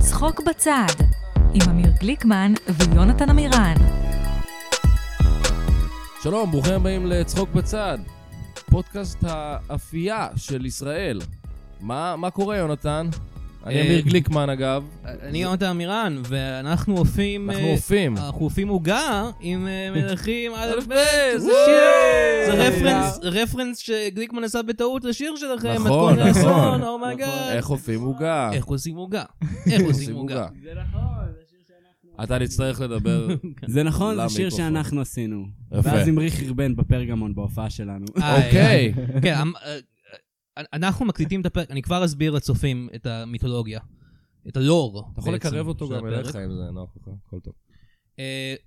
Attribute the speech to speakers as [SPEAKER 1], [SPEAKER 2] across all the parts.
[SPEAKER 1] צחוק בצד, עם אמיר גליקמן ויונתן עמירן.
[SPEAKER 2] שלום, ברוכים הבאים לצחוק בצד, פודקאסט האפייה של ישראל. מה, מה קורה, יונתן? אני
[SPEAKER 3] אה,
[SPEAKER 2] אמיר גליקמן, אגב.
[SPEAKER 3] אני יונתן עמירן, ואנחנו אופים...
[SPEAKER 2] אנחנו
[SPEAKER 3] אה,
[SPEAKER 2] אופים.
[SPEAKER 3] אנחנו אופים עוגה עם אה, מלכים א' ב', זה
[SPEAKER 2] וואו.
[SPEAKER 3] שיר.
[SPEAKER 2] אה,
[SPEAKER 3] זה רפרנס, רפרנס שגליקמן עשה בטעות לשיר שלכם,
[SPEAKER 2] נכון,
[SPEAKER 3] מתכון לאסון,
[SPEAKER 2] נכון.
[SPEAKER 3] אומייגאד.
[SPEAKER 2] איך אופים עוגה?
[SPEAKER 3] איך עושים עוגה? איך עושים עוגה?
[SPEAKER 4] זה נכון, זה שיר שאנחנו...
[SPEAKER 2] אתה נצטרך לדבר.
[SPEAKER 4] זה נכון, זה
[SPEAKER 2] למיקרופון.
[SPEAKER 4] שיר שאנחנו עשינו.
[SPEAKER 2] יפה.
[SPEAKER 4] ואז המריא חרבן בפרגמון בהופעה שלנו.
[SPEAKER 3] אה,
[SPEAKER 2] אוקיי.
[SPEAKER 3] כן, אמ- אה, אה, אנחנו מקליטים את הפרק, אני כבר אסביר לצופים את המיתולוגיה, את הלור.
[SPEAKER 2] אתה יכול לקרב אותו גם אליך,
[SPEAKER 3] אה,
[SPEAKER 2] אם זה נוח לך, הכל טוב. היי.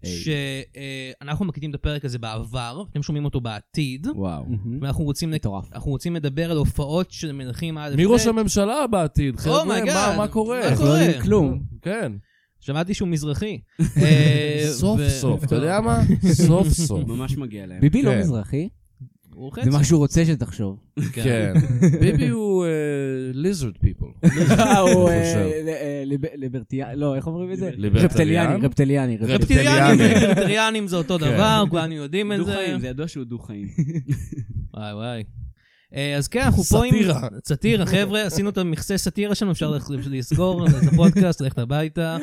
[SPEAKER 3] שאנחנו אה, מקליטים את הפרק הזה בעבר, אתם שומעים אותו בעתיד.
[SPEAKER 4] וואו.
[SPEAKER 3] ואנחנו רוצים, לק...
[SPEAKER 4] מטורף.
[SPEAKER 3] אנחנו רוצים לדבר על הופעות של מלכים א'
[SPEAKER 2] מי
[SPEAKER 3] ב'.
[SPEAKER 2] ראש הממשלה בעתיד? חבר'ה,
[SPEAKER 3] אומייגאד.
[SPEAKER 2] מה- מה קורה?
[SPEAKER 3] מה
[SPEAKER 4] אנחנו לא יודעים כלום.
[SPEAKER 2] כן.
[SPEAKER 3] שמעתי שהוא מזרחי. אה,
[SPEAKER 2] סוף
[SPEAKER 3] ו-
[SPEAKER 2] סוף, אתה יודע מה? סוף סוף.
[SPEAKER 4] ממש מגיע להם.
[SPEAKER 5] ביבי לא
[SPEAKER 2] כן.
[SPEAKER 5] מזרחי,
[SPEAKER 3] הוא
[SPEAKER 5] זה
[SPEAKER 3] חצי.
[SPEAKER 5] מה שהוא רוצה שתחשוב.
[SPEAKER 2] כן. uh, ביבי הוא ליזרד פיפול.
[SPEAKER 3] כן.
[SPEAKER 5] הוא
[SPEAKER 2] אני
[SPEAKER 5] אה,
[SPEAKER 2] חושב.
[SPEAKER 5] ל- אה, ליב- ליברטיאני, לא, איך אומרים את זה?
[SPEAKER 2] ליברטריאן?
[SPEAKER 5] רפטליאני, רפטליאני. רפטליאני.
[SPEAKER 3] רפטיליאנים
[SPEAKER 2] רפטיליאנים.
[SPEAKER 3] וטריאנים זה אותו דבר, כולנו יודעים את זה.
[SPEAKER 4] דו-חיים, זה ידוע שהוא דו-חיים.
[SPEAKER 3] וואי וואי. אה, אז כן, אנחנו פה עם...
[SPEAKER 2] סאטירה.
[SPEAKER 3] סאטירה, חבר'ה, עשינו את המכסה סאטירה שלנו, אפשר ללכת- לסגור את הפודקאסט, ללכת הביתה.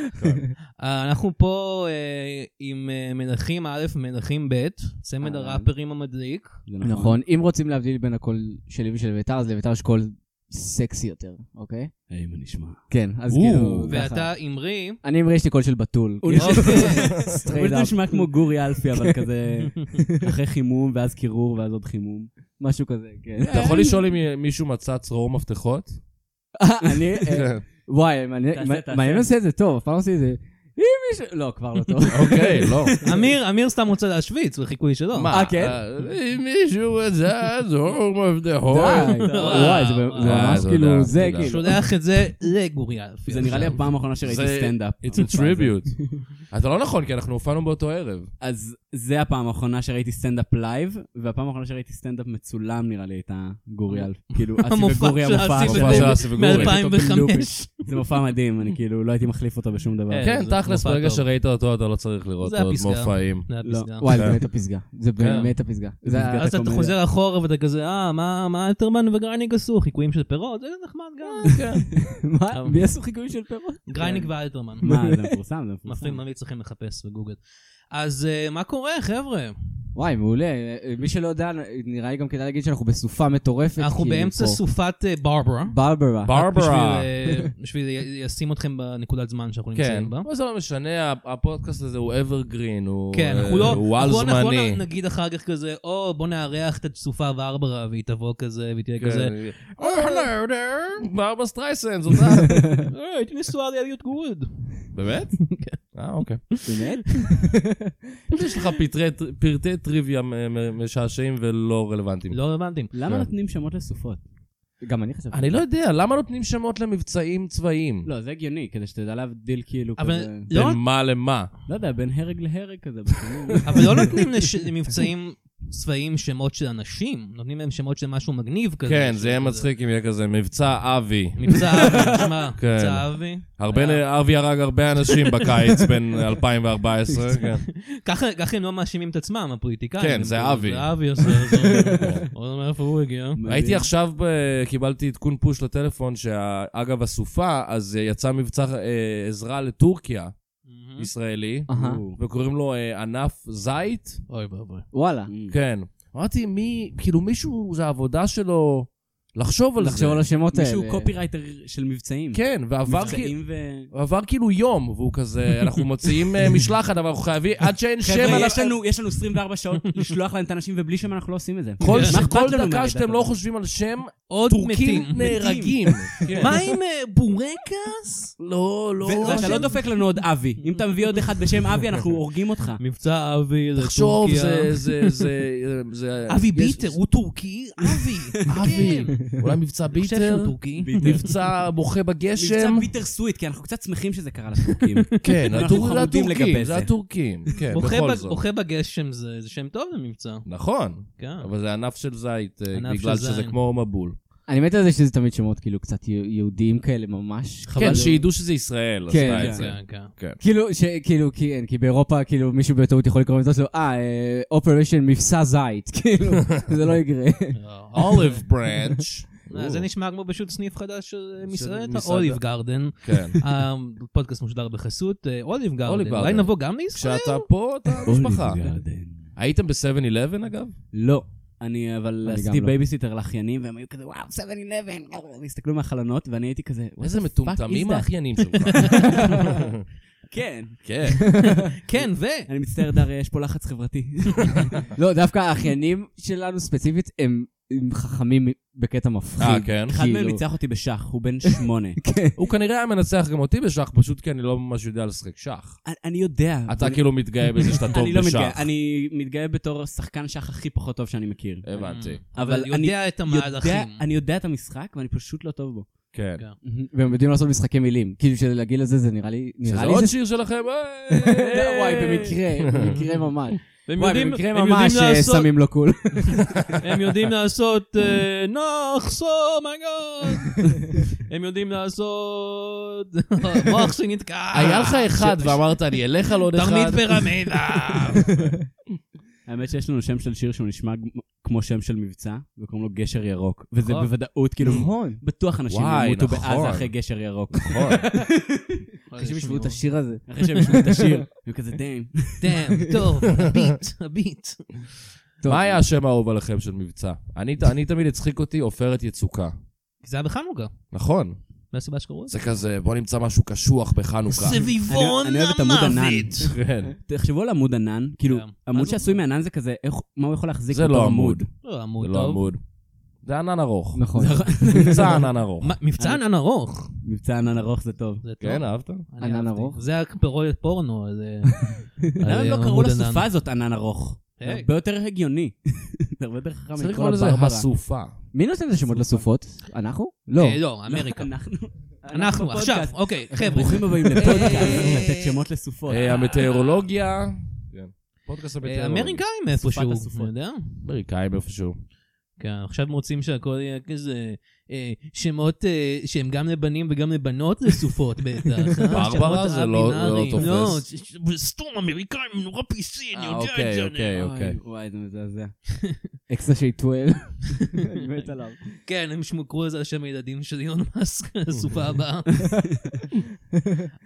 [SPEAKER 3] אה, אנחנו פה אה, עם אה, מלכים א', מלכים ב', צמד
[SPEAKER 4] אהלן.
[SPEAKER 3] הראפרים המדליק.
[SPEAKER 4] זה
[SPEAKER 5] נכון, אם רוצים להבדיל בין הקול שלי ושל ביתר, אז לביתר יש קול סקסי יותר, אוקיי?
[SPEAKER 4] היי, מה נשמע?
[SPEAKER 5] כן, אז
[SPEAKER 2] או,
[SPEAKER 5] כאילו... ככה.
[SPEAKER 3] ואתה, אוקיי. אמרי,
[SPEAKER 5] אני אמרי, יש לי קול של בתול.
[SPEAKER 4] הוא
[SPEAKER 5] כאילו,
[SPEAKER 4] הוא
[SPEAKER 5] straight up.
[SPEAKER 4] נשמע כמו גורי אלפי, אבל כזה אחרי חימום, ואז קירור, ואז עוד חימום.
[SPEAKER 5] משהו כזה, כן.
[SPEAKER 2] אתה יכול לשאול אם מישהו מצא צרור מפתחות? כן.
[SPEAKER 5] אני...
[SPEAKER 3] כן.
[SPEAKER 5] אה, וואי, מעניין-
[SPEAKER 4] תעשה, תעשה.
[SPEAKER 5] מעניין עושה את זה טוב, אף פעם עושה את זה. אם מישהו... לא, כבר לא טוב.
[SPEAKER 2] אוקיי, לא.
[SPEAKER 3] אמיר, אמיר סתם רוצה להשוויץ בחיקוי שלו.
[SPEAKER 2] מה?
[SPEAKER 5] אה, כן?
[SPEAKER 2] אם מישהו מצא צרור מפתחות.
[SPEAKER 5] די, וואי, זה זה
[SPEAKER 3] אה,
[SPEAKER 5] ממש
[SPEAKER 2] תודה,
[SPEAKER 5] כאילו, זה
[SPEAKER 2] תודה.
[SPEAKER 5] כאילו.
[SPEAKER 3] שולח את זה לגורי אלפי.
[SPEAKER 4] כן. זה נראה לי
[SPEAKER 3] עכשיו.
[SPEAKER 4] הפעם האחרונה שראיתי
[SPEAKER 2] זה-
[SPEAKER 4] סטנדאפ.
[SPEAKER 2] It's a tribute. אתה לא נכון, כי אנחנו הופענו באותו ערב.
[SPEAKER 4] אז זה הפעם האחרונה שראיתי סטנדאפ לייב, והפעם האחרונה שראיתי סטנדאפ מצולם נראה לי הייתה גורי אלף. כאילו, אסי
[SPEAKER 3] המופע
[SPEAKER 4] וגורי
[SPEAKER 3] של
[SPEAKER 4] המופע.
[SPEAKER 3] אסי
[SPEAKER 2] המופע
[SPEAKER 3] וגורי.
[SPEAKER 2] של אסי וגורי.
[SPEAKER 3] מ-2005.
[SPEAKER 4] זה מופע מדהים, אני כאילו לא הייתי מחליף אותו בשום דבר.
[SPEAKER 3] כן,
[SPEAKER 2] כן,
[SPEAKER 3] זה
[SPEAKER 2] תכלס,
[SPEAKER 3] מופע
[SPEAKER 2] ברגע
[SPEAKER 3] טוב.
[SPEAKER 2] שראית אותו, אתה לא צריך לראות
[SPEAKER 3] זה
[SPEAKER 2] עוד
[SPEAKER 3] הפסגה.
[SPEAKER 2] מופעים.
[SPEAKER 3] זה
[SPEAKER 4] לא.
[SPEAKER 3] הפסגה.
[SPEAKER 5] וואי, זה באמת הפסגה. זה באמת הפסגה. זה
[SPEAKER 4] פסגת
[SPEAKER 5] ה-
[SPEAKER 3] כן. אה, אז אתה
[SPEAKER 4] הקומדיה.
[SPEAKER 3] חוזר אחורה ואתה כזה, אה, מה מה אלתרמן וגרייניק עשו? חיקויים של פירות? זה נחמד
[SPEAKER 4] אה,
[SPEAKER 3] גם.
[SPEAKER 4] כן.
[SPEAKER 5] מה? מי עשו חיקויים של פירות?
[SPEAKER 3] גרייניק ואלתרמן.
[SPEAKER 4] מה, אה, זה מפורסם? זה
[SPEAKER 3] מפעים
[SPEAKER 4] מפורסם.
[SPEAKER 3] מה לי צריכים לחפש בגוגל. אז אה, מה קורה, חבר'ה?
[SPEAKER 5] וואי, מעולה. אה, מי שלא יודע, נראה לי גם כדאי להגיד שאנחנו בסופה מטורפת.
[SPEAKER 3] אנחנו
[SPEAKER 5] כאילו,
[SPEAKER 3] באמצע
[SPEAKER 5] פה.
[SPEAKER 3] סופת אה, ברברה.
[SPEAKER 5] ברברה.
[SPEAKER 2] ברברה.
[SPEAKER 3] בשביל, אה, בשביל לשים אתכם בנקודת זמן שאנחנו
[SPEAKER 2] כן,
[SPEAKER 3] נמצאים בה.
[SPEAKER 2] אבל זה לא משנה, הפודקאסט הזה הוא evergreen, הוא
[SPEAKER 3] כן,
[SPEAKER 2] אה,
[SPEAKER 3] אנחנו לא,
[SPEAKER 2] הוא על
[SPEAKER 3] אנחנו לא- אנחנו לא
[SPEAKER 2] זמני.
[SPEAKER 3] נגיד אחר כך כזה, או בוא נארח את הסופה ברברה והיא תבוא כזה, והיא תהיה
[SPEAKER 2] כן.
[SPEAKER 3] כזה,
[SPEAKER 2] Oh, hello there, ברברה סטרייסן, זאת ה...
[SPEAKER 3] "אה, הייתי נשואה לאליות גוד.
[SPEAKER 2] באמת? אה, אוקיי.
[SPEAKER 5] באמת?
[SPEAKER 2] יש לך פתרי- פרטי טריוויה מ- מ- משעשעים ולא רלוונטיים.
[SPEAKER 3] לא רלוונטיים.
[SPEAKER 5] כן.
[SPEAKER 4] למה נותנים שמות לסופות?
[SPEAKER 5] גם אני חשבתי.
[SPEAKER 2] אני לא יודע, למה נותנים שמות למבצעים צבאיים?
[SPEAKER 4] לא, זה הגיוני, כדי שתדע להבדיל כאילו
[SPEAKER 3] אבל
[SPEAKER 4] כזה...
[SPEAKER 3] לא-
[SPEAKER 2] אה, בין מה למה?
[SPEAKER 4] לא יודע, בין הרג להרג כזה. בחימום.
[SPEAKER 3] אבל לא נותנים לש- למבצעים צבאיים שמות של אנשים, נותנים להם שמות של משהו מגניב כזה.
[SPEAKER 2] כן, זה יהיה
[SPEAKER 3] כזה. לא.
[SPEAKER 2] מצחיק אם יהיה כזה מבצע אבי.
[SPEAKER 3] מבצע אבי, שמע,
[SPEAKER 2] כן.
[SPEAKER 3] מבצע אבי.
[SPEAKER 2] הרבה נ- אבי הרג הרבה אנשים בקיץ בין 2014. כן.
[SPEAKER 3] ככה ככה הם לא מאשימים את עצמם, הפוליטיקאים.
[SPEAKER 2] כן,
[SPEAKER 3] הם
[SPEAKER 2] זה
[SPEAKER 3] כאילו,
[SPEAKER 2] אבי.
[SPEAKER 3] זה אבי עושה את זה. הוא אומר מאיפה הוא הגיע.
[SPEAKER 2] ראיתי עכשיו, ב- קיבלתי עדכון פוש לטלפון, שאגב הסופה, אז אה, יצא מבצע אה, עזרה לטורקיה,
[SPEAKER 3] מהמם.
[SPEAKER 2] ישראלי,
[SPEAKER 5] אהה.
[SPEAKER 2] וקוראים לו אה, ענף זית.
[SPEAKER 3] אוי ואבוי.
[SPEAKER 5] וואלה.
[SPEAKER 2] כן. אמרתי, מי, כאילו מישהו, זה העבודה שלו לחשוב על זה.
[SPEAKER 5] לחשוב על השמות האלה.
[SPEAKER 4] מישהו קופירייטר של מבצעים.
[SPEAKER 2] כן, ועבר כאילו...
[SPEAKER 4] מבצעים ו...
[SPEAKER 2] עבר כאילו יום, והוא כזה, אנחנו מוציאים אה, משלחת, אבל אנחנו חייבים, עד שאין שם על
[SPEAKER 4] חבר'ה,
[SPEAKER 2] ה...
[SPEAKER 4] יש לנו- יש לנו 24 שעות לשלוח להם את האנשים, ובלי שם אנחנו לא עושים את זה.
[SPEAKER 2] כל-
[SPEAKER 4] מה אכפת
[SPEAKER 2] כל
[SPEAKER 4] לנו
[SPEAKER 2] דקה
[SPEAKER 4] מהרעידת
[SPEAKER 2] שאתם לא
[SPEAKER 4] הזאת?
[SPEAKER 2] חושבים על שם,
[SPEAKER 3] עוד
[SPEAKER 2] טורקים
[SPEAKER 3] מתים.
[SPEAKER 2] נהרגים. כן.
[SPEAKER 3] מה עם אה, בורקס?
[SPEAKER 2] לא, לא.
[SPEAKER 4] ואתה לא דופק לנו עוד אבי. אם אתה מביא עוד אחד בשם אבי, אנחנו הורגים אותך.
[SPEAKER 3] מבצע אבי, זה
[SPEAKER 2] תחשוב,
[SPEAKER 3] טורקיה.
[SPEAKER 2] זה- זה... זה- זה-
[SPEAKER 3] אבי
[SPEAKER 2] יש-
[SPEAKER 3] ביטר, הוא טורקי? אבי.
[SPEAKER 2] אבי.
[SPEAKER 3] כן.
[SPEAKER 2] אולי מבצע
[SPEAKER 3] אני חושב שהוא
[SPEAKER 2] ביטר,
[SPEAKER 3] טורקי.
[SPEAKER 2] מבצע בוכה
[SPEAKER 4] מבצע
[SPEAKER 2] בגשם.
[SPEAKER 4] ביטר סוויט, כי אנחנו קצת שמחים שזה קרה לטורקים.
[SPEAKER 2] כן,
[SPEAKER 4] אנחנו
[SPEAKER 2] הטור- זה
[SPEAKER 4] חמודים
[SPEAKER 2] הטורקים, זה
[SPEAKER 4] לגבי זה.
[SPEAKER 2] הטורקים. כן,
[SPEAKER 3] בוכה
[SPEAKER 2] בכל
[SPEAKER 3] בג-
[SPEAKER 2] זאת.
[SPEAKER 3] בוכה בגשם זה זה שם טוב למבצע.
[SPEAKER 2] נכון,
[SPEAKER 3] כן.
[SPEAKER 2] אבל זה ענף של זית, אה,
[SPEAKER 3] ענף
[SPEAKER 2] בגלל
[SPEAKER 3] של
[SPEAKER 2] שזה
[SPEAKER 3] זין.
[SPEAKER 2] כמו מבול.
[SPEAKER 5] אני מת על זה שזה תמיד שמות כאילו קצת יה- יהודיים כאלה ממש.
[SPEAKER 3] חבל
[SPEAKER 2] כן,
[SPEAKER 3] לא.
[SPEAKER 2] שידעו שזה ישראל עשתה
[SPEAKER 5] כן,
[SPEAKER 2] את זה.
[SPEAKER 3] כן, כן.
[SPEAKER 5] כאילו, ש- כאילו, כן, כי באירופה, כאילו, מישהו בטעות יכול לקרוא לזה, אה, אופרשן מבצע זית, כאילו, זה לא יקרה.
[SPEAKER 3] כן.
[SPEAKER 2] אוליב ברנץ'.
[SPEAKER 3] אה, זה נשמע כמו פשוט סניף חדש של מסעדת
[SPEAKER 2] מסעדה.
[SPEAKER 3] אוליב גרדן.
[SPEAKER 2] כן.
[SPEAKER 3] הפודקאסט מושדר בחסות אה, אוליב
[SPEAKER 2] אוליב
[SPEAKER 3] גרדן.
[SPEAKER 2] גרדן.
[SPEAKER 3] אולי נבוא גם לישראל?
[SPEAKER 2] כשאתה פה, אתה משפחה.
[SPEAKER 5] נכון.
[SPEAKER 4] ירדן.
[SPEAKER 2] הייתם ב-7-11 אגב?
[SPEAKER 4] לא. אני אבל
[SPEAKER 5] אני
[SPEAKER 4] עשיתי
[SPEAKER 5] גם לא.
[SPEAKER 4] בייביסיטר לאחיינים, והם היו כזה, וואו, 7-11, והסתכלו מהחלונות, ואני הייתי כזה, "What
[SPEAKER 2] איזה
[SPEAKER 4] the fuck
[SPEAKER 2] מטומטמים
[SPEAKER 4] is that?"
[SPEAKER 2] האחיינים שלך.
[SPEAKER 4] כן,
[SPEAKER 2] כן.
[SPEAKER 3] כן, ו...
[SPEAKER 4] אני מצטער, דריה, יש פה לחץ חברתי.
[SPEAKER 5] לא, דווקא האחיינים שלנו ספציפית הם הם חכמים בקטע מפחיד.
[SPEAKER 2] אה, כן.
[SPEAKER 4] אחד מהם
[SPEAKER 5] כאילו. כן.
[SPEAKER 4] ניצח אותי בשח, הוא בן שמונה.
[SPEAKER 2] הוא כנראה היה מנצח גם אותי בשח, פשוט כי אני לא ממש יודע לשחק שח.
[SPEAKER 4] אני- אני יודע.
[SPEAKER 2] אתה
[SPEAKER 4] אבל-
[SPEAKER 2] כאילו מתגאה בזה שאתה טוב
[SPEAKER 4] אני לא מתגאה,
[SPEAKER 2] בשח.
[SPEAKER 4] אני מתגאה בתור השחקן שח הכי פחות טוב שאני מכיר.
[SPEAKER 2] הבנתי.
[SPEAKER 3] אבל
[SPEAKER 4] אבל אני
[SPEAKER 3] יודע את
[SPEAKER 4] יודע,
[SPEAKER 3] המהלכים.
[SPEAKER 4] אני יודע את המשחק, ואני פשוט לא טוב בו.
[SPEAKER 2] כן.
[SPEAKER 5] והם יודעים לעשות משחקי מילים. כאילו שלגיל הזה זה נראה לי... נראה
[SPEAKER 2] שזה
[SPEAKER 5] לי
[SPEAKER 2] עוד
[SPEAKER 5] זה-
[SPEAKER 2] שיר שלכם?
[SPEAKER 5] אה, וואי, במקרה, במקרה ממש.
[SPEAKER 3] והם
[SPEAKER 5] וואי,
[SPEAKER 3] יודעים-
[SPEAKER 5] במקרה
[SPEAKER 3] הם
[SPEAKER 5] ממש
[SPEAKER 3] יודעים
[SPEAKER 5] אה,
[SPEAKER 3] לעשות-
[SPEAKER 5] שמים לו קול.
[SPEAKER 3] הם יודעים לעשות אה, נחסום מגוד. הם יודעים לעשות מוח שנתקע.
[SPEAKER 2] היה לך אחד ואמרת, אני אלך על עוד אחד.
[SPEAKER 3] תרמית פירמידה.
[SPEAKER 4] האמת שיש לנו שם של שיר שהוא נשמע גמ- כמו שם של מבצע, וקוראים לו גשר ירוק. וזה
[SPEAKER 3] נכון.
[SPEAKER 4] בוודאות, כאילו,
[SPEAKER 5] נכון.
[SPEAKER 4] בטוח אנשים
[SPEAKER 2] וואי,
[SPEAKER 4] ימותו
[SPEAKER 2] נכון.
[SPEAKER 4] בעזה אחרי גשר ירוק.
[SPEAKER 2] נכון.
[SPEAKER 5] אנשים ישמעו את השיר הזה.
[SPEAKER 4] אחרי שהם ישמעו את השיר, הם כזה דיים.
[SPEAKER 3] דאם, טוב, הביט, הביט.
[SPEAKER 5] טוב.
[SPEAKER 2] מה היה השם האהוב עליכם של מבצע? אני ת- אני תמיד הצחיק אותי עופרת יצוקה.
[SPEAKER 3] כי זה היה בחנוכה,
[SPEAKER 2] נכון.
[SPEAKER 3] מהסיבה שקראו את זה.
[SPEAKER 2] זה כזה, בוא נמצא משהו קשוח בחנוכה.
[SPEAKER 3] סביבון
[SPEAKER 4] אני אוהב את עמוד ענן.
[SPEAKER 3] המוות.
[SPEAKER 2] כן.
[SPEAKER 4] תחשבו על עמוד ענן, כאילו,
[SPEAKER 3] כן.
[SPEAKER 4] עמוד
[SPEAKER 3] אז-
[SPEAKER 4] שעשוי מענן זה כזה, איך- מה הוא יכול להחזיק
[SPEAKER 2] זה
[SPEAKER 4] בתור
[SPEAKER 2] לא עמוד.
[SPEAKER 3] לא,
[SPEAKER 2] זה
[SPEAKER 3] עמוד
[SPEAKER 2] לא
[SPEAKER 3] טוב.
[SPEAKER 2] עמוד. זה ענן ארוך.
[SPEAKER 5] נכון.
[SPEAKER 2] מבצע ענן ארוך.
[SPEAKER 3] מה, לא. מבצע ענן ארוך.
[SPEAKER 4] מבצע ענן ארוך זה טוב.
[SPEAKER 3] זה טוב.
[SPEAKER 2] כן, אהבת?
[SPEAKER 3] אני
[SPEAKER 5] ענן
[SPEAKER 3] אהבתי.
[SPEAKER 5] ארוך?
[SPEAKER 3] זה היה פרויקט פורנו. זה-
[SPEAKER 4] למה הם
[SPEAKER 3] על
[SPEAKER 4] לא קראו
[SPEAKER 3] אה, עמוד
[SPEAKER 4] לסופה
[SPEAKER 3] ענן.
[SPEAKER 4] הזאת ענן ארוך? זה
[SPEAKER 3] היי.
[SPEAKER 4] הרבה יותר הגיוני. זה הרבה יותר חכם לקרוא לה ברברה.
[SPEAKER 2] צריך לקרוא לזה הסופה.
[SPEAKER 5] מי נותן את השמות לסופות? אנחנו? לא.
[SPEAKER 3] אה, לא, אמריקה.
[SPEAKER 4] אנחנו.
[SPEAKER 3] אנחנו עכשיו,
[SPEAKER 4] בפודקאסט.
[SPEAKER 3] אוקיי, חבר'ה.
[SPEAKER 4] ברוכים הבאים לפודקאסט,
[SPEAKER 3] אה,
[SPEAKER 4] לתת שמות לסופות.
[SPEAKER 2] אה, המטאורולוגיה. כן. פודקאסט
[SPEAKER 3] אה,
[SPEAKER 2] המטאורולוגיה.
[SPEAKER 3] אמריקאים איפשהו,
[SPEAKER 4] הסופות.
[SPEAKER 3] אני יודע.
[SPEAKER 2] אמריקאים איפשהו.
[SPEAKER 3] כן, עכשיו הם רוצים שהכל יהיה כזה אה, שמות אה, שהם גם לבנים וגם לבנות לסופות בטח. אה?
[SPEAKER 2] ברברה
[SPEAKER 3] שמות
[SPEAKER 2] זה לא- זה לא
[SPEAKER 3] א-בינאריים.
[SPEAKER 2] תופס.
[SPEAKER 3] לא, ש- ש- סתום אמריקאים, הם נורא פיסי, אני
[SPEAKER 2] אה,
[SPEAKER 3] יודע את
[SPEAKER 2] אוקיי,
[SPEAKER 3] זה. אני-
[SPEAKER 2] אוקיי,
[SPEAKER 5] כן.
[SPEAKER 2] אוקיי.
[SPEAKER 4] אוי, וואי, זה מזעזע.
[SPEAKER 5] אקסטה שהיא טואל. אני מת עליו.
[SPEAKER 3] כן, הם שמוקרו את זה על שם הילדים של אילון מאסק, הסופה הבאה.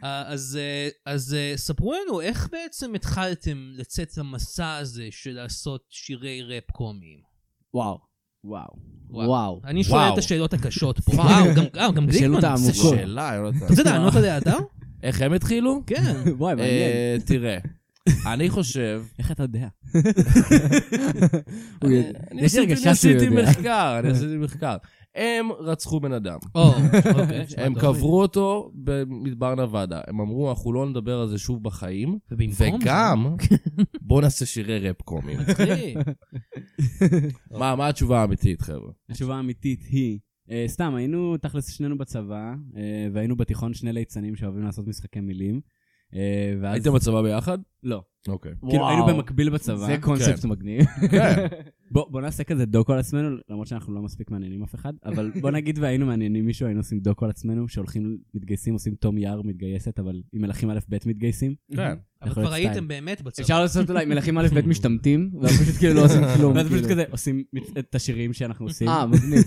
[SPEAKER 3] אה, אז, אה, אז אה, ספרו לנו, איך בעצם התחלתם לצאת למסע הזה של לעשות שירי ראפ קומיים?
[SPEAKER 5] וואו.
[SPEAKER 4] וואו.
[SPEAKER 5] וואו.
[SPEAKER 3] אני שואל
[SPEAKER 2] וואו.
[SPEAKER 3] את השאלות הקשות פה. וואו, גם- אה, גם גליקמן.
[SPEAKER 5] השאלות
[SPEAKER 3] זה
[SPEAKER 5] העמוקות.
[SPEAKER 3] שאלה.
[SPEAKER 2] שאלה, יונתן.
[SPEAKER 3] אתה רוצה לענות עליה אתה?
[SPEAKER 2] איך הם התחילו?
[SPEAKER 3] כן.
[SPEAKER 5] וואי, מעניין.
[SPEAKER 2] אה, תראה, אני חושב...
[SPEAKER 4] איך אתה יודע?
[SPEAKER 5] הוא
[SPEAKER 2] אני-
[SPEAKER 5] יודע.
[SPEAKER 2] אה, אני
[SPEAKER 5] אה, יש
[SPEAKER 2] עשיתי-
[SPEAKER 5] לי הרגשה שהוא
[SPEAKER 2] אני
[SPEAKER 5] יודע.
[SPEAKER 2] עשיתי מחקר, אני עשיתי מחקר. הם רצחו בן אדם.
[SPEAKER 3] או, אוקיי.
[SPEAKER 2] הם קברו אותו במדבר נבדה. הם אמרו, אנחנו לא נדבר על זה שוב בחיים,
[SPEAKER 3] ובמקום
[SPEAKER 2] וגם, בואו נעשה שירי ראפ קומיים.
[SPEAKER 3] זה, מצחיק.
[SPEAKER 2] מה מה התשובה האמיתית, חבר'ה?
[SPEAKER 4] התשובה האמיתית היא, אה, סתם, היינו תכלס שנינו בצבא, אה, והיינו בתיכון שני ליצנים שאוהבים לעשות משחקי מילים. אה, ואז...
[SPEAKER 2] הייתם בצבא ביחד?
[SPEAKER 4] לא.
[SPEAKER 2] אוקיי.
[SPEAKER 4] כאילו, היינו
[SPEAKER 5] וואו.
[SPEAKER 4] במקביל בצבא.
[SPEAKER 5] זה קונספט מגניב. כן.
[SPEAKER 4] בוא, בוא נעשה כזה דוקו על עצמנו, למרות שאנחנו לא מספיק מעניינים אף אחד, אבל בוא נגיד והיינו מעניינים מישהו, היינו עושים דוקו על עצמנו, שהולכים, מתגייסים, עושים תום יער מתגייסת, אבל עם מלכים א' ב' מתגייסים.
[SPEAKER 2] כן.
[SPEAKER 3] אבל
[SPEAKER 4] יכול להיות
[SPEAKER 3] כבר הייתם
[SPEAKER 4] שתיים.
[SPEAKER 3] באמת בצבא.
[SPEAKER 5] אפשר לעשות אולי מלכים א' ב' משתמטים, ואז פשוט כאילו לא עושים כלום.
[SPEAKER 4] ואז פשוט
[SPEAKER 5] כאילו.
[SPEAKER 4] כזה עושים מצ- את השירים שאנחנו עושים.
[SPEAKER 5] אה, מגניב.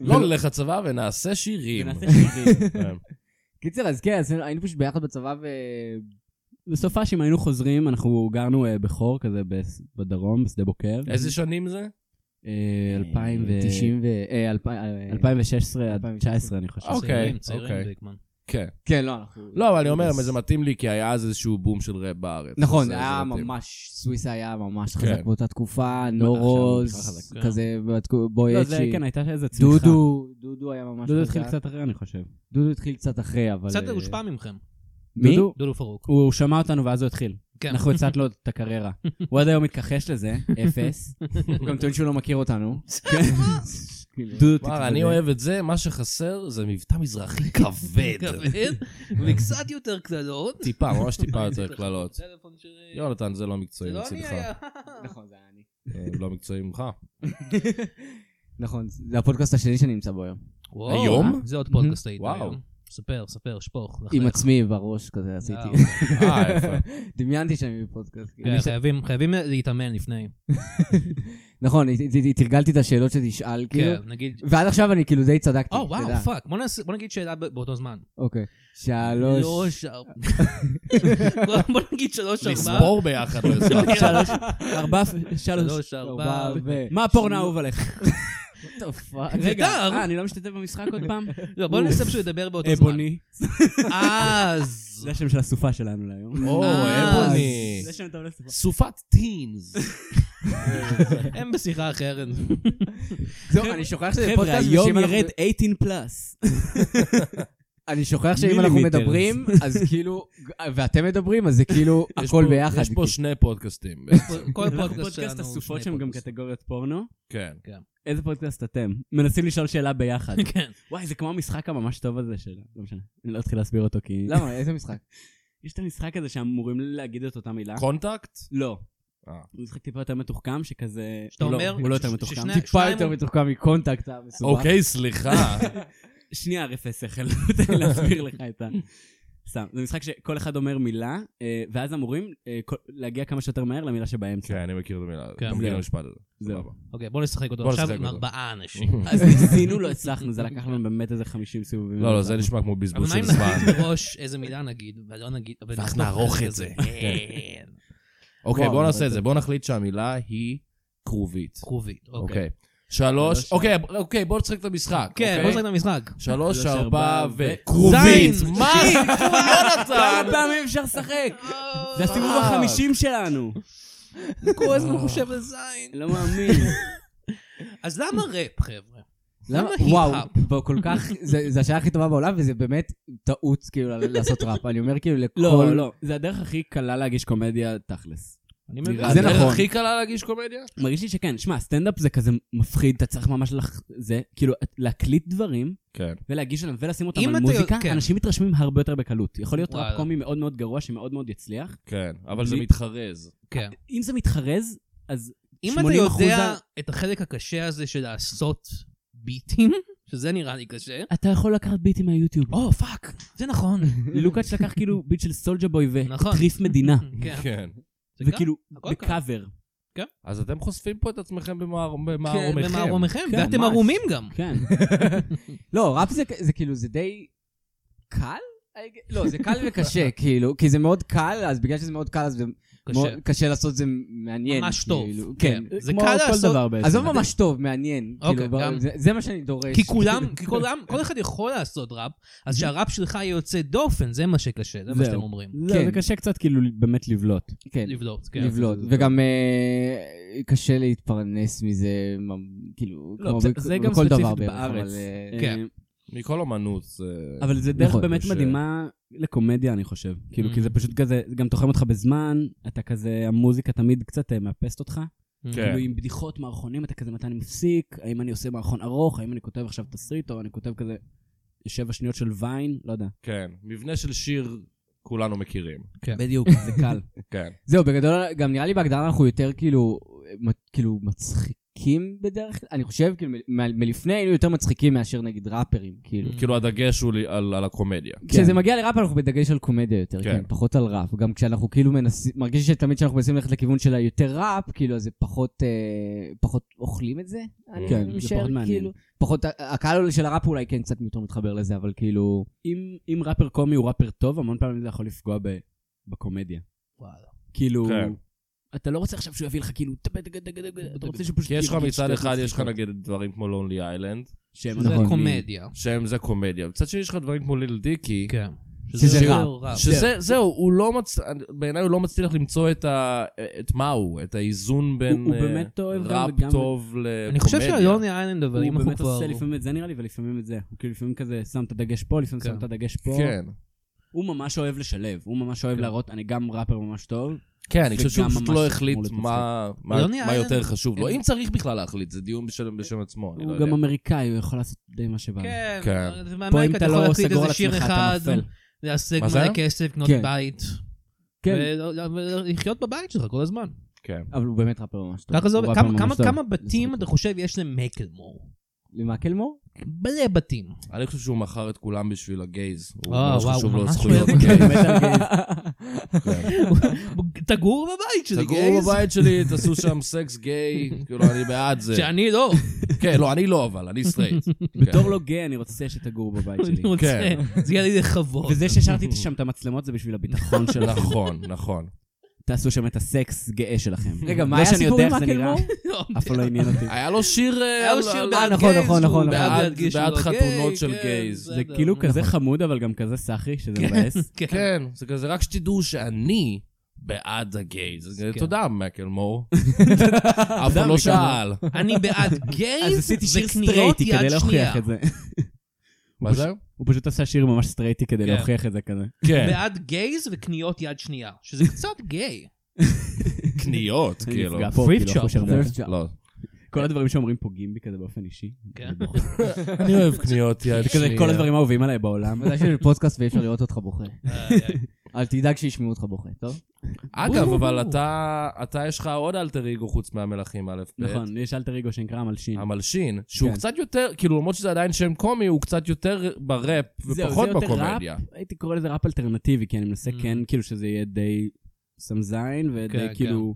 [SPEAKER 2] לא נלך לצבא ונעשה שירים.
[SPEAKER 4] ונעשה שירים.
[SPEAKER 2] כן.
[SPEAKER 5] קיצר, אז כן, אז היינו פשוט ביחד בצבא ו...
[SPEAKER 4] בסוף האשים היינו חוזרים, אנחנו גרנו אה, בחור כזה בס- בדרום, בשדה בוקר.
[SPEAKER 2] איזה שנים זה?
[SPEAKER 4] אה, 2000 ו-
[SPEAKER 5] 90 ו... אה, אלפיים- אה,
[SPEAKER 4] 2016 עד 2019 אני חושב.
[SPEAKER 2] אוקיי,
[SPEAKER 3] צעירים, צעירים,
[SPEAKER 2] אוקיי.
[SPEAKER 3] גליקמן.
[SPEAKER 2] כן.
[SPEAKER 5] כן, לא, אנחנו...
[SPEAKER 2] לא, אבל אני אומר, זה מתאים לי, כי היה אז איזשהו בום של ראפ בארץ. אז
[SPEAKER 5] נכון,
[SPEAKER 2] זה-
[SPEAKER 5] היה
[SPEAKER 2] זה מתאים.
[SPEAKER 5] ממש, סוויסה היה ממש
[SPEAKER 2] כן.
[SPEAKER 5] חזק באותה תקופה,
[SPEAKER 4] עכשיו הוא
[SPEAKER 5] נורוז,
[SPEAKER 3] בכלל חזק.
[SPEAKER 5] כזה, בתקו-
[SPEAKER 4] לא,
[SPEAKER 5] בואי
[SPEAKER 4] זה
[SPEAKER 5] אצ'י,
[SPEAKER 4] כן, הייתה איזה צמיחה.
[SPEAKER 5] אוקיי, אה, דודו, דודו היה ממש
[SPEAKER 4] דודו התחיל
[SPEAKER 5] חזק.
[SPEAKER 4] קצת אחרי, אני חושב.
[SPEAKER 5] דודו התחיל קצת אחרי, אבל...
[SPEAKER 3] קצת
[SPEAKER 5] אה,
[SPEAKER 3] הושפע מכם.
[SPEAKER 5] מי?
[SPEAKER 4] דודו,
[SPEAKER 3] דודו פרוק.
[SPEAKER 4] הוא שמע אותנו ואז הוא התחיל.
[SPEAKER 3] כן.
[SPEAKER 2] נכון.
[SPEAKER 4] אנחנו הצעת לו את הקריירה. הוא עד היום מתכחש לזה, אפס.
[SPEAKER 5] הוא גם טוען שהוא לא מכיר אותנו.
[SPEAKER 4] דודו
[SPEAKER 2] וואלה, אני אוהב את זה, מה שחסר זה מבטא מזרחי כבד.
[SPEAKER 3] כבד, וקצת יותר קטנות.
[SPEAKER 2] טיפה, ממש טיפה יותר קללות.
[SPEAKER 3] טלפון של-
[SPEAKER 2] יונתן, זה לא
[SPEAKER 3] זה
[SPEAKER 2] מקצועי אה,
[SPEAKER 3] לא אני
[SPEAKER 2] מצדך.
[SPEAKER 3] היה.
[SPEAKER 5] נכון, זה היה אני.
[SPEAKER 2] אה, לא מקצועי ממך.
[SPEAKER 5] נכון, זה הפודקאסט השני שאני נמצא בו היום.
[SPEAKER 3] וואו,
[SPEAKER 2] היום?
[SPEAKER 3] זה עוד פודקאסט היית
[SPEAKER 2] וואו.
[SPEAKER 3] היום. ספר, ספר, שפוך.
[SPEAKER 5] עם
[SPEAKER 3] לחייך.
[SPEAKER 5] עצמי בראש כזה עשיתי.
[SPEAKER 3] וואו.
[SPEAKER 2] אה, יפה.
[SPEAKER 5] דמיינתי שאני בפודקאסט.
[SPEAKER 3] כן, חייבים- חייבים להתאמן לפני.
[SPEAKER 2] כאילו?
[SPEAKER 5] נכון, תרגלתי את השאלות שתשאל, כאילו.
[SPEAKER 3] כן, נגיד...
[SPEAKER 5] ועד עכשיו אני כאילו די צדקתי.
[SPEAKER 3] או, וואו,
[SPEAKER 5] אתה יודע.
[SPEAKER 3] פאק. בוא נעשה- בוא נגיד שאלה ב- באותו זמן.
[SPEAKER 5] אוקיי. שלוש.
[SPEAKER 3] שלוש, ארבע. בוא נגיד שלוש, ארבע.
[SPEAKER 2] לספור ביחד. לא יעזור.
[SPEAKER 4] שלוש, ארבע, שלוש.
[SPEAKER 3] שלוש, ארבע.
[SPEAKER 5] ארבע ו...
[SPEAKER 4] מה הפורנו האהוב עליך?
[SPEAKER 3] רגע,
[SPEAKER 4] אה, אני לא משתתף במשחק עוד פעם?
[SPEAKER 3] לא, בוא ננסה פשוט לדבר
[SPEAKER 2] אה,
[SPEAKER 3] באותו זמן.
[SPEAKER 4] אבוני.
[SPEAKER 3] אז.
[SPEAKER 4] זה השם של הסופה שלנו להיום.
[SPEAKER 2] או,
[SPEAKER 3] אה,
[SPEAKER 2] אבוני.
[SPEAKER 4] זה שם טוב לסופה.
[SPEAKER 2] סופת טינס.
[SPEAKER 3] הם בשיחה אחרת.
[SPEAKER 5] זהו, אני שוכח שזה
[SPEAKER 4] חבר'ה,
[SPEAKER 5] פודקאסט,
[SPEAKER 4] היום
[SPEAKER 5] ושאם אנחנו-
[SPEAKER 4] ירד 18 פלאס.
[SPEAKER 5] אני שוכח שאם אנחנו
[SPEAKER 4] מילימיטרס.
[SPEAKER 5] מדברים, אז כאילו, ואתם מדברים, אז זה כאילו
[SPEAKER 2] יש
[SPEAKER 5] הכל
[SPEAKER 2] פה-
[SPEAKER 5] ביחד.
[SPEAKER 2] יש פה
[SPEAKER 5] כאילו.
[SPEAKER 2] שני פודקאסטים.
[SPEAKER 3] כל פודקאסט שלנו.
[SPEAKER 4] פודקאסט
[SPEAKER 3] הוא
[SPEAKER 4] הסופות
[SPEAKER 3] שני
[SPEAKER 4] שהם גם
[SPEAKER 3] פודקאסטים.
[SPEAKER 4] קטגוריות פורנו.
[SPEAKER 2] כן.
[SPEAKER 4] איזה פודקאסט אתם? מנסים לשאול שאלה ביחד.
[SPEAKER 3] כן.
[SPEAKER 4] וואי, זה כמו המשחק הממש טוב הזה של... לא משנה, אני לא אתחיל להסביר אותו כי...
[SPEAKER 5] למה? איזה משחק?
[SPEAKER 4] יש את המשחק הזה שאמורים להגיד את אותה מילה.
[SPEAKER 2] קונטקט?
[SPEAKER 4] לא.
[SPEAKER 2] אה.
[SPEAKER 4] הוא משחק טיפה יותר מתוחכם, שכזה...
[SPEAKER 3] שאתה
[SPEAKER 4] הוא לא-
[SPEAKER 3] אומר...
[SPEAKER 4] הוא לא יותר
[SPEAKER 3] ש-
[SPEAKER 4] מתוחכם.
[SPEAKER 3] ששני-
[SPEAKER 5] טיפה
[SPEAKER 3] שניים
[SPEAKER 5] יותר
[SPEAKER 3] הוא-
[SPEAKER 5] מתוחכם מקונטקט המסובך.
[SPEAKER 2] אוקיי, סליחה.
[SPEAKER 4] שנייה, רפי שכל, תן לי להסביר לך את ה... סתם, זה משחק שכל אחד אומר מילה, אה, ואז אמורים אה, כל- להגיע כמה שיותר מהר למילה שבאמצע.
[SPEAKER 2] כן, אני מכיר את המילה.
[SPEAKER 3] כן.
[SPEAKER 2] גם
[SPEAKER 4] זהו.
[SPEAKER 2] מכיר את המשפט הזה.
[SPEAKER 4] זהו.
[SPEAKER 2] סבבה.
[SPEAKER 3] אוקיי, בוא נשחק אותו
[SPEAKER 2] בוא
[SPEAKER 3] עכשיו
[SPEAKER 2] נשחק
[SPEAKER 3] עם
[SPEAKER 2] אותו.
[SPEAKER 3] ארבעה אנשים.
[SPEAKER 4] אז ניסינו, לא הצלחנו, זה לקח לנו באמת איזה 50 סיבובים.
[SPEAKER 2] לא, לא, זה נשמע כמו
[SPEAKER 3] אבל
[SPEAKER 2] בזבוז
[SPEAKER 3] מה
[SPEAKER 2] של
[SPEAKER 3] אם
[SPEAKER 2] זמן.
[SPEAKER 3] נגיד מראש איזה מילה נגיד, ולא נגיד... אבל
[SPEAKER 2] ואז
[SPEAKER 3] נכתוב
[SPEAKER 2] נערוך
[SPEAKER 3] כזה.
[SPEAKER 2] את זה.
[SPEAKER 3] כן.
[SPEAKER 2] אוקיי,
[SPEAKER 5] וואו,
[SPEAKER 2] בואו
[SPEAKER 5] אבל
[SPEAKER 2] נעשה את
[SPEAKER 5] זה-
[SPEAKER 2] זה. בואו נחליט שהמילה היא כרובית.
[SPEAKER 3] כרובית, אוקיי.
[SPEAKER 2] אוקיי. שלוש,
[SPEAKER 4] שלוש,
[SPEAKER 2] אוקיי, אוקיי, בואו נשחק את המשחק.
[SPEAKER 3] כן,
[SPEAKER 2] אוקיי?
[SPEAKER 3] בוא נשחק את המשחק.
[SPEAKER 2] שלוש,
[SPEAKER 4] שלוש,
[SPEAKER 2] ארבע
[SPEAKER 4] ארבע,
[SPEAKER 2] ו...
[SPEAKER 4] ו-
[SPEAKER 2] כרובית!
[SPEAKER 3] זין!
[SPEAKER 2] מה הסיפור, יונתן?
[SPEAKER 4] כמה פעמים אפשר לשחק? זה הסיבוב
[SPEAKER 2] אה.
[SPEAKER 4] החמישים שלנו.
[SPEAKER 3] כל הזמן חושב על זין.
[SPEAKER 4] אני לא מאמין.
[SPEAKER 3] אז למה ראפ, חבר'ה?
[SPEAKER 5] למה?
[SPEAKER 3] היפ-האפ?
[SPEAKER 5] וואו, בוא, כל כך, זה זה השאלה הכי טובה בעולם, וזה באמת טעות כאילו לעשות ראפ. אני אומר כאילו לכל...
[SPEAKER 4] לא, לא, זה הדרך הכי קלה להגיש קומדיה תכלס.
[SPEAKER 3] אני
[SPEAKER 4] זה
[SPEAKER 3] מבין.
[SPEAKER 2] זה
[SPEAKER 5] נכון.
[SPEAKER 2] נכון. הכי קלה להגיש קומדיה?
[SPEAKER 4] מרגיש לי שכן, שמע, סטנדאפ זה כזה מפחיד, אתה צריך ממש לח... זה, כאילו, להקליט דברים
[SPEAKER 2] כן.
[SPEAKER 4] ולהגיש אותם ולשים אותם
[SPEAKER 3] אם
[SPEAKER 4] על
[SPEAKER 3] אתה-
[SPEAKER 4] מוזיקה,
[SPEAKER 3] כן.
[SPEAKER 4] אנשים מתרשמים הרבה יותר בקלות. יכול להיות
[SPEAKER 3] וואלה.
[SPEAKER 4] ראפ קומי מאוד מאוד גרוע שמאוד מאוד יצליח.
[SPEAKER 2] כן, אבל זה
[SPEAKER 4] בלי-
[SPEAKER 2] מתחרז.
[SPEAKER 3] כן.
[SPEAKER 4] אם זה מתחרז, אז
[SPEAKER 3] אם
[SPEAKER 4] 80%
[SPEAKER 3] אתה יודע
[SPEAKER 4] ה-
[SPEAKER 3] את החלק הקשה הזה של לעשות ביטים, שזה נראה לי קשה,
[SPEAKER 4] אתה יכול לקחת ביטים מהיוטיוב.
[SPEAKER 3] או, פאק, זה נכון.
[SPEAKER 4] לוקאץ' לקח כאילו ביט של סולג'ה בוי
[SPEAKER 3] נכון.
[SPEAKER 4] וטריף מדינה. כאילו
[SPEAKER 3] כן.
[SPEAKER 2] כן.
[SPEAKER 3] זה גם-
[SPEAKER 4] וכאילו,
[SPEAKER 3] הכל קרה.
[SPEAKER 4] בקאבר.
[SPEAKER 2] אז אתם חושפים פה את עצמכם במער-
[SPEAKER 3] כן,
[SPEAKER 2] במערומיכם.
[SPEAKER 3] במערומיכם,
[SPEAKER 4] כן,
[SPEAKER 3] ואתם
[SPEAKER 4] ממש.
[SPEAKER 3] ערומים גם.
[SPEAKER 4] כן.
[SPEAKER 5] לא, ראפ זה כ- זה כאילו, זה די קל? I guess- לא, זה קל וקשה, כאילו, כי זה מאוד קל, אז בגלל שזה מאוד קל, אז זה מאוד
[SPEAKER 3] קשה.
[SPEAKER 5] קשה לעשות זה מעניין.
[SPEAKER 3] ממש טוב.
[SPEAKER 5] כאילו,
[SPEAKER 3] כן.
[SPEAKER 5] כן.
[SPEAKER 3] זה
[SPEAKER 4] כמו
[SPEAKER 3] קל
[SPEAKER 4] כל
[SPEAKER 3] לעשות-
[SPEAKER 4] דבר בעצם.
[SPEAKER 5] עזוב ממש טוב, מעניין.
[SPEAKER 3] אוקיי,
[SPEAKER 5] כאילו,
[SPEAKER 3] גם-
[SPEAKER 5] זה- זה מה שאני דורש.
[SPEAKER 3] כי כולם, כי כולם, כל אחד יכול לעשות ראפ, אז שהראפ שלך יהיה יוצא דופן, זה מה שקשה, זה מה
[SPEAKER 4] זהו.
[SPEAKER 3] שאתם אומרים.
[SPEAKER 4] לא,
[SPEAKER 5] כן.
[SPEAKER 4] זה קשה קצת כאילו באמת לבלוט.
[SPEAKER 5] כן,
[SPEAKER 3] לבלוט, כן.
[SPEAKER 5] לבלוט.
[SPEAKER 4] זה- זה-
[SPEAKER 5] וגם אה, קשה להתפרנס מזה, ממ- כאילו,
[SPEAKER 4] לא,
[SPEAKER 5] כמו
[SPEAKER 4] זה-
[SPEAKER 5] בכ-
[SPEAKER 4] זה גם
[SPEAKER 5] בכל דבר
[SPEAKER 4] ספציפית
[SPEAKER 5] בערך,
[SPEAKER 4] בארץ.
[SPEAKER 5] אבל, אה,
[SPEAKER 3] כן.
[SPEAKER 4] אה,
[SPEAKER 2] מכל אמנות זה...
[SPEAKER 3] אה,
[SPEAKER 4] אבל זה דרך
[SPEAKER 5] נכון,
[SPEAKER 4] באמת
[SPEAKER 2] יש,
[SPEAKER 4] מדהימה לקומדיה, אני חושב. כאילו,
[SPEAKER 3] Mm.
[SPEAKER 4] כי זה פשוט כזה, זה גם תוחם אותך בזמן, אתה כזה, המוזיקה תמיד קצת אה, מאפסת אותך.
[SPEAKER 3] Mm.
[SPEAKER 2] כן.
[SPEAKER 4] כאילו, עם בדיחות, מערכונים, אתה כזה, מתי אני מפסיק? האם אני עושה מערכון ארוך? האם אני כותב עכשיו תסריט? או אני כותב כזה שבע שניות של ויין? לא יודע.
[SPEAKER 2] כן. מבנה של שיר כולנו מכירים.
[SPEAKER 4] בדיוק, זה קל.
[SPEAKER 2] כן.
[SPEAKER 5] זהו, בגדול, גם נראה לי בהגדרה אנחנו יותר כאילו, מ- כאילו מצחיקים בדרך כלל, אני חושב, כאילו, מ- מלפני היינו יותר מצחיקים מאשר נגיד ראפרים, כאילו.
[SPEAKER 2] כאילו הדגש הוא לי- על על הקומדיה.
[SPEAKER 5] כשזה
[SPEAKER 4] כן.
[SPEAKER 5] מגיע לראפ אנחנו בדגש על קומדיה יותר,
[SPEAKER 2] כן.
[SPEAKER 5] כן, פחות על ראפ. גם כשאנחנו כאילו מנסים, מרגיש שתמיד כשאנחנו מנסים ללכת לכיוון של היותר ראפ, כאילו, אז זה פחות, אה, פחות אוכלים את זה. אני
[SPEAKER 4] כן, זה
[SPEAKER 5] משער,
[SPEAKER 4] פחות מעניין.
[SPEAKER 5] כאילו. פחות, הקהל של הראפ אולי כן קצת יותר מתחבר לזה, אבל כאילו...
[SPEAKER 4] אם- אם ראפר קומי הוא ראפר טוב, המון פעמים זה יכול לפגוע ב- בקומדיה.
[SPEAKER 3] וואלה.
[SPEAKER 4] כאילו,
[SPEAKER 2] כן.
[SPEAKER 4] אתה לא רוצה עכשיו שהוא יביא לך כאילו, "טה, טה, טה, טה, טה, טה", אתה רוצה שהוא פשוט...
[SPEAKER 2] כי יש לך
[SPEAKER 4] יגיד
[SPEAKER 2] מצד
[SPEAKER 4] שטויות
[SPEAKER 2] אחד, יש לך
[SPEAKER 4] מצחיקות.
[SPEAKER 2] נגיד דברים כמו לונלי איילנד,
[SPEAKER 4] שהם
[SPEAKER 3] זה
[SPEAKER 5] נכון.
[SPEAKER 3] קומדיה.
[SPEAKER 2] שהם זה קומדיה. מצד שני יש לך דברים כמו ליל דיקי,
[SPEAKER 3] כן.
[SPEAKER 5] שזה
[SPEAKER 3] יותר
[SPEAKER 5] ראפ.
[SPEAKER 4] כן.
[SPEAKER 2] שזה, זהו, הוא לא מצ... בעיניי הוא לא מצליח למצוא את ה... את מה הוא, את האיזון בין
[SPEAKER 4] הוא
[SPEAKER 2] אה,
[SPEAKER 4] באמת אוהב גם
[SPEAKER 2] ראפ
[SPEAKER 4] וגם-
[SPEAKER 2] טוב לקומדיה.
[SPEAKER 3] אני חושב שאלוני איילנד, אבל אם
[SPEAKER 4] הוא
[SPEAKER 3] אנחנו
[SPEAKER 4] באמת
[SPEAKER 3] כבר...
[SPEAKER 4] עושה לפעמים את זה נראה לי, ולפעמים את זה. הוא כאילו לפעמים כזה שם את הדגש פה, לפעמים
[SPEAKER 3] כן.
[SPEAKER 4] שם את הדגש פה.
[SPEAKER 2] כן.
[SPEAKER 4] הוא ממש אוהב לשלב, הוא ממש אוהב
[SPEAKER 3] כן.
[SPEAKER 4] להראות, אני גם ראפר ממש טוב.
[SPEAKER 2] כן, אני חושב שהוא
[SPEAKER 4] וגם
[SPEAKER 2] פשוט
[SPEAKER 4] ממש
[SPEAKER 2] לא החליט
[SPEAKER 4] אמור להיות
[SPEAKER 2] מה מה-
[SPEAKER 3] אלוני
[SPEAKER 2] מה
[SPEAKER 3] איילנד-
[SPEAKER 2] יותר חשוב לו.
[SPEAKER 3] אין-
[SPEAKER 2] אם צריך בכלל להחליט, זה דיון בשם בשם עצמו, אני לא
[SPEAKER 4] אה, הוא
[SPEAKER 2] יודע.
[SPEAKER 4] גם אמריקאי, הוא יכול לעשות די מה שבא. לו.
[SPEAKER 3] כן.
[SPEAKER 2] כן.
[SPEAKER 3] זה
[SPEAKER 4] פה אם
[SPEAKER 3] מאמריקה, אתה
[SPEAKER 4] אתה
[SPEAKER 3] יכול
[SPEAKER 4] לא
[SPEAKER 3] להקליט
[SPEAKER 4] סגור על
[SPEAKER 3] איזה שיר
[SPEAKER 4] עצמך, אתה
[SPEAKER 3] אחד,
[SPEAKER 4] נופל.
[SPEAKER 3] להשיג
[SPEAKER 2] מה זה?
[SPEAKER 3] מלא כסף, לקנות
[SPEAKER 5] כן.
[SPEAKER 3] בית.
[SPEAKER 5] כן.
[SPEAKER 3] ולא- ולחיות בבית שלך כל הזמן.
[SPEAKER 2] כן.
[SPEAKER 5] אבל הוא באמת ראפר ממש טוב.
[SPEAKER 3] ככה זה
[SPEAKER 5] הוא
[SPEAKER 3] עובד.
[SPEAKER 5] ראפר
[SPEAKER 3] כמה-
[SPEAKER 5] ממש
[SPEAKER 3] כמה-
[SPEAKER 5] טוב.
[SPEAKER 3] כמה בתים אתה חושב יש למקלמור?
[SPEAKER 5] למקלמור?
[SPEAKER 3] מלא בתים.
[SPEAKER 4] אמ-
[SPEAKER 2] אני חושב שהוא מכר את כולם בשביל הגייז. הוא
[SPEAKER 3] אה,
[SPEAKER 2] ממש
[SPEAKER 3] וואו,
[SPEAKER 2] חשוב לו
[SPEAKER 3] ממש
[SPEAKER 2] זכויות
[SPEAKER 3] אוהב את
[SPEAKER 2] הגייז.
[SPEAKER 3] תגור בבית שלי,
[SPEAKER 2] תגורו
[SPEAKER 3] גייז.
[SPEAKER 2] בבית שלי, תעשו שם סקס גיי, כאילו, אני בעד זה.
[SPEAKER 3] שאני לא,
[SPEAKER 2] כן, לא, אני לא, אבל, אני סטרייט.
[SPEAKER 4] בתור לא גיי, אני רוצה שתגורו בבית שלי. כן.
[SPEAKER 3] אני רוצה, זה יהיה לי לכבוד.
[SPEAKER 4] וזה שהשארתי שם את המצלמות זה בשביל הביטחון
[SPEAKER 2] כן.
[SPEAKER 4] שלכם.
[SPEAKER 2] נכון, נכון.
[SPEAKER 4] תעשו שם את הסקס גאה שלכם.
[SPEAKER 5] רגע, מה
[SPEAKER 4] לא
[SPEAKER 5] היה
[SPEAKER 4] שאני
[SPEAKER 5] הסיפור עם
[SPEAKER 4] יודע איך זה
[SPEAKER 5] מקלמור?
[SPEAKER 4] נראה, אף פעם לא עניין אותי.
[SPEAKER 2] היה לו שיר... אה,
[SPEAKER 3] היה לו
[SPEAKER 2] על-
[SPEAKER 3] שיר
[SPEAKER 2] על-
[SPEAKER 3] בעד
[SPEAKER 2] על
[SPEAKER 5] נכון,
[SPEAKER 2] גייז,
[SPEAKER 5] נכון,
[SPEAKER 2] שהוא
[SPEAKER 5] נכון,
[SPEAKER 2] בעד-
[SPEAKER 3] בעד גיי, שהוא
[SPEAKER 2] בעד
[SPEAKER 3] לא
[SPEAKER 2] חתונות
[SPEAKER 3] גיי,
[SPEAKER 2] של
[SPEAKER 3] כן,
[SPEAKER 2] גייז.
[SPEAKER 4] זה
[SPEAKER 3] בסדר.
[SPEAKER 5] לא
[SPEAKER 4] כאילו כזה חמוד, אבל גם כזה סאחי, שזה מבאס.
[SPEAKER 3] כן.
[SPEAKER 2] כן, זה כזה, רק שתדעו שאני בעד הגייז. זה כזה,
[SPEAKER 3] כן.
[SPEAKER 2] תודה, מקלמור. אף אחד לא שאל.
[SPEAKER 3] אני בעד
[SPEAKER 4] אז
[SPEAKER 3] גייז
[SPEAKER 4] עשיתי שיר
[SPEAKER 3] וקניות
[SPEAKER 4] סטרייטי כדי
[SPEAKER 3] יד שנייה.
[SPEAKER 4] להוכיח את זה.
[SPEAKER 2] מה זה?
[SPEAKER 4] הוא פשוט עשה שיר ממש סטרייטי כדי
[SPEAKER 2] כן.
[SPEAKER 4] להוכיח את זה כזה.
[SPEAKER 2] כן,
[SPEAKER 3] בעד גייז וקניות יד שנייה, שזה קצת גיי.
[SPEAKER 2] קניות,
[SPEAKER 4] אני
[SPEAKER 2] כאילו.
[SPEAKER 4] נפגע פה,
[SPEAKER 3] thrift
[SPEAKER 4] כאילו, אחוז
[SPEAKER 3] shop.
[SPEAKER 4] שרמוטה.
[SPEAKER 5] thrift shop.
[SPEAKER 2] לא.
[SPEAKER 4] כל הדברים שאומרים פוגעים בי כזה באופן אישי.
[SPEAKER 3] כן.
[SPEAKER 2] אני אוהב קניות יד
[SPEAKER 4] זה כזה
[SPEAKER 2] שנייה.
[SPEAKER 4] כל הדברים האהובים עליי בעולם.
[SPEAKER 5] מתי שיש פודקאסט ואי אפשר לראות אותך בוכה. אל תדאג שישמעו אותך בוכה, טוב?
[SPEAKER 2] אגב, אבל אתה, אתה יש לך עוד אלטר אגו חוץ מהמלכים א' ב'.
[SPEAKER 4] נכון, יש אלטר ריגו שנקרא המלשין.
[SPEAKER 2] המלשין, שהוא
[SPEAKER 4] כן.
[SPEAKER 2] קצת יותר, כאילו למרות שזה עדיין שם קומי, הוא קצת יותר בראפ
[SPEAKER 4] זהו,
[SPEAKER 2] ופחות
[SPEAKER 4] זה יותר
[SPEAKER 2] בקומדיה.
[SPEAKER 4] הייתי קורא לזה ראפ אלטרנטיבי, כי אני מנסה
[SPEAKER 3] Mm.
[SPEAKER 4] כן, כאילו שזה יהיה די סם זין, ודי
[SPEAKER 3] כן,
[SPEAKER 4] כאילו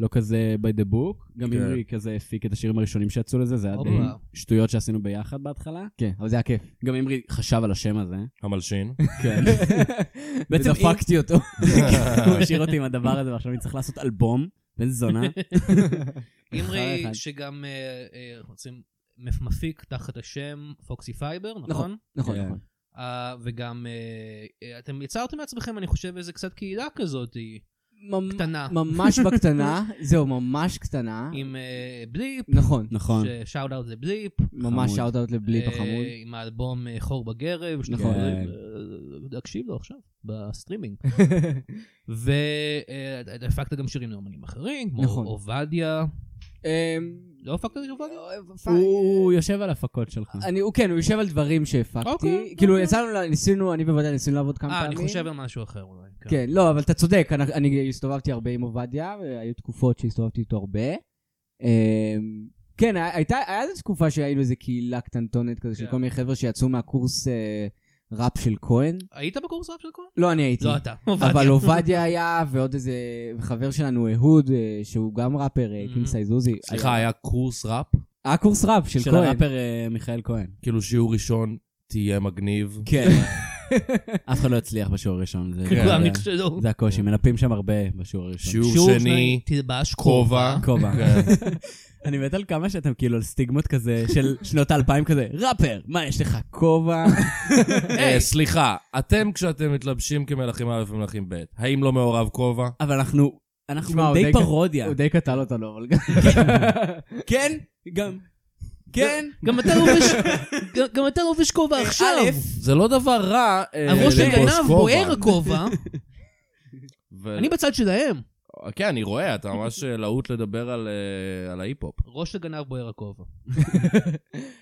[SPEAKER 4] לא כזה by the book. גם
[SPEAKER 2] כן.
[SPEAKER 4] אמרי כזה הפיק את השירים הראשונים שיצאו לזה, זה היה
[SPEAKER 3] אופה.
[SPEAKER 4] די שטויות שעשינו ביחד בהתחלה.
[SPEAKER 5] כן, אבל זה היה כיף.
[SPEAKER 4] גם אמרי חשב על השם הזה.
[SPEAKER 2] המלשין.
[SPEAKER 4] כן. בעצם אם-
[SPEAKER 5] דפקתי אותו.
[SPEAKER 4] הוא השאיר אותי עם הדבר הזה, ועכשיו אני צריך לעשות אלבום, בן זונה.
[SPEAKER 3] אימרי,
[SPEAKER 4] אחד.
[SPEAKER 3] שגם אה, אה, רוצים- מפ- מפיק תחת השם פוקסי פייבר, נכון?
[SPEAKER 5] נכון. נכון,
[SPEAKER 4] כן.
[SPEAKER 5] נכון.
[SPEAKER 3] אה, וגם אה, אה, אתם יצרתם לעצמכם, אני חושב, איזה קצת קהילה כזאת, היא
[SPEAKER 5] ממ-
[SPEAKER 3] קטנה,
[SPEAKER 5] ממש בקטנה, זהו, ממש קטנה.
[SPEAKER 3] עם אה, בליפ,
[SPEAKER 5] נכון,
[SPEAKER 4] נכון.
[SPEAKER 3] שאאוט אאוט זה בליפ,
[SPEAKER 5] ממש
[SPEAKER 4] חמוד.
[SPEAKER 5] שאוט-אאוט לבליפ
[SPEAKER 3] אה,
[SPEAKER 5] החמוד.
[SPEAKER 3] עם האלבום אה, חור בגרב, שאתם
[SPEAKER 5] נכון.
[SPEAKER 3] יכולים, אה, להקשיב לו עכשיו, בסטרימינג. והפקת גם שירים לאמנים אחרים, כמו
[SPEAKER 5] נכון.
[SPEAKER 3] עובדיה,
[SPEAKER 5] אמ,
[SPEAKER 3] לא הפקת את עובדיה?
[SPEAKER 4] הוא יושב על הפקות שלך.
[SPEAKER 5] אני, הוא כן, הוא יושב על דברים
[SPEAKER 3] אוקיי,
[SPEAKER 5] שהפקתי. כאילו,
[SPEAKER 3] אוקיי.
[SPEAKER 5] יצאנו, ל- ניסינו, אני בוודאי ניסינו לעבוד כמה
[SPEAKER 3] אה,
[SPEAKER 5] פעמים.
[SPEAKER 3] אני חושב על משהו אחר אולי. כן.
[SPEAKER 5] כן, לא, אבל אתה צודק, אני, אני הסתובבתי הרבה עם עובדיה, והיו תקופות שהסתובבתי איתו הרבה. אמ, כן, הי- הייתה, היה איזו תקופה שהיינו איזו קהילה קטנטונת כזה, של
[SPEAKER 3] כן.
[SPEAKER 5] כל מיני חבר'ה שיצאו מהקורס אה, ראפ של כהן.
[SPEAKER 3] היית בקורס רב של כהן?
[SPEAKER 5] לא, אני
[SPEAKER 2] כן.
[SPEAKER 5] הייתי.
[SPEAKER 3] לא אתה,
[SPEAKER 5] אבל
[SPEAKER 3] עובדיה.
[SPEAKER 5] עובדיה היה, ועוד איזה חבר שלנו, אהוד, אה, שהוא גם ראפר, אה,
[SPEAKER 3] Mhm.
[SPEAKER 5] קינסאי זוזי.
[SPEAKER 2] סליחה, היה קורס ראפ?
[SPEAKER 5] היה קורס ראפ של
[SPEAKER 4] של
[SPEAKER 5] כהן.
[SPEAKER 4] הראפר אה, מיכאל כהן.
[SPEAKER 2] כאילו שיעור ראשון, תהיה מגניב.
[SPEAKER 4] כן. אף אחד לא הצליח בשיעור הראשון. זה-
[SPEAKER 2] כן,
[SPEAKER 3] כולם
[SPEAKER 4] זה-
[SPEAKER 3] נכשלו.
[SPEAKER 4] זה הקושי, מנפים שם הרבה בשיעור הראשון.
[SPEAKER 2] שיעור
[SPEAKER 3] שיעור
[SPEAKER 2] שני,
[SPEAKER 3] תלבש
[SPEAKER 2] כובע.
[SPEAKER 4] כובע.
[SPEAKER 2] כן.
[SPEAKER 4] אני מת על כמה שאתם כאילו על סטיגמות כזה של שנות האלפיים כזה, ראפר, מה יש לך כובע?
[SPEAKER 2] אה, סליחה, אתם כשאתם מתלבשים כמלכים א' ומלכים ב', האם לא מעורב כובע?
[SPEAKER 4] אבל אנחנו, אנחנו
[SPEAKER 5] תשמע,
[SPEAKER 4] גם
[SPEAKER 5] הוא
[SPEAKER 4] די
[SPEAKER 5] די ק-
[SPEAKER 4] פרודיה.
[SPEAKER 5] הוא די קטל אותנו, אבל גם...
[SPEAKER 4] כן, גם. כן.
[SPEAKER 3] גם אתה לובש, גם- גם אתה לא לובש
[SPEAKER 2] אה,
[SPEAKER 3] כובע עכשיו.
[SPEAKER 2] זה לא דבר רע אה,
[SPEAKER 3] הראש של
[SPEAKER 2] ללבוש
[SPEAKER 3] גנב
[SPEAKER 2] כובע.
[SPEAKER 3] בוער הכובע,
[SPEAKER 2] ו-
[SPEAKER 3] אני בצד שלהם.
[SPEAKER 2] כן, אני רואה, אתה ממש אה, להוט לדבר על, אה, על ההיפ-הופ.
[SPEAKER 3] ראש של גנב בוער הכובע.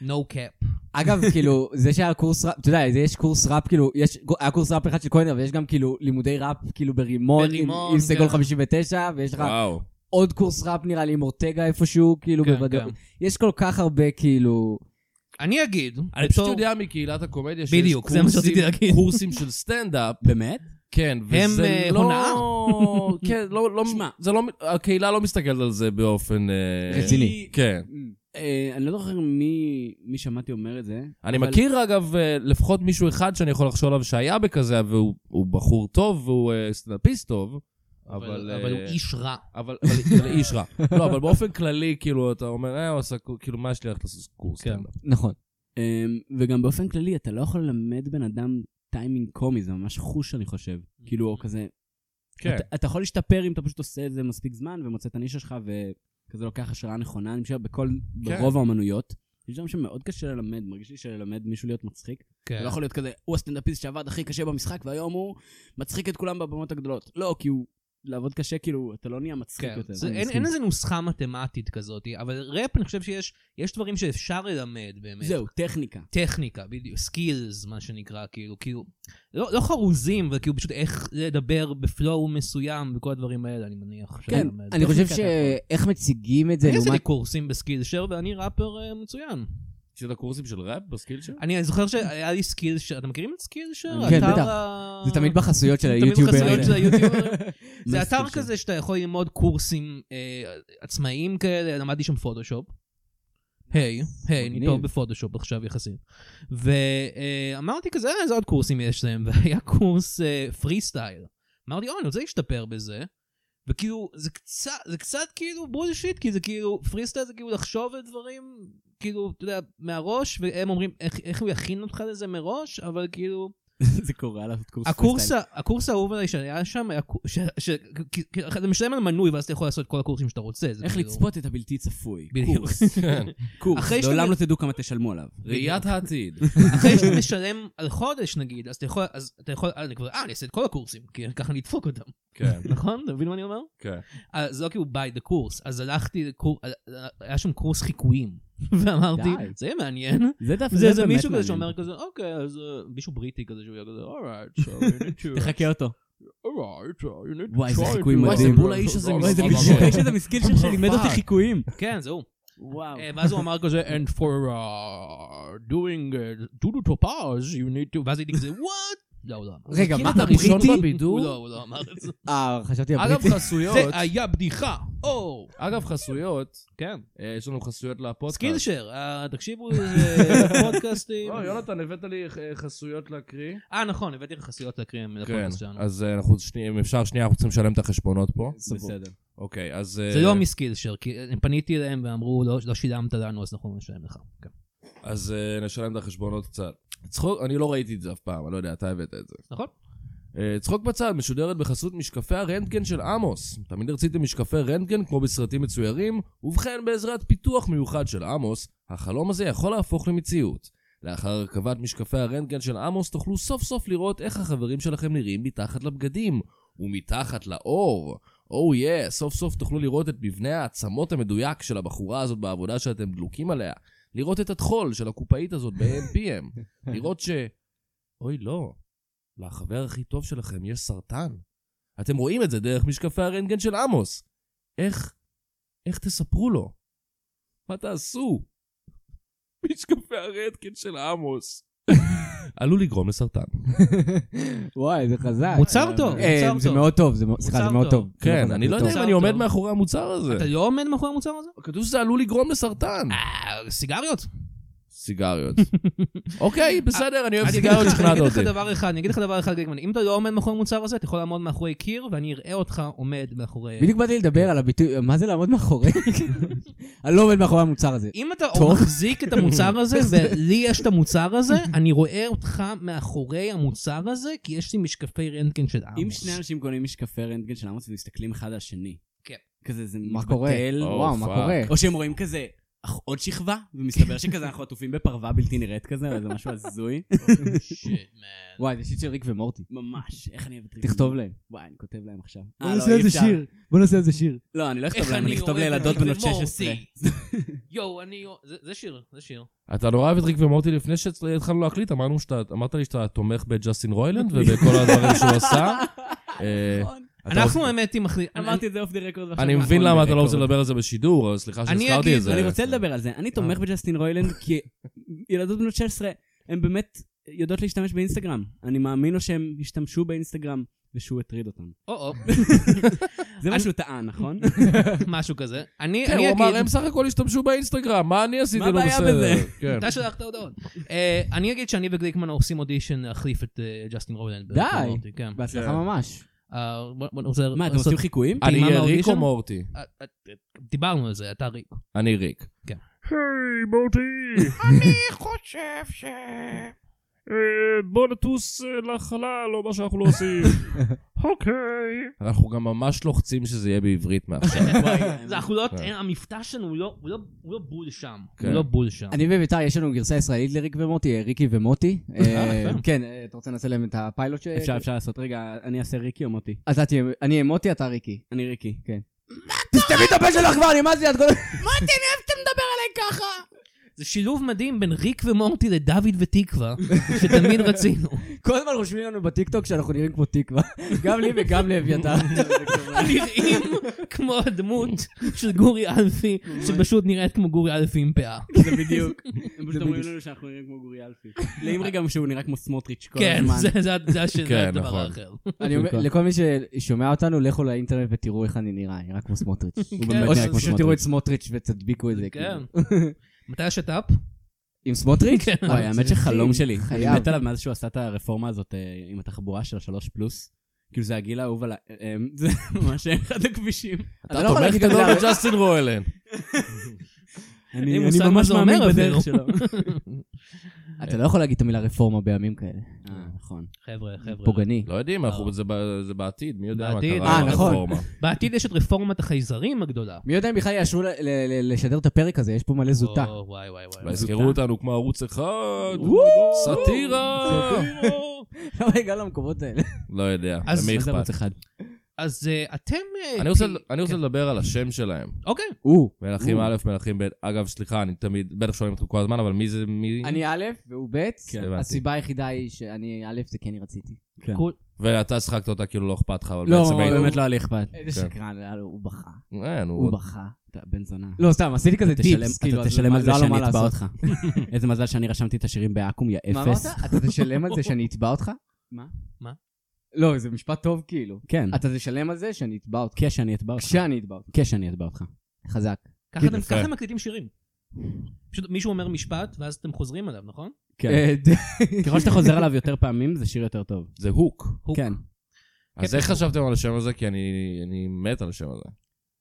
[SPEAKER 3] No cap.
[SPEAKER 5] אגב, כאילו, זה שהיה קורס ראפ, אתה יודע, זה יש קורס ראפ, כאילו, יש, היה קורס ראפ אחד של כהן, אבל יש גם כאילו לימודי ראפ, כאילו ברימון, עם-
[SPEAKER 3] ברימון,
[SPEAKER 5] עם סגול
[SPEAKER 3] כן.
[SPEAKER 5] 59, ויש לך
[SPEAKER 2] וואו.
[SPEAKER 5] עוד קורס ראפ נראה לי עם אורטגה איפשהו, כאילו,
[SPEAKER 3] כן,
[SPEAKER 5] בוודאות.
[SPEAKER 3] כן.
[SPEAKER 5] יש כל כך הרבה, כאילו...
[SPEAKER 3] אני אגיד,
[SPEAKER 2] אני פשוט
[SPEAKER 3] בתור-
[SPEAKER 2] יודע מקהילת הקומדיה שיש
[SPEAKER 3] בדיוק, זה מה
[SPEAKER 2] קורסים-
[SPEAKER 3] שרציתי להגיד.
[SPEAKER 2] קורסים של סטנדאפ,
[SPEAKER 4] באמת?
[SPEAKER 2] כן,
[SPEAKER 3] הם,
[SPEAKER 2] וזה
[SPEAKER 3] אה,
[SPEAKER 2] לא...
[SPEAKER 3] הונאה?
[SPEAKER 2] כן, לא, לא,
[SPEAKER 4] שמע.
[SPEAKER 2] זה לא, הקהילה לא מסתכלת על זה באופן... אה,
[SPEAKER 5] רציני.
[SPEAKER 2] כן.
[SPEAKER 4] אה, אני לא זוכר מי מי שמעתי אומר את זה.
[SPEAKER 2] אני
[SPEAKER 4] אבל-
[SPEAKER 2] מכיר, אגב, אה, לפחות מישהו אחד שאני יכול לחשוב עליו שהיה בכזה, והוא הוא בחור טוב, והוא אה, סטנדאפיסט טוב, אבל...
[SPEAKER 3] אבל
[SPEAKER 2] אה,
[SPEAKER 3] אבל הוא איש רע.
[SPEAKER 2] אבל, אבל, אבל איש רע. לא, אבל באופן כללי, כאילו, אתה אומר, אה, הוא עשה, קור- כאילו, מה יש לי ללכת לעשות קורס?
[SPEAKER 3] כן.
[SPEAKER 2] סטנדאפ?"
[SPEAKER 5] נכון.
[SPEAKER 4] אמ, וגם באופן כללי, אתה לא יכול ללמד בן אדם טיימינג קומי, זה ממש חוש, אני חושב. כאילו,
[SPEAKER 2] אוקיי.
[SPEAKER 4] או כזה...
[SPEAKER 2] כן.
[SPEAKER 4] אתה- אתה יכול להשתפר אם אתה פשוט עושה את זה מספיק זמן ומוצא את הנישה שלך וכזה לוקח השראה נכונה, אני חושב, בכל...
[SPEAKER 2] כן.
[SPEAKER 4] ברוב האומנויות. יש דברים שמאוד קשה ללמד, מרגיש לי שללמד מישהו להיות מצחיק.
[SPEAKER 3] כן.
[SPEAKER 4] אתה לא יכול להיות כזה, הוא הסטנדאפיסט שעבד הכי קשה במשחק, והיום הוא מצחיק את כולם בבמות הגדולות. לא, כי הוא לעבוד קשה, כאילו, אתה לא נהיה מצחיק
[SPEAKER 3] כן,
[SPEAKER 4] יותר.
[SPEAKER 3] זה-
[SPEAKER 4] אני
[SPEAKER 3] אין-
[SPEAKER 4] מסכים.
[SPEAKER 3] אין איזה נוסחה מתמטית כזאת, אבל ראפ, אני חושב שיש יש דברים שאפשר ללמד באמת.
[SPEAKER 4] זהו, טכניקה.
[SPEAKER 3] טכניקה, בדיוק, סקילס, מה שנקרא, כאילו, כאילו, לא, לא חרוזים, אבל כאילו פשוט איך לדבר בפלואו מסוים וכל הדברים האלה, אני מניח.
[SPEAKER 5] כן,
[SPEAKER 3] שאני מלמד.
[SPEAKER 5] אני חושב
[SPEAKER 3] טכניקה, אתה
[SPEAKER 5] שאיך מציגים את זה
[SPEAKER 3] יכול. אני עשיתי
[SPEAKER 5] לעומת...
[SPEAKER 3] קורסים בסקיל שייר ואני ראפר אה, מצוין.
[SPEAKER 2] יש את הקורסים של ראפ בסקיל שם?
[SPEAKER 3] אני זוכר שהיה לי סקיל שייר, אתם מכירים את סקיל שייר?
[SPEAKER 5] כן,
[SPEAKER 3] אתר
[SPEAKER 5] בטח.
[SPEAKER 3] ה-
[SPEAKER 5] זה תמיד בחסויות של
[SPEAKER 3] אה, תמיד
[SPEAKER 5] היוטיובר.
[SPEAKER 3] בחסויות של היוטיוברים.
[SPEAKER 4] מה
[SPEAKER 3] זה אתר
[SPEAKER 4] הסקיל
[SPEAKER 3] כזה שאתה יכול ללמוד קורסים אה, עצמאיים כאלה, למדתי שם פוטושופ. היי, היי, אני
[SPEAKER 5] מגניב.
[SPEAKER 3] טוב בפוטושופ עכשיו יחסית. ואמרתי כזה, "אה, איזה עוד קורסים יש להם? והיה קורס פרי סטייל. אמרתי, או, אני רוצה להשתפר בזה. וכאילו, זה קצת, זה קצת כאילו בולשיט, כי זה כאילו, פרי סטייל זה כאילו לחשוב על דברים, כאילו, אתה יודע, מהראש, והם אומרים, איך, איך הוא יכין אותך לזה מראש, אבל כאילו,
[SPEAKER 4] זה קורה עליו קורס
[SPEAKER 3] הקורס,
[SPEAKER 4] פריסטייל.
[SPEAKER 3] ה- הקורס האהוב עליי שהיה שם, היה קו- ש- ש- כי- כי אתה משלם על מנוי ואז אתה יכול לעשות את כל הקורסים שאתה רוצה. זה
[SPEAKER 4] איך
[SPEAKER 3] כאילו-
[SPEAKER 4] לצפות את הבלתי צפוי.
[SPEAKER 3] בדיוק.
[SPEAKER 4] קורס.
[SPEAKER 2] כן.
[SPEAKER 4] קורס.
[SPEAKER 3] אחרי שאתה-
[SPEAKER 4] לעולם לא תדעו כמה תשלמו עליו.
[SPEAKER 2] ראיית העתיד.
[SPEAKER 3] אחרי שאתה משלם על חודש נגיד, אז אתה יכול, אז אתה יכול, אה, אני כבר, אה, אני אעשה את כל הקורסים, כי ככה אני אדפוק אותם,
[SPEAKER 2] כן,
[SPEAKER 3] נכון? אתה מבין מה אני אומר?
[SPEAKER 2] כן.
[SPEAKER 3] אז זה לא כאילו by the course, אז הלכתי לקורס, היה שם קורס חיקויים, ואמרתי,
[SPEAKER 5] די.
[SPEAKER 3] זה יהיה מעניין.
[SPEAKER 4] זה דווקא,
[SPEAKER 5] לא
[SPEAKER 3] זה איזה
[SPEAKER 4] באמת
[SPEAKER 3] מישהו כזה
[SPEAKER 4] מעניין.
[SPEAKER 3] שאומר כזה, אוקיי, אז אה, מישהו בריטי כזה שהוא יהיה כזה, alright, so you need to...
[SPEAKER 4] תחכה אותו.
[SPEAKER 2] Alright, so you need to
[SPEAKER 4] וואי, איזה
[SPEAKER 2] try
[SPEAKER 4] חיקוי
[SPEAKER 2] to-
[SPEAKER 4] מדהים.
[SPEAKER 2] וואי, זה בול האיש הזה
[SPEAKER 4] וואי, זה
[SPEAKER 2] מסביב.
[SPEAKER 4] בדיוק האיש הזה מסכן שלימד אותי חיקויים.
[SPEAKER 3] כן, זה הוא.
[SPEAKER 4] וואו.
[SPEAKER 3] אה, ואז הוא אמר כזה, and for uh, doing דודו טופאז, you need to, ואז הייתי כזה, what? לא, הוא לא אמר.
[SPEAKER 5] רגע,
[SPEAKER 2] כאילו אתה
[SPEAKER 5] מה,
[SPEAKER 2] ראשון
[SPEAKER 5] הבריטי?
[SPEAKER 2] בבידור?
[SPEAKER 3] הוא לא, הוא לא אמר את זה.
[SPEAKER 5] אה, חשבתי
[SPEAKER 2] אגב,
[SPEAKER 5] הבריטי.
[SPEAKER 2] חסויות.
[SPEAKER 3] זה היה בדיחה, או.
[SPEAKER 2] אגב, חסויות.
[SPEAKER 3] כן.
[SPEAKER 2] אה, יש לנו חסויות לפודקאסט.
[SPEAKER 3] סקילשר, אה, תקשיבו איזה פודקאסטים.
[SPEAKER 2] לא, יונתן, הבאת לי אה, חסויות להקריא.
[SPEAKER 3] אה, נכון, הבאתי לך חסויות להקריא מהפודקאסט שלנו.
[SPEAKER 2] אז אה, אנחנו, שני- אם אפשר, שנייה, אנחנו צריכים לשלם את החשבונות פה.
[SPEAKER 4] בסדר.
[SPEAKER 2] אוקיי, אז...
[SPEAKER 3] זה
[SPEAKER 2] אה,
[SPEAKER 3] לא מסקילשר, כי אני פניתי אליהם ואמרו, "לא- לא שילמת לנו, אז אנחנו נשלם לך. כן.
[SPEAKER 2] אז אה, נשלם את החשבונות קצת. צחוק, אני לא ראיתי את זה אף פעם, אני לא יודע, אתה הבאת את זה.
[SPEAKER 3] נכון?
[SPEAKER 2] אה, צחוק בצד משודרת בחסות משקפי הרנטגן של עמוס. תמיד רציתם משקפי רנטגן כמו בסרטים מצוירים, ובכן בעזרת פיתוח מיוחד של עמוס, החלום הזה יכול להפוך למציאות. לאחר הרכבת משקפי הרנטגן של עמוס תוכלו סוף סוף לראות איך החברים שלכם נראים מתחת לבגדים ומתחת לאור. או oh יא, yeah, סוף סוף תוכלו לראות את מבנה העצמות המדויק של הבחורה הזאת בעבודה שאתם דלוקים עליה. לראות את הטחול של הקופאית הזאת ב-MPM. לראות ש... אוי, לא. לחבר הכי טוב שלכם יש סרטן. אתם רואים את זה דרך משקפי הרנטגן של עמוס. איך, איך תספרו לו? מה תעשו? משקפי הרנטגן של עמוס. עלול לגרום לסרטן.
[SPEAKER 5] וואי, זה חזק.
[SPEAKER 3] מוצר טוב,
[SPEAKER 5] אה,
[SPEAKER 3] מוצר
[SPEAKER 5] זה
[SPEAKER 3] טוב.
[SPEAKER 5] מאוד טוב, זה מאוד-
[SPEAKER 3] מוצר
[SPEAKER 5] סליחה, זה
[SPEAKER 3] טוב.
[SPEAKER 5] מאוד טוב. זה
[SPEAKER 2] כן,
[SPEAKER 5] חזק,
[SPEAKER 2] אני
[SPEAKER 5] זה
[SPEAKER 2] לא יודע
[SPEAKER 5] טוב.
[SPEAKER 2] אם
[SPEAKER 3] מוצר
[SPEAKER 2] אני עומד
[SPEAKER 3] טוב.
[SPEAKER 2] מאחורי המוצר הזה.
[SPEAKER 3] אתה לא עומד מאחורי המוצר הזה?
[SPEAKER 2] כתוב שזה עלול לגרום לסרטן.
[SPEAKER 3] אה, סיגריות.
[SPEAKER 2] סיגריות. אוקיי, בסדר,
[SPEAKER 5] אה,
[SPEAKER 2] אני אוהב
[SPEAKER 3] אני אגיד לך-
[SPEAKER 2] סיגריות,
[SPEAKER 3] אה. אני
[SPEAKER 2] שכנעת
[SPEAKER 3] אגיד לך
[SPEAKER 2] אותי.
[SPEAKER 3] דבר אחד, אני אגיד לך דבר אחד, גלגמן, אם אתה לא עומד מאחורי המוצר הזה, אתה יכול לעמוד מאחורי קיר, ואני אראה אותך עומד מאחורי...
[SPEAKER 5] בדיוק באתי לדבר על הביטוי, מה זה לעמוד מאחורי? אני לא עומד מאחורי המוצר
[SPEAKER 4] Oh,
[SPEAKER 5] הזה.
[SPEAKER 3] אם אתה
[SPEAKER 5] טוב.
[SPEAKER 3] מחזיק את המוצר הזה, ולי יש את המוצר הזה, אני רואה אותך מאחורי המוצר הזה, כי יש לי משקפי רנטגן של
[SPEAKER 4] אם
[SPEAKER 3] עמוס.
[SPEAKER 4] שני אנשים קונים משקפי רנטגן של עמוס ומסתכלים אחד על השני.
[SPEAKER 3] כן.
[SPEAKER 4] כזה זה
[SPEAKER 5] מה קורה?
[SPEAKER 4] מתבטל.
[SPEAKER 5] וואו, מה
[SPEAKER 2] פאק.
[SPEAKER 5] קורה?
[SPEAKER 4] או שהם רואים כזה "אך, עוד שכבה, ומסתבר שכזה אנחנו עטופים בפרווה בלתי נראית כזה, אבל זה משהו הזוי.
[SPEAKER 3] שיט, מן.
[SPEAKER 5] וואי, זה שיט של ריק ומורטי.
[SPEAKER 4] ממש, איך אני אוהב את ריבים.
[SPEAKER 5] תכתוב להם.
[SPEAKER 4] וואי, אני כותב להם עכשיו.
[SPEAKER 5] בוא
[SPEAKER 4] אה, לא,
[SPEAKER 5] נעשה
[SPEAKER 4] אי
[SPEAKER 5] איזה
[SPEAKER 4] אפשר.
[SPEAKER 5] שיר. בוא נעשה איזה שיר.
[SPEAKER 4] לא, אני לא אכתוב
[SPEAKER 3] איך
[SPEAKER 4] להם,
[SPEAKER 3] אני
[SPEAKER 4] אני אכתוב
[SPEAKER 3] אוהב את
[SPEAKER 4] לילדות
[SPEAKER 3] ריק
[SPEAKER 4] בנות
[SPEAKER 3] ומורטי.
[SPEAKER 4] 16.
[SPEAKER 3] יואו, אני... זה- זה שיר, זה שיר.
[SPEAKER 2] אתה נורא אוהב את ריק ומורטי לפני שהתחלנו להקליט, אמרנו שאתה, אמרת לי שאתה תומך בג'סטין רוילנד ובכל הדברים שהוא עשה. אה, אתה רוצה-
[SPEAKER 3] אנחנו האמת היא מחליט...
[SPEAKER 4] אמרתי את זה אוף דה רקורד ועכשיו.
[SPEAKER 2] אני
[SPEAKER 4] נכון. אנחנו
[SPEAKER 2] מבין
[SPEAKER 4] on the
[SPEAKER 2] למה אתה לא רוצה
[SPEAKER 4] record.
[SPEAKER 2] לדבר על זה בשידור, אבל סליחה
[SPEAKER 3] אני
[SPEAKER 2] שהזכרתי
[SPEAKER 3] אגיד,
[SPEAKER 2] את זה.
[SPEAKER 4] אני רוצה לדבר על זה. אני תומך בג'סטין רוילנד, כי ילדות בנות 16, הן באמת יודעות להשתמש באינסטגרם. אני מאמין לו שהם השתמשו באינסטגרם, ושהוא הטריד אותם.
[SPEAKER 3] או-או,
[SPEAKER 4] זה מה
[SPEAKER 3] אני-
[SPEAKER 4] שהוא טען, נכון?
[SPEAKER 3] משהו כזה. אני
[SPEAKER 2] כן,
[SPEAKER 3] אני
[SPEAKER 2] הוא אמר,
[SPEAKER 3] אגיד...
[SPEAKER 2] הם סך הכל השתמשו באינסטגרם, מה אני עשיתי לא
[SPEAKER 4] מה הבעיה
[SPEAKER 2] בסדר?
[SPEAKER 4] בזה?
[SPEAKER 2] כן.
[SPEAKER 3] אתה שלחת הודעות. אה, אני אגיד שאני וגליקמן עושים אודישן להחליף את אה, ג'סטין רולנד.
[SPEAKER 5] די.
[SPEAKER 3] ברקומורטי, כן.
[SPEAKER 5] בהצלחה
[SPEAKER 2] כן.
[SPEAKER 5] ממש.
[SPEAKER 3] אה, בוא בוא נעשה...
[SPEAKER 4] מה, אתם
[SPEAKER 3] לעשות-
[SPEAKER 4] עושים חיקויים?
[SPEAKER 2] אני
[SPEAKER 3] טעימה
[SPEAKER 2] אהיה ריק
[SPEAKER 3] מהאודישן?
[SPEAKER 2] או מורטי?
[SPEAKER 3] אה, אה, אה, דיברנו על זה, אתה ריק.
[SPEAKER 2] אני ריק.
[SPEAKER 3] כן.
[SPEAKER 2] היי, מורטי!
[SPEAKER 6] אני חושב ש...
[SPEAKER 2] אה, בוא נטוס אה, לחלל, או מה שאנחנו לא עושים. אוקיי. אנחנו גם ממש לוחצים שזה יהיה בעברית מעכשיו.
[SPEAKER 3] וואי, זה- אנחנו לא, המבטא שלנו הוא לא- הוא לא- הוא לא בול שם. הוא
[SPEAKER 2] כן.
[SPEAKER 3] לא בול שם.
[SPEAKER 5] אני וביתר, יש לנו גרסה ישראלית לריק ומוטי, אה, ריקי ומוטי. אה,
[SPEAKER 3] יפה.
[SPEAKER 5] כן, אה, אתה רוצה לנסה להם את הפיילוט ש... אה,
[SPEAKER 4] אפשר, אפשר לעשות, רגע, אני אעשה ריקי או מוטי?
[SPEAKER 5] אתה תהיה, אני אהיה מוטי, אתה ריקי.
[SPEAKER 4] אני ריקי.
[SPEAKER 5] כן. תסתמי את הפה שלך כבר, נמאס לי את כל...
[SPEAKER 3] זה שילוב מדהים בין ריק ומורטי לדוד ותקווה, שתמיד רצינו.
[SPEAKER 5] כל הזמן רושמים לנו בטיקטוק שאנחנו נראים כמו תקווה. גם לי וגם לאביתר.
[SPEAKER 3] נראים כמו הדמות של גורי אלפי, שפשוט נראית כמו גורי אלפי עם פאה.
[SPEAKER 4] זה בדיוק. הם פשוט אומרים לנו שאנחנו נראים כמו גורי אלפי. לאמרי גם שהוא נראה כמו סמוטריץ' כל
[SPEAKER 3] כן,
[SPEAKER 4] הזמן.
[SPEAKER 3] זה- זה- זה הש- זה
[SPEAKER 2] כן,
[SPEAKER 3] הדבר
[SPEAKER 2] נכון.
[SPEAKER 3] האחר.
[SPEAKER 5] אני אומר, לכל מי ששומע אותנו, לכו לאינטרנט ותראו איך אני נראה, אני נראה כמו סמוטריץ'.
[SPEAKER 4] הוא באמת
[SPEAKER 5] או
[SPEAKER 4] נראה כמו
[SPEAKER 5] שפשוט תראו את
[SPEAKER 4] סמוטריץ'.
[SPEAKER 5] סמוטריץ' ותדביקו את זה.
[SPEAKER 3] כן.
[SPEAKER 5] כאילו.
[SPEAKER 3] מתי השת"פ?
[SPEAKER 5] עם סמוטריץ'?
[SPEAKER 3] כן.
[SPEAKER 4] וואי, האמת שחלום שלי. אני
[SPEAKER 5] חייב.
[SPEAKER 4] מת עליו מאז שהוא עשה את הרפורמה הזאת אה, עם התחבורה של השלוש פלוס. כאילו זה הגיל האהוב על ה... אה, זה ממש אחד הכבישים.
[SPEAKER 5] אתה לא יכול להגיד את
[SPEAKER 2] גדול
[SPEAKER 5] זה.
[SPEAKER 2] בג'סטין רואלן.
[SPEAKER 4] אני
[SPEAKER 3] אין לי מושג מה זה אומר אפילו.
[SPEAKER 4] שלו.
[SPEAKER 5] אתה לא יכול להגיד את המילה רפורמה בימים כאלה.
[SPEAKER 4] אה, נכון.
[SPEAKER 3] חבר'ה, חבר'ה.
[SPEAKER 5] פוגעני.
[SPEAKER 2] לא יודעים, אנחנו- זה ב- זה בעתיד, מי יודע מה
[SPEAKER 3] בעתיד.
[SPEAKER 2] קרה עם
[SPEAKER 5] אה, נכון.
[SPEAKER 2] הרפורמה.
[SPEAKER 3] בעתיד יש את רפורמת החייזרים הגדולה.
[SPEAKER 5] מי יודע אם בכלל יאשרו ל- ל- ל- לשדר את הפרק הזה, יש פה מלא זוטה.
[SPEAKER 3] או, וואי, וואי, וואי.
[SPEAKER 2] אולי יזכרו אותנו כמו ערוץ אחד, סאטירה.
[SPEAKER 4] לא,
[SPEAKER 5] למה הגענו למקומות האלה?
[SPEAKER 2] לא יודע,
[SPEAKER 3] אז-
[SPEAKER 2] אה. למי
[SPEAKER 4] מה זה
[SPEAKER 2] אכפת.
[SPEAKER 4] ערוץ אחד?
[SPEAKER 3] אז אה, אתם... אה,
[SPEAKER 2] אני רוצה-
[SPEAKER 3] פי-
[SPEAKER 2] אני
[SPEAKER 5] כן.
[SPEAKER 2] רוצה לדבר על השם שלהם.
[SPEAKER 3] אוקיי.
[SPEAKER 5] הוא.
[SPEAKER 2] מלכים
[SPEAKER 5] או.
[SPEAKER 2] א', מלכים ב', אגב, סליחה, אני תמיד, בטח שואלים אתכם כל הזמן, אבל מי זה, מי...
[SPEAKER 5] אני א' והוא ב',
[SPEAKER 2] כן, הבנתי.
[SPEAKER 5] הסיבה היחידה היא שאני א' זה כי אני רציתי.
[SPEAKER 4] כן.
[SPEAKER 3] קול.
[SPEAKER 2] ואתה שיחקת אותה כאילו לא אכפת לך, אבל
[SPEAKER 5] לא,
[SPEAKER 2] בעצם... היית-
[SPEAKER 4] באמת לא היה לי אכפת.
[SPEAKER 5] איזה
[SPEAKER 2] כן.
[SPEAKER 5] שקרן, הלו, הוא בכה.
[SPEAKER 2] אה, נו,
[SPEAKER 5] הוא בכה.
[SPEAKER 4] אתה בן זונה.
[SPEAKER 5] לא, סתם, עשיתי כזה
[SPEAKER 4] תשלם-
[SPEAKER 5] טיפס, כאילו,
[SPEAKER 4] אתה
[SPEAKER 5] אז
[SPEAKER 4] תשלם
[SPEAKER 5] מה-
[SPEAKER 4] על זה
[SPEAKER 5] לא היה לו מה
[SPEAKER 4] שאני אתבע
[SPEAKER 5] לעשות.
[SPEAKER 4] אותך. איזה מזל שאני רשמתי את השירים בעכו"ם, יא
[SPEAKER 5] מה
[SPEAKER 4] אפס.
[SPEAKER 5] אמרת? אתה תשלם על זה שאני אתבע אותך?
[SPEAKER 4] מה?
[SPEAKER 3] מה?
[SPEAKER 5] לא, זה משפט טוב כאילו.
[SPEAKER 4] כן.
[SPEAKER 5] אתה תשלם על זה שאני אתבע אותך.
[SPEAKER 4] כשאני אתבע אותך.
[SPEAKER 5] כשאני אתבע אותך.
[SPEAKER 4] כשאני אתבע אותך.
[SPEAKER 5] חזק.
[SPEAKER 3] ככה אתם-
[SPEAKER 2] יפה.
[SPEAKER 3] ככה הם מקליטים שירים. פשוט מישהו אומר משפט, ואז אתם חוזרים עליו, נכון?
[SPEAKER 4] כן.
[SPEAKER 5] אה, ד-
[SPEAKER 4] ככל שאתה חוזר עליו יותר פעמים, זה שיר יותר טוב.
[SPEAKER 2] זה הוק.
[SPEAKER 3] הוק.
[SPEAKER 4] כן.
[SPEAKER 2] אז
[SPEAKER 3] כן,
[SPEAKER 2] איך
[SPEAKER 3] הוק.
[SPEAKER 2] חשבתם על השם הזה? כי אני אני מת על השם הזה.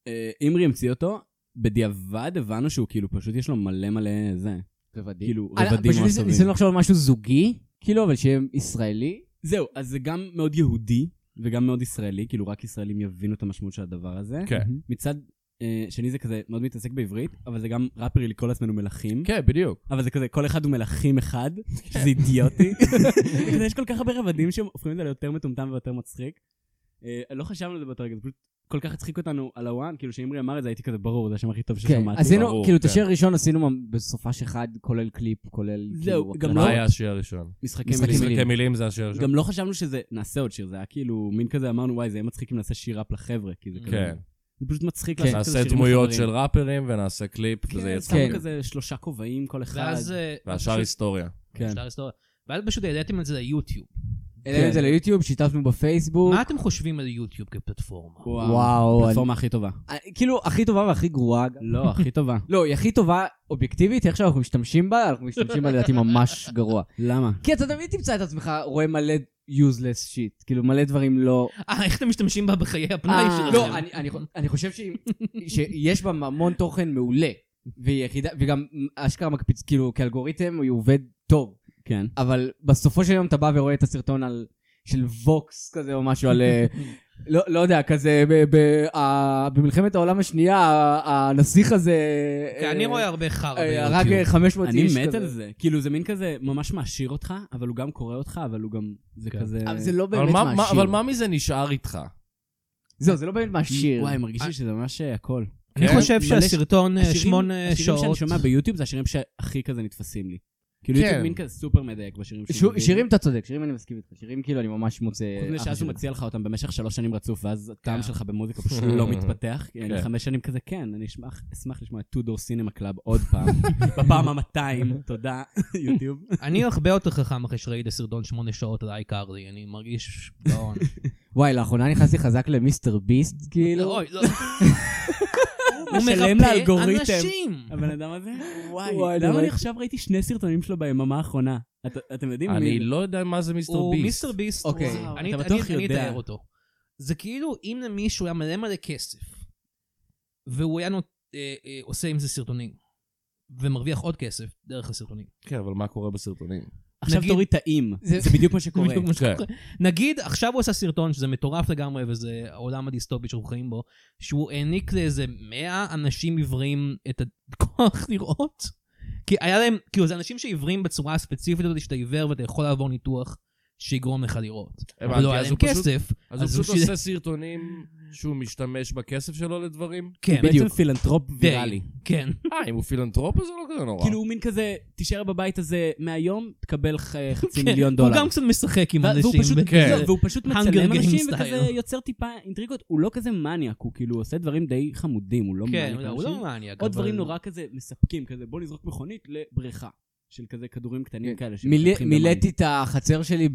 [SPEAKER 4] אה, אימרי המציא אותו, בדיעבד הבנו שהוא כאילו פשוט יש לו מלא מלא זה.
[SPEAKER 5] רבדים.
[SPEAKER 4] כאילו,
[SPEAKER 5] אני-
[SPEAKER 4] רבדים
[SPEAKER 5] פשוט
[SPEAKER 4] ממש טובים.
[SPEAKER 5] ניסינו לחשוב על משהו זוגי, כאילו, אבל שיהיה ישראלי.
[SPEAKER 4] זהו, אז זה גם מאוד יהודי וגם מאוד ישראלי, כאילו רק ישראלים יבינו את המשמעות של הדבר הזה.
[SPEAKER 2] כן.
[SPEAKER 4] מצד אה, שני זה כזה מאוד מתעסק בעברית, אבל זה גם ראפרי לקרוא לעצמנו מלכים.
[SPEAKER 2] כן, בדיוק.
[SPEAKER 4] אבל זה כזה, כל אחד הוא מלכים אחד, שזה אידיוטי. זה כזה, יש כל כך הרבה רבדים שהם הופכים את זה ליותר מטומטם ויותר מצחיק. אה, לא חשבנו על זה באותו רגע, זה פשוט כל כך הצחיק אותנו על הוואן, כאילו שאמרי אמר את זה הייתי כזה ברור, זה השם הכי טוב
[SPEAKER 5] כן,
[SPEAKER 4] ששמעתי.
[SPEAKER 5] עשינו,
[SPEAKER 2] ברור,
[SPEAKER 5] כאילו, את
[SPEAKER 2] כן.
[SPEAKER 5] השיר הראשון עשינו ממ- בסופש אחד, כולל קליפ, כולל...
[SPEAKER 4] זהו,
[SPEAKER 5] כאילו,
[SPEAKER 4] גם
[SPEAKER 5] הקלטה.
[SPEAKER 2] מה
[SPEAKER 4] לא-
[SPEAKER 2] היה השיר הראשון?
[SPEAKER 4] משחקי
[SPEAKER 5] משחקים
[SPEAKER 4] מילים.
[SPEAKER 5] מילים.
[SPEAKER 2] משחקי מילים זה השיר הראשון.
[SPEAKER 4] גם לא חשבנו שזה, נעשה עוד שיר, זה היה כאילו מין כזה, אמרנו וואי, זה יהיה מצחיק אם נעשה שיר ראפ לחבר'ה, כי זה כזה,
[SPEAKER 2] כן.
[SPEAKER 4] זה פשוט מצחיק
[SPEAKER 5] כן.
[SPEAKER 4] לעשות
[SPEAKER 2] נעשה
[SPEAKER 4] כזה שירים
[SPEAKER 2] דמויות
[SPEAKER 4] לחברים.
[SPEAKER 2] של ראפרים ונעשה קליפ, וזה
[SPEAKER 4] כן,
[SPEAKER 2] יהיה
[SPEAKER 4] שמנו
[SPEAKER 2] צחוק.
[SPEAKER 4] כזה שלושה כובעים כל אחד.
[SPEAKER 3] ואז... אה,
[SPEAKER 2] והשאר
[SPEAKER 3] פשוט-
[SPEAKER 2] היסטוריה.
[SPEAKER 4] כן.
[SPEAKER 3] שאר היסטוריה. ואז פשוט העליתם את זה ליוטיוב.
[SPEAKER 5] העלינו את זה ליוטיוב, שיתפנו בפייסבוק.
[SPEAKER 3] מה אתם חושבים על יוטיוב כפלטפורמה?
[SPEAKER 5] וואו, אני-
[SPEAKER 4] הפלטפורמה הכי טובה.
[SPEAKER 5] אה, כאילו, הכי טובה והכי גרועה. גם.
[SPEAKER 4] לא, הכי טובה.
[SPEAKER 5] לא, היא הכי טובה אובייקטיבית, איך שאנחנו משתמשים בה, אנחנו משתמשים בה לדעתי ממש גרוע.
[SPEAKER 4] למה?
[SPEAKER 5] כי אתה תמיד תמצא את עצמך רואה מלא יוזלס שיט, כאילו מלא דברים לא...
[SPEAKER 3] אה, איך אתם משתמשים בה בחיי הפנאי
[SPEAKER 5] אה,
[SPEAKER 3] שלכם?
[SPEAKER 5] לא, אני- אני חו- אני חושב שהיא- שיש בה המון תוכן מעולה, והיא יחידה, וגם אשכרה מקפיץ, כאילו כאלגוריתם היא עובד טוב,
[SPEAKER 4] כן.
[SPEAKER 5] אבל בסופו של יום אתה בא ורואה את הסרטון על... של ווקס כזה או משהו על... אה, לא, לא יודע, כזה ב, ב, ה, במלחמת העולם השנייה, ה- הנסיך הזה...
[SPEAKER 3] כי
[SPEAKER 2] כן,
[SPEAKER 5] אה,
[SPEAKER 3] אני רואה הרבה חרא
[SPEAKER 5] אה, הרג
[SPEAKER 3] ביוטיוב.
[SPEAKER 5] 500
[SPEAKER 4] אני
[SPEAKER 5] איש
[SPEAKER 4] מת
[SPEAKER 5] כזה.
[SPEAKER 4] על זה. כאילו, זה מין כזה ממש מעשיר אותך, אבל הוא גם קורא אותך, אבל הוא גם... זה
[SPEAKER 3] כן.
[SPEAKER 4] כזה...
[SPEAKER 5] אבל זה לא
[SPEAKER 2] אבל
[SPEAKER 5] באמת
[SPEAKER 2] מה- מה-
[SPEAKER 5] מעשיר.
[SPEAKER 2] אבל מה מזה נשאר איתך?
[SPEAKER 5] זהו, זה לא באמת מעשיר.
[SPEAKER 4] וואי, מרגיש לי שזה ממש אה, הכל.
[SPEAKER 3] אני
[SPEAKER 2] כן?
[SPEAKER 3] חושב
[SPEAKER 4] מלא
[SPEAKER 3] שהסרטון אה,
[SPEAKER 4] השירים-
[SPEAKER 3] שמונה
[SPEAKER 4] השירים שאני
[SPEAKER 3] שעות...
[SPEAKER 4] שומע ביוטיוב זה השירים שהכי כזה נתפסים לי. כאילו,
[SPEAKER 2] כן.
[SPEAKER 4] יוטיוב מין כזה סופר מדייק בשירים
[SPEAKER 5] ש-
[SPEAKER 4] שהוא מביא לי.
[SPEAKER 5] שירים אתה צודק, שירים אני מסכים איתך. שירים כאילו אני ממש מוצא...
[SPEAKER 4] חוץ מזה
[SPEAKER 5] אחלה
[SPEAKER 4] שאז הוא
[SPEAKER 5] שירים.
[SPEAKER 4] מציע לך אותם במשך שלוש שנים רצוף, ואז הטעם
[SPEAKER 3] כן.
[SPEAKER 4] שלך במוזיקה פשוט לא מתפתח. כי אני
[SPEAKER 2] כן.
[SPEAKER 4] חמש שנים כזה, כן, אני אשמח- אשמח לשמוע את טודור סינמה קלאב עוד פעם, בפעם ה-200, תודה, יוטיוב.
[SPEAKER 3] אני הרבה יותר חכם אחרי שראיתי סרטון שמונה שעות על אייקרלי, אני מרגיש גאון.
[SPEAKER 5] וואי, לאחרונה נכנסתי חזק למיסטר ביסט, כאילו.
[SPEAKER 3] אוי, לא.
[SPEAKER 4] הוא משלם
[SPEAKER 3] מרפא
[SPEAKER 4] לאלגוריתם.
[SPEAKER 3] אנשים.
[SPEAKER 4] הבן אדם הזה,
[SPEAKER 5] וואי,
[SPEAKER 4] וואי, למה
[SPEAKER 5] נראה-
[SPEAKER 4] אני לא- עכשיו ראיתי שני סרטונים שלו ביממה האחרונה? את- אתם יודעים מי?
[SPEAKER 2] אני לא יודע מה זה מיסטר
[SPEAKER 3] הוא
[SPEAKER 2] ביסט.
[SPEAKER 3] מיסטר ביסט.
[SPEAKER 5] אוקיי.
[SPEAKER 3] הוא-
[SPEAKER 4] וואו,
[SPEAKER 3] אני
[SPEAKER 4] אתה
[SPEAKER 3] אני-
[SPEAKER 4] בטוח
[SPEAKER 3] אני
[SPEAKER 4] יודע.
[SPEAKER 3] אתאר אותו. זה כאילו אם למישהו היה מלא מלא כסף, והוא היה נות- אה, אה, עושה עם זה סרטונים, ומרוויח עוד כסף דרך הסרטונים.
[SPEAKER 2] כן, אבל מה קורה בסרטונים?
[SPEAKER 4] עכשיו
[SPEAKER 3] נגיד-
[SPEAKER 4] תוריד את ה"אים",
[SPEAKER 3] זה-
[SPEAKER 4] זה בדיוק מה שקורה.
[SPEAKER 3] בדיוק מה
[SPEAKER 2] כן.
[SPEAKER 3] שקורה. נגיד, עכשיו הוא עשה סרטון שזה מטורף לגמרי, וזה העולם הדיסטופי שאנחנו חיים בו, שהוא העניק לאיזה 100 אנשים עיוורים את הכוח לראות. כי היה להם, כאילו, זה אנשים שעיוורים בצורה הספציפית הזאת, שאתה עיוור ואתה יכול לעבור ניתוח שיגרום לך לראות.
[SPEAKER 2] הבנתי,
[SPEAKER 3] אבל לא היה
[SPEAKER 2] אז
[SPEAKER 3] להם
[SPEAKER 2] הוא פשוט-
[SPEAKER 3] כסף.
[SPEAKER 2] אז הוא
[SPEAKER 3] אז
[SPEAKER 2] פשוט
[SPEAKER 3] הוא שילם-
[SPEAKER 2] עושה סרטונים שהוא משתמש בכסף שלו לדברים?
[SPEAKER 3] כן,
[SPEAKER 4] בעצם פילנטרופ
[SPEAKER 3] די,
[SPEAKER 4] ויראלי.
[SPEAKER 3] כן.
[SPEAKER 2] אה, אם הוא פילנטרופ אז זה לא כזה נורא.
[SPEAKER 4] כאילו הוא מין כזה, תישאר בבית הזה מהיום, תקבל ח- חצי
[SPEAKER 3] כן.
[SPEAKER 4] מיליון
[SPEAKER 3] הוא
[SPEAKER 4] דולר.
[SPEAKER 3] גם קצת משחק עם
[SPEAKER 4] ו- והוא
[SPEAKER 3] אנשים.
[SPEAKER 4] פשוט-
[SPEAKER 3] ב-
[SPEAKER 2] כן.
[SPEAKER 4] לא, והוא פשוט
[SPEAKER 3] Hunger
[SPEAKER 4] מצלם
[SPEAKER 3] Games
[SPEAKER 4] אנשים
[SPEAKER 3] style.
[SPEAKER 4] וכזה יוצר טיפה אינטריגות. הוא לא כזה מניאק, הוא כאילו עושה דברים די חמודים, הוא לא
[SPEAKER 3] כן,
[SPEAKER 4] מניאק.
[SPEAKER 3] לא, הוא
[SPEAKER 4] לאנשים.
[SPEAKER 3] לא מניאק.
[SPEAKER 4] או
[SPEAKER 3] אבל-
[SPEAKER 4] דברים נורא כזה מספקים, כזה בוא נזרוק מכונית לבריכה. של כזה כדורים קטנים כאלה.
[SPEAKER 5] מילי-
[SPEAKER 4] שמתפתחים במים.
[SPEAKER 5] מילאתי את החצר שלי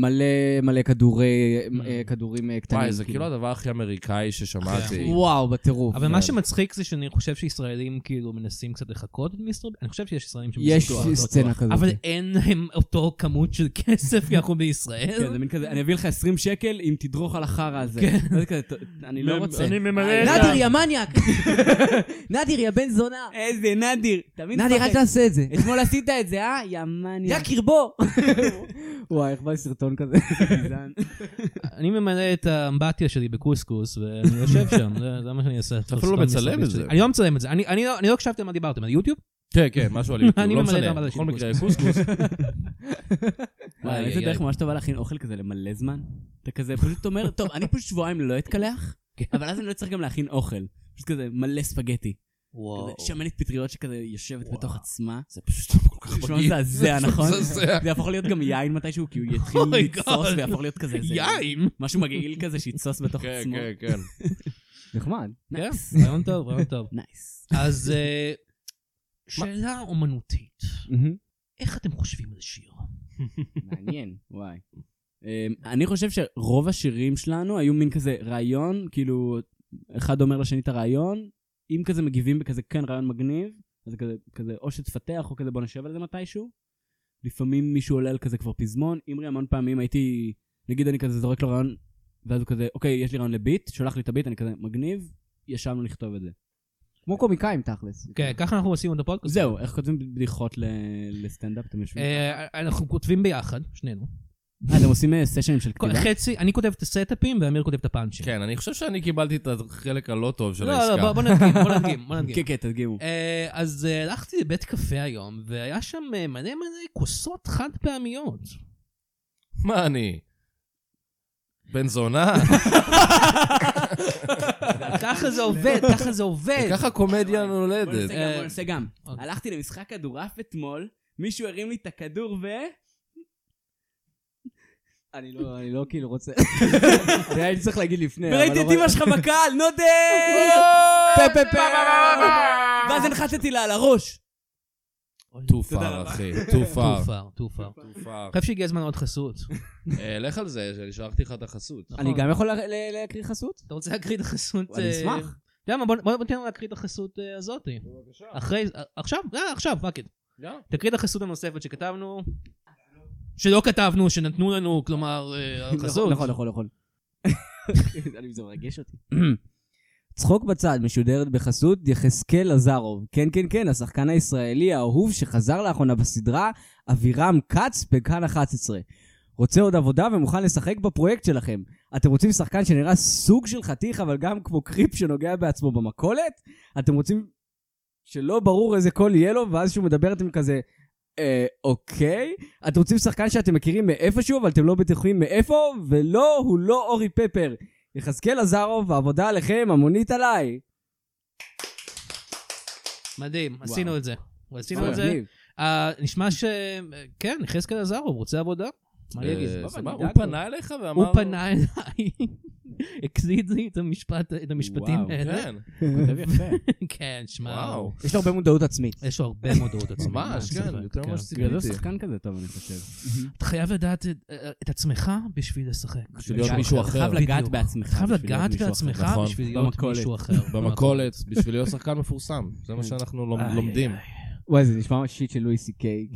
[SPEAKER 5] במלא מלא כדורי,
[SPEAKER 4] Mm.
[SPEAKER 5] אה, כדורים אה, קטנים.
[SPEAKER 2] וואי, זה כאילו כן. הדבר הכי אמריקאי ששמעתי.
[SPEAKER 5] וואו, בטירוף.
[SPEAKER 3] אבל מה שמצחיק זה שאני חושב שישראלים כאילו מנסים קצת לחקות את מיסטר ביסט, אני חושב שיש ישראלים
[SPEAKER 5] יש
[SPEAKER 3] שמנסים לחקות אותו.
[SPEAKER 5] סצנה כזאת.
[SPEAKER 3] אבל אין להם אותו כמות של כסף כי אנחנו בישראל.
[SPEAKER 4] כן, זה מין כזה, אני אביא לך 20 שקל אם תדרוך על החרא הזה. אז כזה, "ת- אני אה, לא רוצה.
[SPEAKER 2] ממלא
[SPEAKER 5] נדיר, יא מניאק! נדיר, יא בן זונה!
[SPEAKER 4] איזה נדיר. תמיד
[SPEAKER 5] נדיר, אל
[SPEAKER 4] מפחד.
[SPEAKER 5] תעשה את זה.
[SPEAKER 4] אתמול עשית את זה, אה? יא מניאק.
[SPEAKER 5] קרבו! וואי, איך בא לי סרטון כזה.
[SPEAKER 4] גזען. כן.
[SPEAKER 3] אני ממלא את האמבטיה שלי בקוסקוס, ואני יושב שם, זה- זה מה שאני אעשה. אתה
[SPEAKER 2] אפילו לא מצלם את זה.
[SPEAKER 3] אני לא מצלם את זה. אני- אני לא- אני לא הקשבתי על מה דיברתם, על יוטיוב?
[SPEAKER 2] כן, כן, משהו על יוטיוב,
[SPEAKER 3] אני
[SPEAKER 2] לא
[SPEAKER 3] ממלא
[SPEAKER 2] משנה.
[SPEAKER 3] גם על
[SPEAKER 2] בכל
[SPEAKER 3] השיקוס.
[SPEAKER 2] מקרה, קוסקוס.
[SPEAKER 4] וואי,
[SPEAKER 3] איי,
[SPEAKER 4] איזה
[SPEAKER 3] איי,
[SPEAKER 4] דרך
[SPEAKER 3] איי.
[SPEAKER 4] ממש טובה להכין אוכל כזה למלא זמן. אתה כזה פשוט אומר, טוב, אני פשוט שבועיים לא אתקלח,
[SPEAKER 3] כן.
[SPEAKER 4] אבל אז אני לא צריך גם להכין אוכל. פשוט כזה מלא ספגטי.
[SPEAKER 3] וואו.
[SPEAKER 4] כזה שמנת פטריות שכזה יושבת בתוך עצמה.
[SPEAKER 2] זה פשוט לא כל כך
[SPEAKER 4] נשמע
[SPEAKER 2] מגעיל.
[SPEAKER 4] מזעזע, נכון?
[SPEAKER 2] מזעזע.
[SPEAKER 4] זה יהפוך להיות גם יין מתישהו, כי הוא יתחיל
[SPEAKER 3] Oh my
[SPEAKER 4] לתסוס
[SPEAKER 3] God.
[SPEAKER 4] ויהפוך להיות כזה איזה-
[SPEAKER 3] יין!
[SPEAKER 4] משהו מגעיל כזה שיתסוס בתוך
[SPEAKER 2] כן,
[SPEAKER 4] עצמו.
[SPEAKER 2] כן, כן.
[SPEAKER 5] נחמד.
[SPEAKER 3] כן,
[SPEAKER 4] נייס.
[SPEAKER 3] רעיון טוב, רעיון טוב.
[SPEAKER 4] נייס.
[SPEAKER 3] אז אה, שאלה אומנותית, איך אתם חושבים על שיר?
[SPEAKER 4] מעניין, וואי. אמ, אני חושב שרוב השירים שלנו היו מין כזה רעיון, כאילו, אחד אומר לשני את הרעיון, אם כזה מגיבים בכזה, כן, רעיון מגניב, אז כזה, כזה או שתפתח, או כזה בוא נשב על זה מתישהו. לפעמים מישהו עולה על כזה כבר פזמון, אמרי המון פעמים הייתי, נגיד אני כזה זורק לו רעיון, ואז הוא כזה, אוקיי, יש לי רעיון לביט, שולח לי את הביט, אני כזה, מגניב, ישבנו לכתוב את זה.
[SPEAKER 5] כמו קומיקאים תכלס.
[SPEAKER 3] כן, ככה אנחנו עושים את הפודקאסט.
[SPEAKER 4] זהו, איך כותבים בדיחות ל- לסטנדאפ, אתם יושבים?
[SPEAKER 3] אה, אנחנו כותבים ביחד, שנינו.
[SPEAKER 4] אה, אתם עושים אה, סשנים של
[SPEAKER 3] כל-
[SPEAKER 4] כתיבה?
[SPEAKER 3] חצי, אני כותב את הסטאפים ואמיר כותב את הפאנצ'ים.
[SPEAKER 2] כן, אני חושב שאני קיבלתי את החלק הלא טוב של
[SPEAKER 3] לא, לא,
[SPEAKER 2] העסקה.
[SPEAKER 3] בוא- בוא נדגים, בוא נדגים, בוא נדגים.
[SPEAKER 4] כן, כן, תדגימו.
[SPEAKER 3] אה, אז אה, הלכתי לבית קפה היום, והיה שם אה, מלא מלא כוסות חד פעמיות.
[SPEAKER 2] מה אני? בן זונה?
[SPEAKER 3] ככה זה עובד, ככה זה עובד.
[SPEAKER 2] ככה קומדיה
[SPEAKER 4] בוא נעשה
[SPEAKER 2] נולדת.
[SPEAKER 4] גם,
[SPEAKER 3] אה,
[SPEAKER 4] בוא נעשה גם.
[SPEAKER 3] אוקיי.
[SPEAKER 4] הלכתי למשחק כדורעף אתמול, מישהו הרים לי את הכדור ו...
[SPEAKER 5] אני לא, אני לא כאילו רוצה... זה הייתי צריך להגיד לפני. אבל
[SPEAKER 4] וראיתי את
[SPEAKER 5] לא-
[SPEAKER 4] אמא שלך בקהל, נודר! פה פה פה! ואז הנחתתי לה על הראש.
[SPEAKER 2] too
[SPEAKER 4] תודה
[SPEAKER 2] far,
[SPEAKER 4] רבה.
[SPEAKER 2] אחי, too far.
[SPEAKER 3] טופר, טופר.
[SPEAKER 2] too far.
[SPEAKER 3] אני חושב שהגיע הזמן לעוד חסות.
[SPEAKER 2] אה, לך על זה, שאני שלחתי לך את החסות.
[SPEAKER 5] אני גם יכול לה- לה- להקריא חסות?
[SPEAKER 3] אתה רוצה להקריא את החסות?
[SPEAKER 5] אני
[SPEAKER 3] אה,
[SPEAKER 5] אשמח.
[SPEAKER 3] אתה יודע מה, בוא- בוא ניתן לנו להקריא את החסות אה, הזאת. אחרי, עכשיו, אה, עכשיו, פאק איט.
[SPEAKER 2] לא.
[SPEAKER 3] תקריא את החסות הנוספת שכתבנו. שלא כתבנו, שנתנו לנו, כלומר, אה, החסות.
[SPEAKER 5] נכון, נכון, נכון. אני- זה מרגש אותי. צחוק בצד משודרת בחסות יחזקאל עזרוב. כן, כן, כן, השחקן הישראלי האהוב שחזר לאחרונה בסדרה אבירם כץ בכאן 11. רוצה עוד עבודה ומוכן לשחק בפרויקט שלכם. אתם רוצים שחקן שנראה סוג של חתיך, אבל גם כמו קריפ שנוגע בעצמו במכולת? אתם רוצים שלא ברור איזה קול יהיה לו, ואז שהוא מדבר אתם כזה, אה, אוקיי? אתם רוצים שחקן שאתם מכירים מאיפשהו, אבל אתם לא בטוחים מאיפה? ולא, הוא לא אורי פפר. יחזקאל עזרוב, העבודה עליכם, המונית עליי.
[SPEAKER 3] מדהים, עשינו את זה. עשינו
[SPEAKER 5] וואו,
[SPEAKER 3] את זה.
[SPEAKER 5] מגניב.
[SPEAKER 3] אה, נשמע ש... כן, יחזקאל עזרוב רוצה עבודה. מה אני אגיד?
[SPEAKER 2] אה, סבבה,
[SPEAKER 5] אני
[SPEAKER 2] הוא
[SPEAKER 5] אדאג לו.
[SPEAKER 2] פנה אליך ואמר...
[SPEAKER 3] הוא פנה אליי, הקליט לי את המשפט- את המשפטים
[SPEAKER 4] וואו,
[SPEAKER 3] האלה.
[SPEAKER 2] כן,
[SPEAKER 4] כותב יפה.
[SPEAKER 3] כן, שמע,
[SPEAKER 2] וואו.
[SPEAKER 5] יש לו הרבה מודעות עצמית.
[SPEAKER 3] יש לו הרבה מודעות עצמית.
[SPEAKER 2] ממש,
[SPEAKER 3] אין
[SPEAKER 2] כן,
[SPEAKER 3] ספק,
[SPEAKER 2] יותר
[SPEAKER 3] כן.
[SPEAKER 2] ממה
[SPEAKER 4] בגלל זה הוא
[SPEAKER 2] שציפיתי.
[SPEAKER 4] שחקן כזה טוב, אני חושב.
[SPEAKER 3] אתה חייב לדעת את- אה, את עצמך בשביל לשחק.
[SPEAKER 2] בשביל להיות
[SPEAKER 3] אתה
[SPEAKER 2] מישהו
[SPEAKER 3] חייב
[SPEAKER 2] אחר.
[SPEAKER 4] חייב לגעת
[SPEAKER 3] בדיוק.
[SPEAKER 4] בעצמך.
[SPEAKER 3] אתה חייב
[SPEAKER 4] בשביל להיות
[SPEAKER 3] לגעת
[SPEAKER 4] מישהו אחר.
[SPEAKER 3] בעצמך
[SPEAKER 2] נכון.
[SPEAKER 3] בשביל להיות
[SPEAKER 4] במכולת.
[SPEAKER 3] מישהו אחר.
[SPEAKER 2] במכולת, בשביל להיות שחקן מפורסם. זה מה שאנחנו לומ-
[SPEAKER 3] איי,
[SPEAKER 2] לומדים.
[SPEAKER 3] איי,
[SPEAKER 5] וואי, זה נשמע ממש שיט של לואי סי קיי.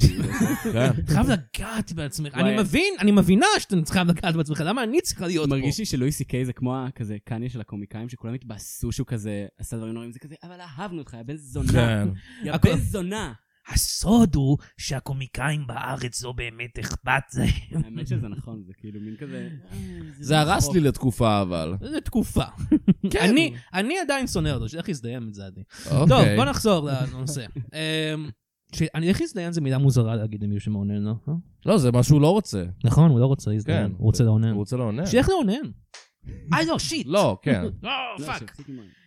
[SPEAKER 2] כן.
[SPEAKER 3] אתה חייב לגעת בעצמך.
[SPEAKER 4] וואי.
[SPEAKER 3] אני מבין, אני מבינה שאתה חייב לגעת בעצמך, למה אני צריכה להיות פה?
[SPEAKER 4] מרגיש לי שלואי סי קיי זה כמו הכזה קניה של הקומיקאים, שכולם התבאסו שהוא כזה עשה דברים נוראים, זה כזה, אבל אהבנו אותך, יא בן זונה.
[SPEAKER 2] כן.
[SPEAKER 4] יא
[SPEAKER 3] הכל-
[SPEAKER 4] בן זונה.
[SPEAKER 6] הסוד הוא שהקומיקאים בארץ לא באמת אכפת להם.
[SPEAKER 4] האמת שזה נכון, זה כאילו מין כזה...
[SPEAKER 2] זה הרס לי לתקופה אבל.
[SPEAKER 3] זה תקופה.
[SPEAKER 4] כן.
[SPEAKER 3] אני, אני עדיין שונא אותו, שדרך להזדיין את זה עדיין. טוב,
[SPEAKER 2] אוקיי.
[SPEAKER 3] בוא נחזור לנושא. אמ, ש- אני איך להזדיין זו מילה מוזרה להגיד למישהו שמאונן, לא? אה?
[SPEAKER 2] לא, זה מה שהוא לא רוצה.
[SPEAKER 3] נכון, הוא לא רוצה להזדיין,
[SPEAKER 2] כן.
[SPEAKER 3] הוא רוצה לאונן.
[SPEAKER 2] הוא רוצה לעונן.
[SPEAKER 3] שילך לאונן. אה, לא, שיט.
[SPEAKER 2] לא, כן,
[SPEAKER 3] לא,
[SPEAKER 4] לא,
[SPEAKER 3] פאק.
[SPEAKER 4] שיפסיק עם ה-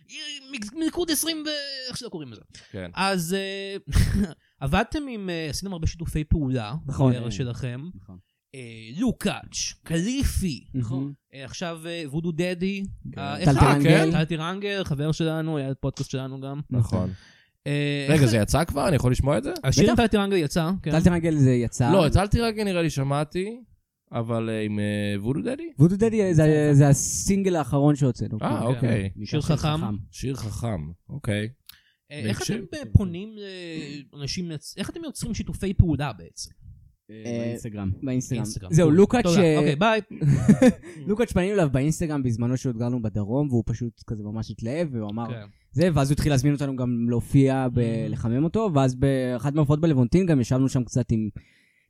[SPEAKER 3] מיקוד 20 ו... איך שלא קוראים לזה.
[SPEAKER 2] כן.
[SPEAKER 3] אז אה, עבדתם עם... אה, עשיתם הרבה שיתופי פעולה.
[SPEAKER 5] נכון.
[SPEAKER 3] בקריירה שלכם.
[SPEAKER 4] נכון.
[SPEAKER 3] אה, לוקאץ', קליפי.
[SPEAKER 5] נכון.
[SPEAKER 3] אה, עכשיו אה, וודו דדי. אה, איך
[SPEAKER 5] טל
[SPEAKER 3] אתה?
[SPEAKER 2] כן?
[SPEAKER 5] טירנגל.
[SPEAKER 3] טל טירנגל, חבר שלנו, היה פודקאסט שלנו גם.
[SPEAKER 2] נכון.
[SPEAKER 3] אה,
[SPEAKER 2] רגע,
[SPEAKER 3] איך-
[SPEAKER 2] זה יצא כבר? אני יכול לשמוע את זה?
[SPEAKER 3] השיר עם
[SPEAKER 5] בטח.
[SPEAKER 3] טל טירנגל יצא, כן.
[SPEAKER 5] טל תרנגל זה יצא.
[SPEAKER 2] לא, את אלתי רגע נראה לי שמעתי, אבל אה, עם אה, וודו דדי?
[SPEAKER 5] וודו דדי זה- זה הסינגל האחרון שהוצאנו. כן.
[SPEAKER 2] אה,
[SPEAKER 3] אוקיי.
[SPEAKER 2] אוקיי.
[SPEAKER 3] שיר חכם.
[SPEAKER 2] שיר חכם, אוקיי.
[SPEAKER 3] אה, איך
[SPEAKER 2] בהקשר-
[SPEAKER 3] אתם אה, פונים לאנשים, יצ- איך אתם יוצרים שיתופי פעולה בעצם?
[SPEAKER 4] אה, באינסטגרם.
[SPEAKER 5] באינסטגרם.
[SPEAKER 3] אינסטגרם.
[SPEAKER 5] זהו, אה, לוקאץ'
[SPEAKER 3] תודה.
[SPEAKER 5] ש-
[SPEAKER 3] אוקיי, ביי.
[SPEAKER 5] לוקאץ' פנינו אליו באינסטגרם בזמנו שהוד גרנו בדרום, והוא פשוט כזה ממש התלהב, והוא אמר
[SPEAKER 3] כן.
[SPEAKER 5] זה, ואז הוא התחיל להזמין אותנו גם להופיע,
[SPEAKER 4] Mm-hmm.
[SPEAKER 5] ב- לחמם אותו, ואז באחת מההופעות בלוונטין גם ישבנו שם קצת עם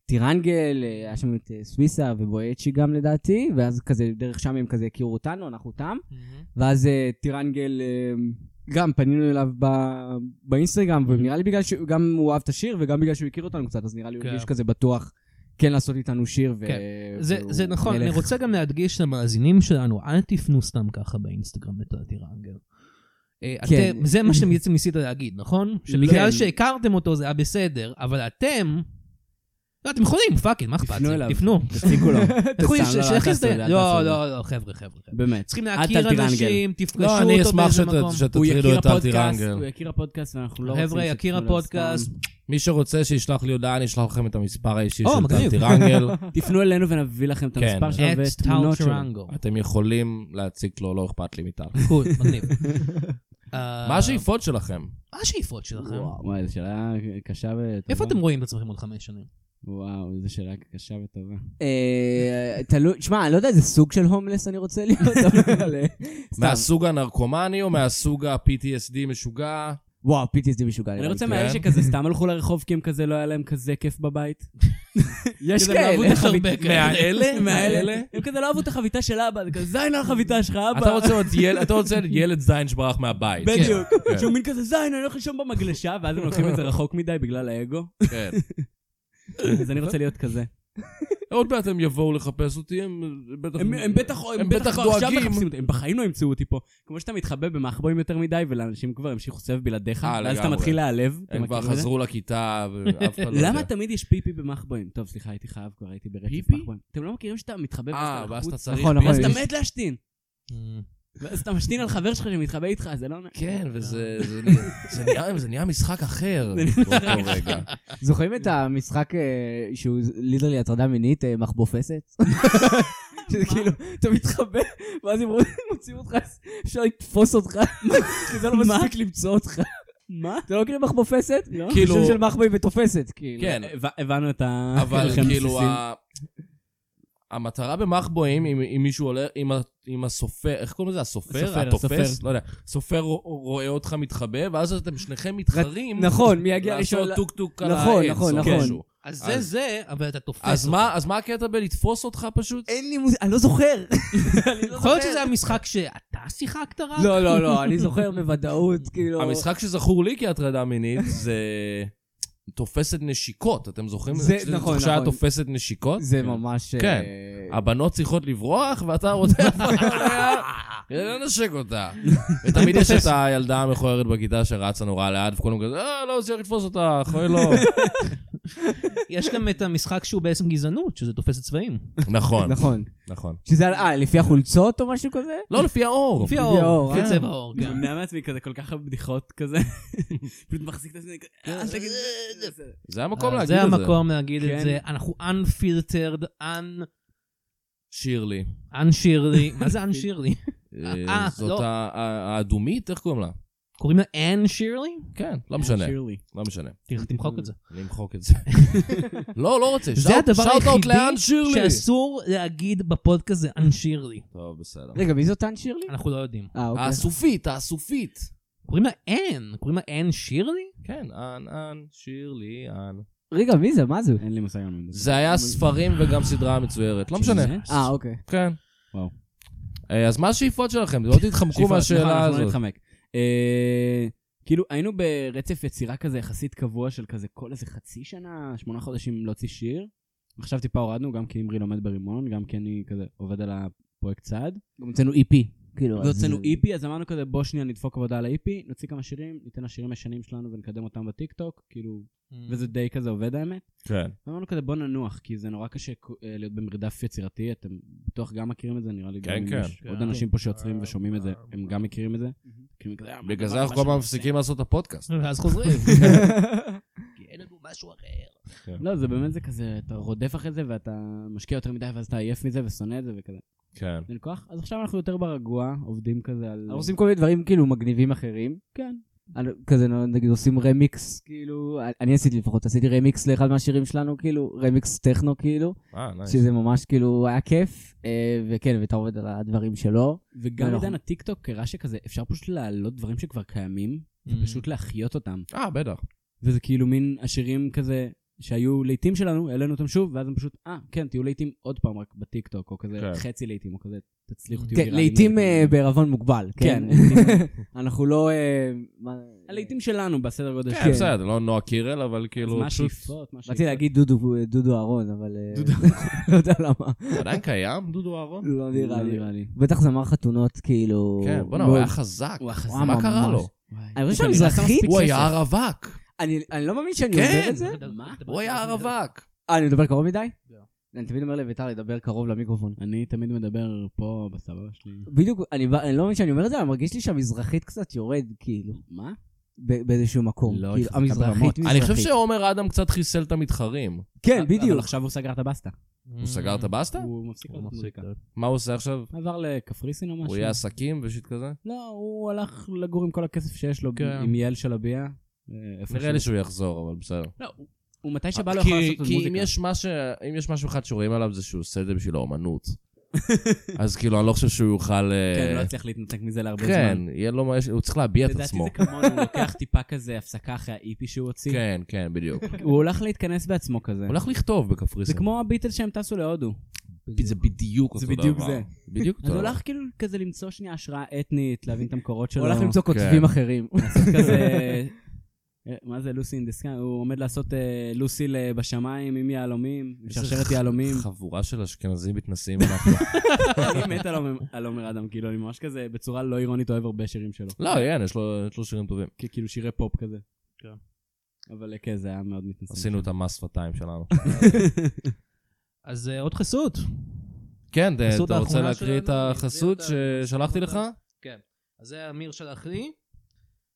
[SPEAKER 5] טירנגל, אה, היה שם את אה, סוויסה ובואצ'י גם לדעתי, ואז כזה דרך שם הם כזה הכירו אותנו, אנחנו אותם, ואז אה, טירנגל... אה, גם פנינו אליו ב... באינסטגרם,
[SPEAKER 3] Mm-hmm.
[SPEAKER 5] ונראה לי בגלל שהוא גם הוא אהב את השיר וגם בגלל שהוא הכיר אותנו קצת, אז נראה לי הוא
[SPEAKER 3] כן.
[SPEAKER 5] הרגיש כזה בטוח כן לעשות איתנו שיר. ו...
[SPEAKER 3] כן. זה-
[SPEAKER 5] והוא
[SPEAKER 3] זה נכון, אני
[SPEAKER 5] מלך.
[SPEAKER 3] רוצה גם להדגיש למאזינים שלנו, אל תפנו סתם ככה באינסטגרם לטלתי רנגל. אה,
[SPEAKER 5] כן.
[SPEAKER 3] אתם- זה מה שאתם בעצם ניסית להגיד, נכון? שבגלל
[SPEAKER 5] כן.
[SPEAKER 3] שהכרתם אותו זה היה בסדר, אבל אתם... לא, אתם יכולים, פאקינג, מה אכפת
[SPEAKER 5] תפנו
[SPEAKER 3] לי?
[SPEAKER 5] אליו.
[SPEAKER 3] תפנו.
[SPEAKER 5] תפסיקו לו.
[SPEAKER 3] תלכו,
[SPEAKER 5] סתם,
[SPEAKER 3] ש-
[SPEAKER 5] לא, אל
[SPEAKER 3] שילך
[SPEAKER 5] תעשו את זה,
[SPEAKER 3] להזדיין.
[SPEAKER 5] אל
[SPEAKER 3] לא,
[SPEAKER 5] תעשו את זה.
[SPEAKER 3] לא, לא, חברה, חברה. חברה.
[SPEAKER 4] באמת.
[SPEAKER 3] צריכים
[SPEAKER 4] אל
[SPEAKER 3] להכיר
[SPEAKER 4] תלתי
[SPEAKER 3] אנשים,
[SPEAKER 2] לא,
[SPEAKER 3] תפגשו
[SPEAKER 2] אני
[SPEAKER 3] אותו
[SPEAKER 2] אשמח
[SPEAKER 3] באיזה
[SPEAKER 2] שת-
[SPEAKER 3] מקום.
[SPEAKER 2] שתטרידו
[SPEAKER 4] הוא יכיר
[SPEAKER 2] את אלתי
[SPEAKER 4] הפודקאסט,
[SPEAKER 2] רנגל.
[SPEAKER 4] הוא יכיר הפודקאסט ואנחנו לא רוצים...
[SPEAKER 3] חבר'ה, יכיר
[SPEAKER 4] שתפנו לו סתם.
[SPEAKER 3] הפודקאסט.
[SPEAKER 2] מי שרוצה שישלח לי הודעה, אני אשלח לכם את המספר האישי
[SPEAKER 3] או,
[SPEAKER 2] של
[SPEAKER 3] מגניב.
[SPEAKER 2] טלתי רנגל.
[SPEAKER 4] תפנו אלינו ונביא לכם את
[SPEAKER 2] כן.
[SPEAKER 4] המספר שלו
[SPEAKER 3] את
[SPEAKER 4] ואת
[SPEAKER 3] טל
[SPEAKER 4] תמונות שלו.
[SPEAKER 3] טרנגו.
[SPEAKER 2] אתם יכולים להציק לו, לא אכפת לי מטל.
[SPEAKER 3] קול, מגניב. אה,
[SPEAKER 2] מה השאיפות שלכם?
[SPEAKER 3] מה השאיפות שלכם?
[SPEAKER 4] וואו, וואי, זו שאלה קשה וטובה.
[SPEAKER 3] איפה אתם רואים את עצמכם עוד חמש שנים?
[SPEAKER 4] וואו, זו שאלה קשה וטובה.
[SPEAKER 5] אה, תלוי, שמע, אני לא יודע איזה סוג של הומלס אני רוצה להיות, אבל... אה, סתם.
[SPEAKER 2] מהסוג הנרקומני או מהסוג ה-PTSD משוגע?
[SPEAKER 5] וואו, PTSD משוגע.
[SPEAKER 4] אני
[SPEAKER 5] נראה לי.
[SPEAKER 4] רוצה
[SPEAKER 2] כן.
[SPEAKER 4] מהאלה שכזה סתם הלכו לרחוב כי הם כזה לא היה להם כזה כיף בבית. יש
[SPEAKER 5] כאלה,
[SPEAKER 3] יש הרבה כאלה.
[SPEAKER 2] מהאלה?
[SPEAKER 4] מהאלה. הם כזה לא אהבו את החביתה של אבא, זה כזה זין על החביתה שלך, אבא.
[SPEAKER 2] אתה רוצה עוד ילד- אתה רוצה ילד זין שברח מהבית.
[SPEAKER 4] בדיוק.
[SPEAKER 2] כן.
[SPEAKER 4] שהוא מין כזה זין, אני הולך לישון במגלשה, ואז הם לוקחים את זה רחוק מדי בגלל האגו.
[SPEAKER 2] כן.
[SPEAKER 4] אז אני רוצה להיות כזה.
[SPEAKER 2] עוד מעט הם יבואו לחפש אותי, הם בטח...
[SPEAKER 4] הם הם בטח
[SPEAKER 2] הם
[SPEAKER 4] הם בטח
[SPEAKER 2] בטח
[SPEAKER 4] כבר עכשיו
[SPEAKER 2] דואגים.
[SPEAKER 4] מחפשים אותי, הם בחיים לא ימצאו אותי פה. כמו שאתה מתחבא במחבואים יותר מדי, ולאנשים כבר המשיכו סבב בלעדיך,
[SPEAKER 2] אה,
[SPEAKER 4] ואז אתה
[SPEAKER 2] לגמרי.
[SPEAKER 4] מתחיל להיעלב. אתם
[SPEAKER 2] הם כבר
[SPEAKER 4] מכירים את זה?
[SPEAKER 2] חזרו לכיתה, ואף אחד לא יודע.
[SPEAKER 4] למה תמיד יש פיפי במחבואים? טוב, סליחה, הייתי חייב כבר, הייתי ברצף
[SPEAKER 2] פיפי?
[SPEAKER 4] מחבואים. אתם לא מכירים שאתה מתחבא
[SPEAKER 2] אה, ואז אתה
[SPEAKER 4] לחוץ?
[SPEAKER 2] צריך...
[SPEAKER 5] נכון, נכון.
[SPEAKER 4] ואז אתה
[SPEAKER 5] יש-
[SPEAKER 4] מת להשתין. ואז אתה משתין על חבר שלך שמתחבא איתך, זה לא...
[SPEAKER 2] כן, וזה זה- זה נהיה- זה נהיה משחק אחר באותו רגע.
[SPEAKER 5] זוכרים את המשחק אה, שהוא לידרלי הטרדה מינית, אה, מחבופסת? שזה כאילו, אתה מתחבא, ואז אם רוצים- מוצאים אותך, אז אפשר לתפוס אותך, כי זה לא
[SPEAKER 4] מה?
[SPEAKER 5] מספיק למצוא אותך.
[SPEAKER 4] מה?
[SPEAKER 5] אתה לא כאילו מחבופסת?
[SPEAKER 4] לא.
[SPEAKER 2] כאילו-
[SPEAKER 5] שם של מחבואים ותופסת, כאילו.
[SPEAKER 2] כן,
[SPEAKER 4] הב- הבנו את ה...
[SPEAKER 2] אבל
[SPEAKER 5] אוקיי.
[SPEAKER 4] איך הם
[SPEAKER 2] כאילו,
[SPEAKER 4] מסיסים.
[SPEAKER 2] ה- המטרה במחבואים, אם אם מישהו עולה, אם ה- אם הסופר, איך קוראים לזה? הסופר?
[SPEAKER 4] הסופר,
[SPEAKER 2] התופס?
[SPEAKER 4] הסופר.
[SPEAKER 2] לא יודע. סופר רוא- רואה אותך מתחבא, ואז אתם שניכם מתחרים.
[SPEAKER 5] נכון, מי יגיע ראשון?
[SPEAKER 2] לעשות
[SPEAKER 5] ל-
[SPEAKER 2] טוק-טוק על
[SPEAKER 5] נכון,
[SPEAKER 2] העץ
[SPEAKER 5] נכון,
[SPEAKER 2] או
[SPEAKER 5] נכון.
[SPEAKER 2] משהו.
[SPEAKER 3] אז זה זה, אבל אתה תופס.
[SPEAKER 2] אז
[SPEAKER 3] אותו.
[SPEAKER 2] מה- אז מה הקטע בלתפוס אותך פשוט?
[SPEAKER 5] אין לי מושג, אני לא זוכר.
[SPEAKER 3] יכול להיות שזה המשחק שאתה שיחקת רק?
[SPEAKER 5] לא, לא, לא, אני זוכר בוודאות, כאילו...
[SPEAKER 2] המשחק שזכור לי כהטרדה מינית זה תופסת נשיקות, אתם זוכרים?
[SPEAKER 5] זה-
[SPEAKER 2] שזה
[SPEAKER 5] נכון,
[SPEAKER 2] תחושה
[SPEAKER 5] נכון.
[SPEAKER 2] תופסת נשיקות?
[SPEAKER 5] זה ממש... אה,
[SPEAKER 2] כן. הבנות צריכות לברוח, ואתה רודף אחריה כדי לנשק אותה. ותמיד יש את הילדה המכוערת בכיתה שרצה נורא לאט, וכולם כזה, אה, לא, צריך לתפוס אותה, אוי לא.
[SPEAKER 3] יש גם את המשחק שהוא בעצם גזענות, שזה תופס את צבעים.
[SPEAKER 2] נכון,
[SPEAKER 5] נכון.
[SPEAKER 2] נכון.
[SPEAKER 5] שזה על... אה, לפי החולצות או משהו כזה?
[SPEAKER 2] לא, לפי האור.
[SPEAKER 3] לפי
[SPEAKER 5] האור,
[SPEAKER 3] האור, לפי
[SPEAKER 5] אה.
[SPEAKER 3] צבע האור כן.
[SPEAKER 4] אני
[SPEAKER 3] גם.
[SPEAKER 4] נמנע מעצמי כזה כל כך הרבה בדיחות כזה. פשוט מחזיק את עצמי כזה, "אה, אל תגיד
[SPEAKER 3] כאילו-
[SPEAKER 4] את זה, זה, זה".
[SPEAKER 2] זה המקום
[SPEAKER 3] אז
[SPEAKER 2] להגיד
[SPEAKER 3] אה, זה
[SPEAKER 2] את זה.
[SPEAKER 3] המקום להגיד את
[SPEAKER 4] כן.
[SPEAKER 3] זה. אנחנו unfiltered, un-
[SPEAKER 2] שירלי.
[SPEAKER 3] unshirley. מה זה unshirley?
[SPEAKER 2] אה,
[SPEAKER 3] אה,
[SPEAKER 2] זאת
[SPEAKER 3] לא.
[SPEAKER 2] ה- ה- האדומית, איך קוראים לה?
[SPEAKER 3] קוראים לה אנ שירלי?
[SPEAKER 2] כן, לא משנה,
[SPEAKER 4] שירלי.
[SPEAKER 2] לא משנה.
[SPEAKER 3] תמחוק את זה.
[SPEAKER 2] אני אמחוק את זה. לא, לא רוצה.
[SPEAKER 3] זה
[SPEAKER 2] שאוט-
[SPEAKER 3] הדבר
[SPEAKER 2] שאוט-אוט
[SPEAKER 3] היחידי
[SPEAKER 2] לאן שירלי.
[SPEAKER 3] שאסור להגיד בפודקאסט זה אנ שירלי.
[SPEAKER 2] טוב, בסדר.
[SPEAKER 5] רגע, מי זאת טן שירלי?
[SPEAKER 3] אנחנו לא יודעים.
[SPEAKER 5] אה, אוקיי.
[SPEAKER 2] האסופית, האסופית.
[SPEAKER 3] קוראים לה אן, קוראים לה אן שירלי?
[SPEAKER 2] כן, אן, אן, שירלי, אן.
[SPEAKER 5] רגע, מי זה? מה זה?
[SPEAKER 4] אין לי מושג על מה מדבר.
[SPEAKER 2] זה היה ספרים וגם סדרה מצוירת, לא משנה.
[SPEAKER 5] אה, אוקיי.
[SPEAKER 2] כן.
[SPEAKER 4] וואו.
[SPEAKER 2] אה, אז מה השאיפות שלכם? לא תתחמקו
[SPEAKER 4] שאיפה,
[SPEAKER 2] מהשאלה
[SPEAKER 4] נכון, אנחנו
[SPEAKER 2] הזאת.
[SPEAKER 4] נתחמק. אה, כאילו, היינו ברצף יצירה כזה יחסית קבוע של כזה כל איזה חצי שנה, שמונה חודשים להוציא שיר. עכשיו טיפה הורדנו, גם כי אמרי לומד ברימון, גם כי אני כזה עובד על הפרויקט צעד.
[SPEAKER 5] גם הוצאנו
[SPEAKER 4] E
[SPEAKER 5] EP. כאילו, אז-
[SPEAKER 4] והוצאנו איפי, אז אמרנו כזה, בוא שנייה נדפוק עבודה על האיפי, נוציא כמה שירים, ניתן לשירים הישנים שלנו ונקדם אותם בטיקטוק, כאילו, וזה די כזה עובד האמת.
[SPEAKER 2] כן.
[SPEAKER 4] אמרנו כזה, בוא ננוח, כי זה נורא קשה אה, להיות במרדף יצירתי, אתם בטוח גם מכירים את זה, נראה לי
[SPEAKER 2] כן,
[SPEAKER 4] גם אם
[SPEAKER 2] כן. אה,
[SPEAKER 4] יש עוד אנשים פה שיוצרים ושומעים את זה, הם גם מכירים את זה. מכירים כזה, "אה, מה
[SPEAKER 2] בגלל
[SPEAKER 4] הדבר
[SPEAKER 2] זה אנחנו כל
[SPEAKER 4] הזה
[SPEAKER 2] הזמן מפסיקים לעשות את הפודקאסט.
[SPEAKER 3] ואז חוזרים.
[SPEAKER 6] כי אין לנו משהו אחר.
[SPEAKER 4] לא, זה באמת זה כזה, אתה רודף אחרי זה ואתה משקיע יותר מדי, ואז אתה עייף מזה ושונא את זה וכזה.
[SPEAKER 2] כן.
[SPEAKER 4] אין כוח. אז עכשיו אנחנו יותר ברגוע, עובדים כזה על...
[SPEAKER 5] אנחנו עושים כל מיני דברים כאילו מגניבים אחרים.
[SPEAKER 4] כן.
[SPEAKER 5] על- כזה נגיד עושים רמיקס, כאילו, אני עשיתי לפחות, עשיתי רמיקס לאחד מהשירים שלנו, כאילו, רמיקס טכנו, כאילו,
[SPEAKER 2] אה, נייס.
[SPEAKER 5] שזה ממש כאילו היה כיף, אה, וכן, ואתה עובד על הדברים שלו.
[SPEAKER 4] וגם
[SPEAKER 5] ואנחנו-
[SPEAKER 4] עידן הטיקטוק הראה שכזה, אפשר פשוט להעלות דברים שכבר קיימים, ופשוט להחיות אותם.
[SPEAKER 2] אה, בטח.
[SPEAKER 4] וזה כאילו מין השירים כזה, שהיו לעיתים שלנו, העלינו אותם שוב, ואז הם פשוט, אה, כן, תהיו לעיתים עוד פעם רק בטיקטוק, או כזה
[SPEAKER 2] כן.
[SPEAKER 4] חצי לעיתים, או כזה, תצליחו, תהיו
[SPEAKER 5] כן,
[SPEAKER 4] ויראליים,
[SPEAKER 5] לעיתים
[SPEAKER 4] זה
[SPEAKER 5] אה,
[SPEAKER 4] כאילו-
[SPEAKER 5] בערבון מוגבל, כן.
[SPEAKER 4] כן, לעיתים-
[SPEAKER 5] אנחנו לא... אה, מה-
[SPEAKER 4] הלעיתים שלנו בסדר גודל
[SPEAKER 2] כן,
[SPEAKER 4] שלנו.
[SPEAKER 2] בסדר, לא נועה קירל, אבל
[SPEAKER 4] אז
[SPEAKER 2] כאילו...
[SPEAKER 4] מה
[SPEAKER 2] פשוט-
[SPEAKER 4] השאיפות? מה
[SPEAKER 5] באתי
[SPEAKER 4] השאיפות?
[SPEAKER 5] להגיד דודו- אה, דודו אהרון, אבל... אה,
[SPEAKER 4] דודו.
[SPEAKER 5] לא יודע למה.
[SPEAKER 2] הוא עדיין קיים, דודו אהרון?
[SPEAKER 5] לא נראה לי.
[SPEAKER 4] נראה לי.
[SPEAKER 5] בטח זמר חתונות, כאילו...
[SPEAKER 2] כן, בוא'נה,
[SPEAKER 5] מאוד-
[SPEAKER 2] הוא היה חזק.
[SPEAKER 4] הוא החזק.
[SPEAKER 5] וואו,
[SPEAKER 2] מה קרה
[SPEAKER 5] ממש.
[SPEAKER 2] לו?
[SPEAKER 5] אני חושב
[SPEAKER 4] הוא כנראה עשה
[SPEAKER 5] שהמזרחית...
[SPEAKER 4] מספיק
[SPEAKER 2] הוא היה הרווק.
[SPEAKER 5] אני אני לא מאמין שאני
[SPEAKER 2] כן.
[SPEAKER 5] אומר את זה.
[SPEAKER 4] מה?
[SPEAKER 2] הוא היה הרווק.
[SPEAKER 5] אה, אני מדבר קרוב מדי?
[SPEAKER 3] לא.
[SPEAKER 5] אני תמיד אומר לביתר לדבר קרוב למיקרופון.
[SPEAKER 4] אני תמיד מדבר פה בסבבה שלי.
[SPEAKER 5] בדיוק, אני בא- אני לא מאמין שאני אומר את זה, אבל מרגיש לי שהמזרחית קצת יורד, כאילו,
[SPEAKER 4] מה?
[SPEAKER 5] ב- באיזשהו מקום.
[SPEAKER 4] לא,
[SPEAKER 5] כאילו,
[SPEAKER 4] היא חזקה ברמות.
[SPEAKER 5] המזרחית
[SPEAKER 2] אני חושב
[SPEAKER 5] מזרחית.
[SPEAKER 2] שעומר אדם קצת חיסל את המתחרים.
[SPEAKER 5] כן,
[SPEAKER 4] אבל
[SPEAKER 5] בדיוק.
[SPEAKER 4] עכשיו הוא סגר את הבסטה.
[SPEAKER 2] הוא סגר את הבסטה?
[SPEAKER 4] הוא מפסיק לעשות מוזיקה.
[SPEAKER 2] מה הוא עושה עכשיו?
[SPEAKER 4] עבר לקפריסין או משהו.
[SPEAKER 2] הוא יהיה עסקים ושיט כזה?
[SPEAKER 4] לא, הוא הלך לגור עם כל הכסף שיש לו,
[SPEAKER 2] כן.
[SPEAKER 4] עם יעל של הביאה. אה, איפה
[SPEAKER 2] נראה
[SPEAKER 4] שהוא-
[SPEAKER 2] לי שהוא יחזור, אבל בסדר.
[SPEAKER 4] לא, הוא- הוא מתי שבא לו
[SPEAKER 2] כי-
[SPEAKER 4] יכול לעשות עוד
[SPEAKER 2] כי אם
[SPEAKER 4] מוזיקה.
[SPEAKER 2] יש מה ש- אם יש משהו אחד שרואים עליו זה שהוא עושה את זה בשביל האומנות. אז כאילו, אני לא חושב שהוא יוכל... אה,
[SPEAKER 4] כן, הוא לא הצליח להתנתק מזה להרבה
[SPEAKER 2] כן,
[SPEAKER 4] זמן.
[SPEAKER 2] יהיה לו מה- יש- הוא צריך להביע את
[SPEAKER 4] לדעתי
[SPEAKER 2] עצמו.
[SPEAKER 4] זה כמונו, הוא לוקח טיפה כזה הפסקה אחרי האיפי שהוא הוציא.
[SPEAKER 2] כן, כן, בדיוק.
[SPEAKER 4] הוא הולך להתכנס בעצמו כזה.
[SPEAKER 2] הוא הולך לכתוב
[SPEAKER 4] זה
[SPEAKER 2] בקפריסין.
[SPEAKER 4] כמו הביטלס שהם טסו להודו.
[SPEAKER 2] זה בדיוק אותו
[SPEAKER 4] זה
[SPEAKER 2] דבר.
[SPEAKER 4] בדיוק זה.
[SPEAKER 2] בדיוק אותו
[SPEAKER 4] אז הוא
[SPEAKER 2] דבר.
[SPEAKER 4] הולך כאילו כזה למצוא שנייה השראה אתנית, להבין את המקורות שלו.
[SPEAKER 5] הוא הולך
[SPEAKER 2] כן.
[SPEAKER 5] למצוא כותבים אחרים.
[SPEAKER 4] כזה... אה, מה זה לוסי אינדסקן? הוא עומד לעשות אה, לוסי ל- בשמיים עם יהלומים, עם
[SPEAKER 2] איזה
[SPEAKER 4] שרשרת
[SPEAKER 2] ח-
[SPEAKER 4] יהלומים.
[SPEAKER 2] חבורה של אשכנזים מתנשאים אנחנו.
[SPEAKER 4] אני מת על עומר- על עומר אדם, כאילו, אני ממש כזה, בצורה לא אירונית אוהב הרבה שירים שלו.
[SPEAKER 2] לא, כן, יש לו- יש לו שירים טובים.
[SPEAKER 4] כ- כאילו שירי פופ כזה.
[SPEAKER 3] כן.
[SPEAKER 4] אבל אה, כן, זה היה מאוד מתנשא.
[SPEAKER 2] עשינו את המס שפתיים שלנו.
[SPEAKER 3] אז אה, עוד חסות.
[SPEAKER 2] כן,
[SPEAKER 3] החסות
[SPEAKER 2] אתה רוצה
[SPEAKER 3] האחרונה
[SPEAKER 2] להקריא את
[SPEAKER 3] שלנו, אני אקריא
[SPEAKER 2] החסות
[SPEAKER 3] אותה.
[SPEAKER 2] ששלחתי לך?
[SPEAKER 3] אז זה אמיר שלח לי.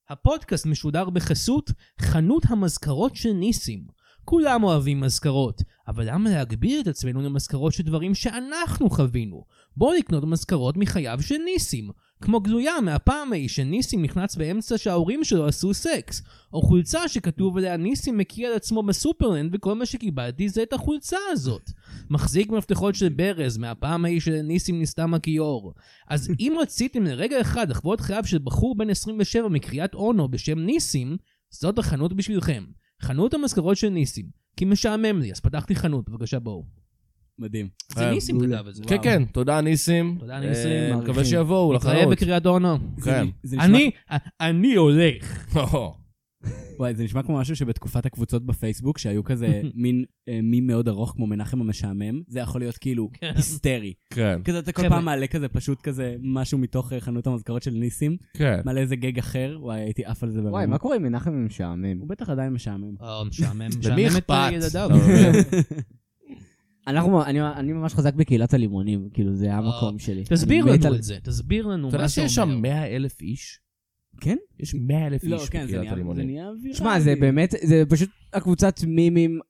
[SPEAKER 3] הפודקאסט משודר בחסות חנות המזכרות של ניסים. כולם אוהבים מזכרות, אבל למה להגביל את עצמנו למזכרות של דברים שאנחנו חווינו? בואו לקנות מזכרות מחייו של ניסים. כמו גלויה מהפעם ההיא שניסים נחנץ באמצע שההורים שלו עשו סקס. או חולצה שכתוב עליה ניסים מקיא על עצמו בסופרלנד וכל מה שקיבלתי זה את החולצה הזאת. מחזיק מפתחות של ברז מהפעם ההיא שניסים נסתם הכיור. אז אם רציתם לרגע אחד לחוות חייו של בחור בן 27 מקריית אונו בשם ניסים, זאת החנות בשבילכם. חנות המזכרות של ניסים. כי משעמם לי, אז פתחתי חנות, בבקשה בואו.
[SPEAKER 4] מדהים.
[SPEAKER 3] זה
[SPEAKER 2] אה,
[SPEAKER 3] ניסים
[SPEAKER 5] מעולה.
[SPEAKER 3] כתב את זה.
[SPEAKER 2] כן, כן, תודה ניסים.
[SPEAKER 3] תודה, ניסים,
[SPEAKER 2] אה, מקווה
[SPEAKER 5] מעריכים.
[SPEAKER 2] שיבואו
[SPEAKER 3] נתראה
[SPEAKER 2] לחנות.
[SPEAKER 3] בקריית אונו.
[SPEAKER 2] כן.
[SPEAKER 4] זה נשמע-
[SPEAKER 3] אני, אני הולך.
[SPEAKER 4] וואי, זה נשמע כמו משהו שבתקופת הקבוצות בפייסבוק, שהיו כזה מין אה, מי מאוד ארוך, כמו מנחם המשעמם, זה יכול להיות כאילו
[SPEAKER 3] כן.
[SPEAKER 4] היסטרי.
[SPEAKER 2] כן,
[SPEAKER 4] כזה אתה כל
[SPEAKER 3] חבר'ה.
[SPEAKER 4] פעם מעלה כזה פשוט כזה משהו מתוך אה, חנות המזכרות של ניסים,
[SPEAKER 2] כן.
[SPEAKER 4] מעלה איזה גג אחר, וואי, הייתי עף על זה
[SPEAKER 5] וואי, מה קורה עם מנחם עם משעמם?
[SPEAKER 4] הוא בטח עדיין משעמם.
[SPEAKER 3] אה, משעמם,
[SPEAKER 2] למי
[SPEAKER 3] משעמם את
[SPEAKER 2] אכפת?
[SPEAKER 3] ילדיו.
[SPEAKER 2] אתה מבין?
[SPEAKER 5] אנחנו, אני, אני ממש חזק בקהילת הלימונים, כאילו, זה המקום שלי.
[SPEAKER 3] תסביר
[SPEAKER 5] אני מת
[SPEAKER 3] לנו
[SPEAKER 5] על-
[SPEAKER 3] את זה, תסביר לנו
[SPEAKER 2] אתה יודע
[SPEAKER 3] מה זה
[SPEAKER 2] שיש שם
[SPEAKER 3] אומר.
[SPEAKER 2] 100 אלף איש?
[SPEAKER 5] כן?
[SPEAKER 2] יש 100 אלף
[SPEAKER 4] לא,
[SPEAKER 2] איש
[SPEAKER 4] כן, זה
[SPEAKER 2] בקריית
[SPEAKER 4] נהיה זה
[SPEAKER 2] הלימונים.
[SPEAKER 4] נהיה ויראלי.
[SPEAKER 5] שמע, זה באמת, זה פשוט הקבוצת מימים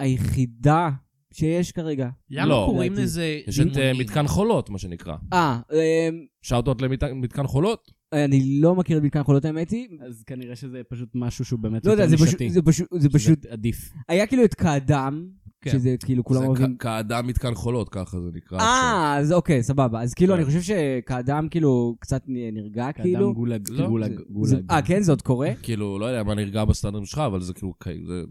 [SPEAKER 5] היחידה שיש כרגע.
[SPEAKER 3] למה
[SPEAKER 2] לא.
[SPEAKER 3] קוראים
[SPEAKER 5] לדעתי.
[SPEAKER 3] לזה
[SPEAKER 2] יש את אה,
[SPEAKER 3] לימונים?
[SPEAKER 2] מתקן חולות, מה שנקרא.
[SPEAKER 5] אה, אמ,
[SPEAKER 2] שאוטות למתקן חולות?
[SPEAKER 5] אני לא מכיר את מתקן חולות האמת היא.
[SPEAKER 4] אז כנראה שזה פשוט משהו שהוא באמת
[SPEAKER 5] לא יודע,
[SPEAKER 4] יותר
[SPEAKER 5] זה פשוט,
[SPEAKER 4] נישתי.
[SPEAKER 5] זה פשוט, זה
[SPEAKER 4] שזה
[SPEAKER 5] פשוט,
[SPEAKER 4] עדיף.
[SPEAKER 5] היה כאילו את קאדם,
[SPEAKER 3] כן.
[SPEAKER 5] שזה כאילו כולם
[SPEAKER 2] זה
[SPEAKER 5] אוהבים...
[SPEAKER 2] כ- כאדם מתקן חולות, ככה זה נקרא. עכשיו.
[SPEAKER 5] אה, אז אוקיי, סבבה. אז כאילו,
[SPEAKER 2] כן.
[SPEAKER 5] אני חושב שכאדם כאילו קצת נ- נרגע,
[SPEAKER 4] כאדם
[SPEAKER 5] כאילו.
[SPEAKER 4] גולג,
[SPEAKER 2] לא,
[SPEAKER 4] גולג,
[SPEAKER 2] זה-
[SPEAKER 5] זה-
[SPEAKER 4] גולג.
[SPEAKER 5] אה, כן, זה עוד קורה?
[SPEAKER 2] כאילו, לא יודע מה נרגע בסטנדרים שלך, אבל זה כאילו, כ- זה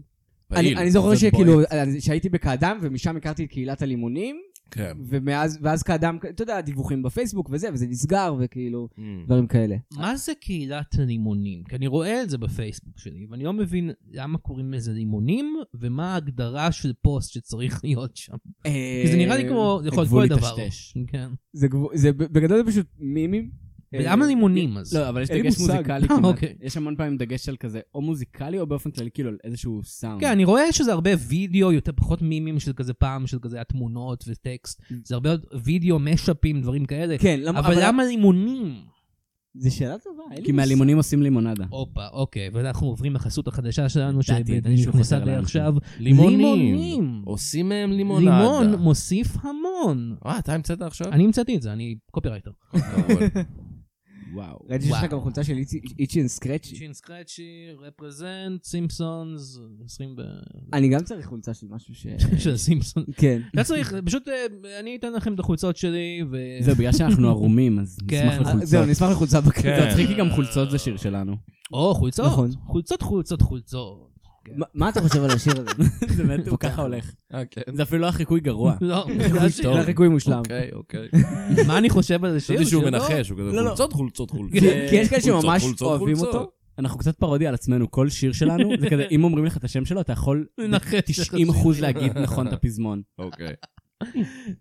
[SPEAKER 2] פעיל.
[SPEAKER 5] אני, אני זוכר
[SPEAKER 2] זה
[SPEAKER 5] שכאילו,
[SPEAKER 2] בועט.
[SPEAKER 5] אז שהייתי בקאדם, ומשם הכרתי את קהילת הלימונים,
[SPEAKER 2] כן.
[SPEAKER 5] ומאז, ואז קאדם, אתה יודע, דיווחים בפייסבוק וזה, וזה נסגר, וכאילו,
[SPEAKER 2] Mm.
[SPEAKER 5] דברים כאלה.
[SPEAKER 3] מה זה קהילת הלימונים? כי אני רואה את זה בפייסבוק שלי, ואני לא מבין למה קוראים לזה לימונים, ומה ההגדרה של פוסט שצריך להיות שם. כי אה, זה נראה לי כמו, זה יכול להיות
[SPEAKER 4] גבול
[SPEAKER 3] כל דבר.
[SPEAKER 4] היטשטש.
[SPEAKER 3] כן.
[SPEAKER 5] זה גבו- זה בגדול זה פשוט מימים.
[SPEAKER 3] ולמה לימונים אז?
[SPEAKER 4] לא, אבל יש
[SPEAKER 5] אה, אין לי
[SPEAKER 4] דגש
[SPEAKER 5] מושג.
[SPEAKER 4] מוזיקלי
[SPEAKER 3] אה,
[SPEAKER 4] כמעט.
[SPEAKER 3] אוקיי.
[SPEAKER 4] יש המון פעמים דגש על כזה, או מוזיקלי או באופן כללי, כאילו, על איזשהו סאונד.
[SPEAKER 3] כן, אני רואה שזה הרבה וידאו, יותר פחות מימים של כזה פעם, של כזה התמונות וטקסט. זה הרבה עוד וידאו, משאפים, דברים כאלה.
[SPEAKER 5] כן, למה...
[SPEAKER 3] אבל למה לימונים?
[SPEAKER 5] זה שאלה טובה, אין לי
[SPEAKER 4] כי
[SPEAKER 5] מושג.
[SPEAKER 4] מהלימונים עושים לימונדה.
[SPEAKER 3] הופה, אוקיי, ואנחנו עוברים לחסות החדשה שלנו,
[SPEAKER 4] ידעתי, ידעתי שהוא
[SPEAKER 3] שנכנסה
[SPEAKER 4] חוזר
[SPEAKER 3] די
[SPEAKER 4] לאנשים.
[SPEAKER 3] עכשיו.
[SPEAKER 2] לימונים.
[SPEAKER 3] לימונים.
[SPEAKER 2] עושים מהם לימונדה.
[SPEAKER 3] לימון מוסיף המון.
[SPEAKER 2] אה, אתה המצאת עכשיו?
[SPEAKER 3] אני המצאתי את זה, אני קופירייטר.
[SPEAKER 4] וואו.
[SPEAKER 5] ראיתי שיש לך
[SPEAKER 3] וואו.
[SPEAKER 5] גם חולצה של איצ'י- איצ'י אנד סקרצ'י.
[SPEAKER 3] שין סקרצ'י, רפרזנט, סימפסונס, 20 ב...
[SPEAKER 5] אני גם צריך חולצה של משהו ש...
[SPEAKER 3] של סימפסונס.
[SPEAKER 5] כן.
[SPEAKER 3] לא צריך, פשוט אה, אני אתן לכם את החולצות שלי, ו...
[SPEAKER 4] זהו, בגלל שאנחנו ערומים, אז
[SPEAKER 3] כן.
[SPEAKER 4] נשמח לחולצות.
[SPEAKER 5] זהו, נשמח לחולצה
[SPEAKER 2] כן.
[SPEAKER 5] בקטע.
[SPEAKER 4] זה מצחיק כי גם חולצות זה שיר שלנו.
[SPEAKER 3] או, חולצות.
[SPEAKER 5] נכון.
[SPEAKER 3] חולצות, חולצות, חולצות.
[SPEAKER 5] מה אתה חושב על השיר הזה?
[SPEAKER 4] זה באמת, הוא ככה הולך.
[SPEAKER 2] אה, כן.
[SPEAKER 4] זה אפילו לא החיקוי גרוע.
[SPEAKER 3] לא,
[SPEAKER 5] זה חיקוי מושלם.
[SPEAKER 3] כן.
[SPEAKER 2] אוקיי, אוקיי.
[SPEAKER 3] מה אני חושב על השיר?
[SPEAKER 2] חשבתי שהוא
[SPEAKER 3] שלא?
[SPEAKER 2] מנחש, הוא כזה
[SPEAKER 5] לא, לא.
[SPEAKER 2] חולצות, חולצות, חולצות.
[SPEAKER 4] כן,
[SPEAKER 5] כי- כי יש כאלה
[SPEAKER 2] אה, חולצות,
[SPEAKER 5] שממש
[SPEAKER 2] חולצות,
[SPEAKER 5] אוהבים
[SPEAKER 2] חולצות.
[SPEAKER 5] אותו.
[SPEAKER 4] אנחנו קצת פרודיה על עצמנו, כל שיר שלנו, זה כזה, אם אומרים לך את השם שלו, אתה יכול
[SPEAKER 3] לנחש את
[SPEAKER 4] 90 אחוז להגיד נכון את הפזמון.
[SPEAKER 2] אוקיי.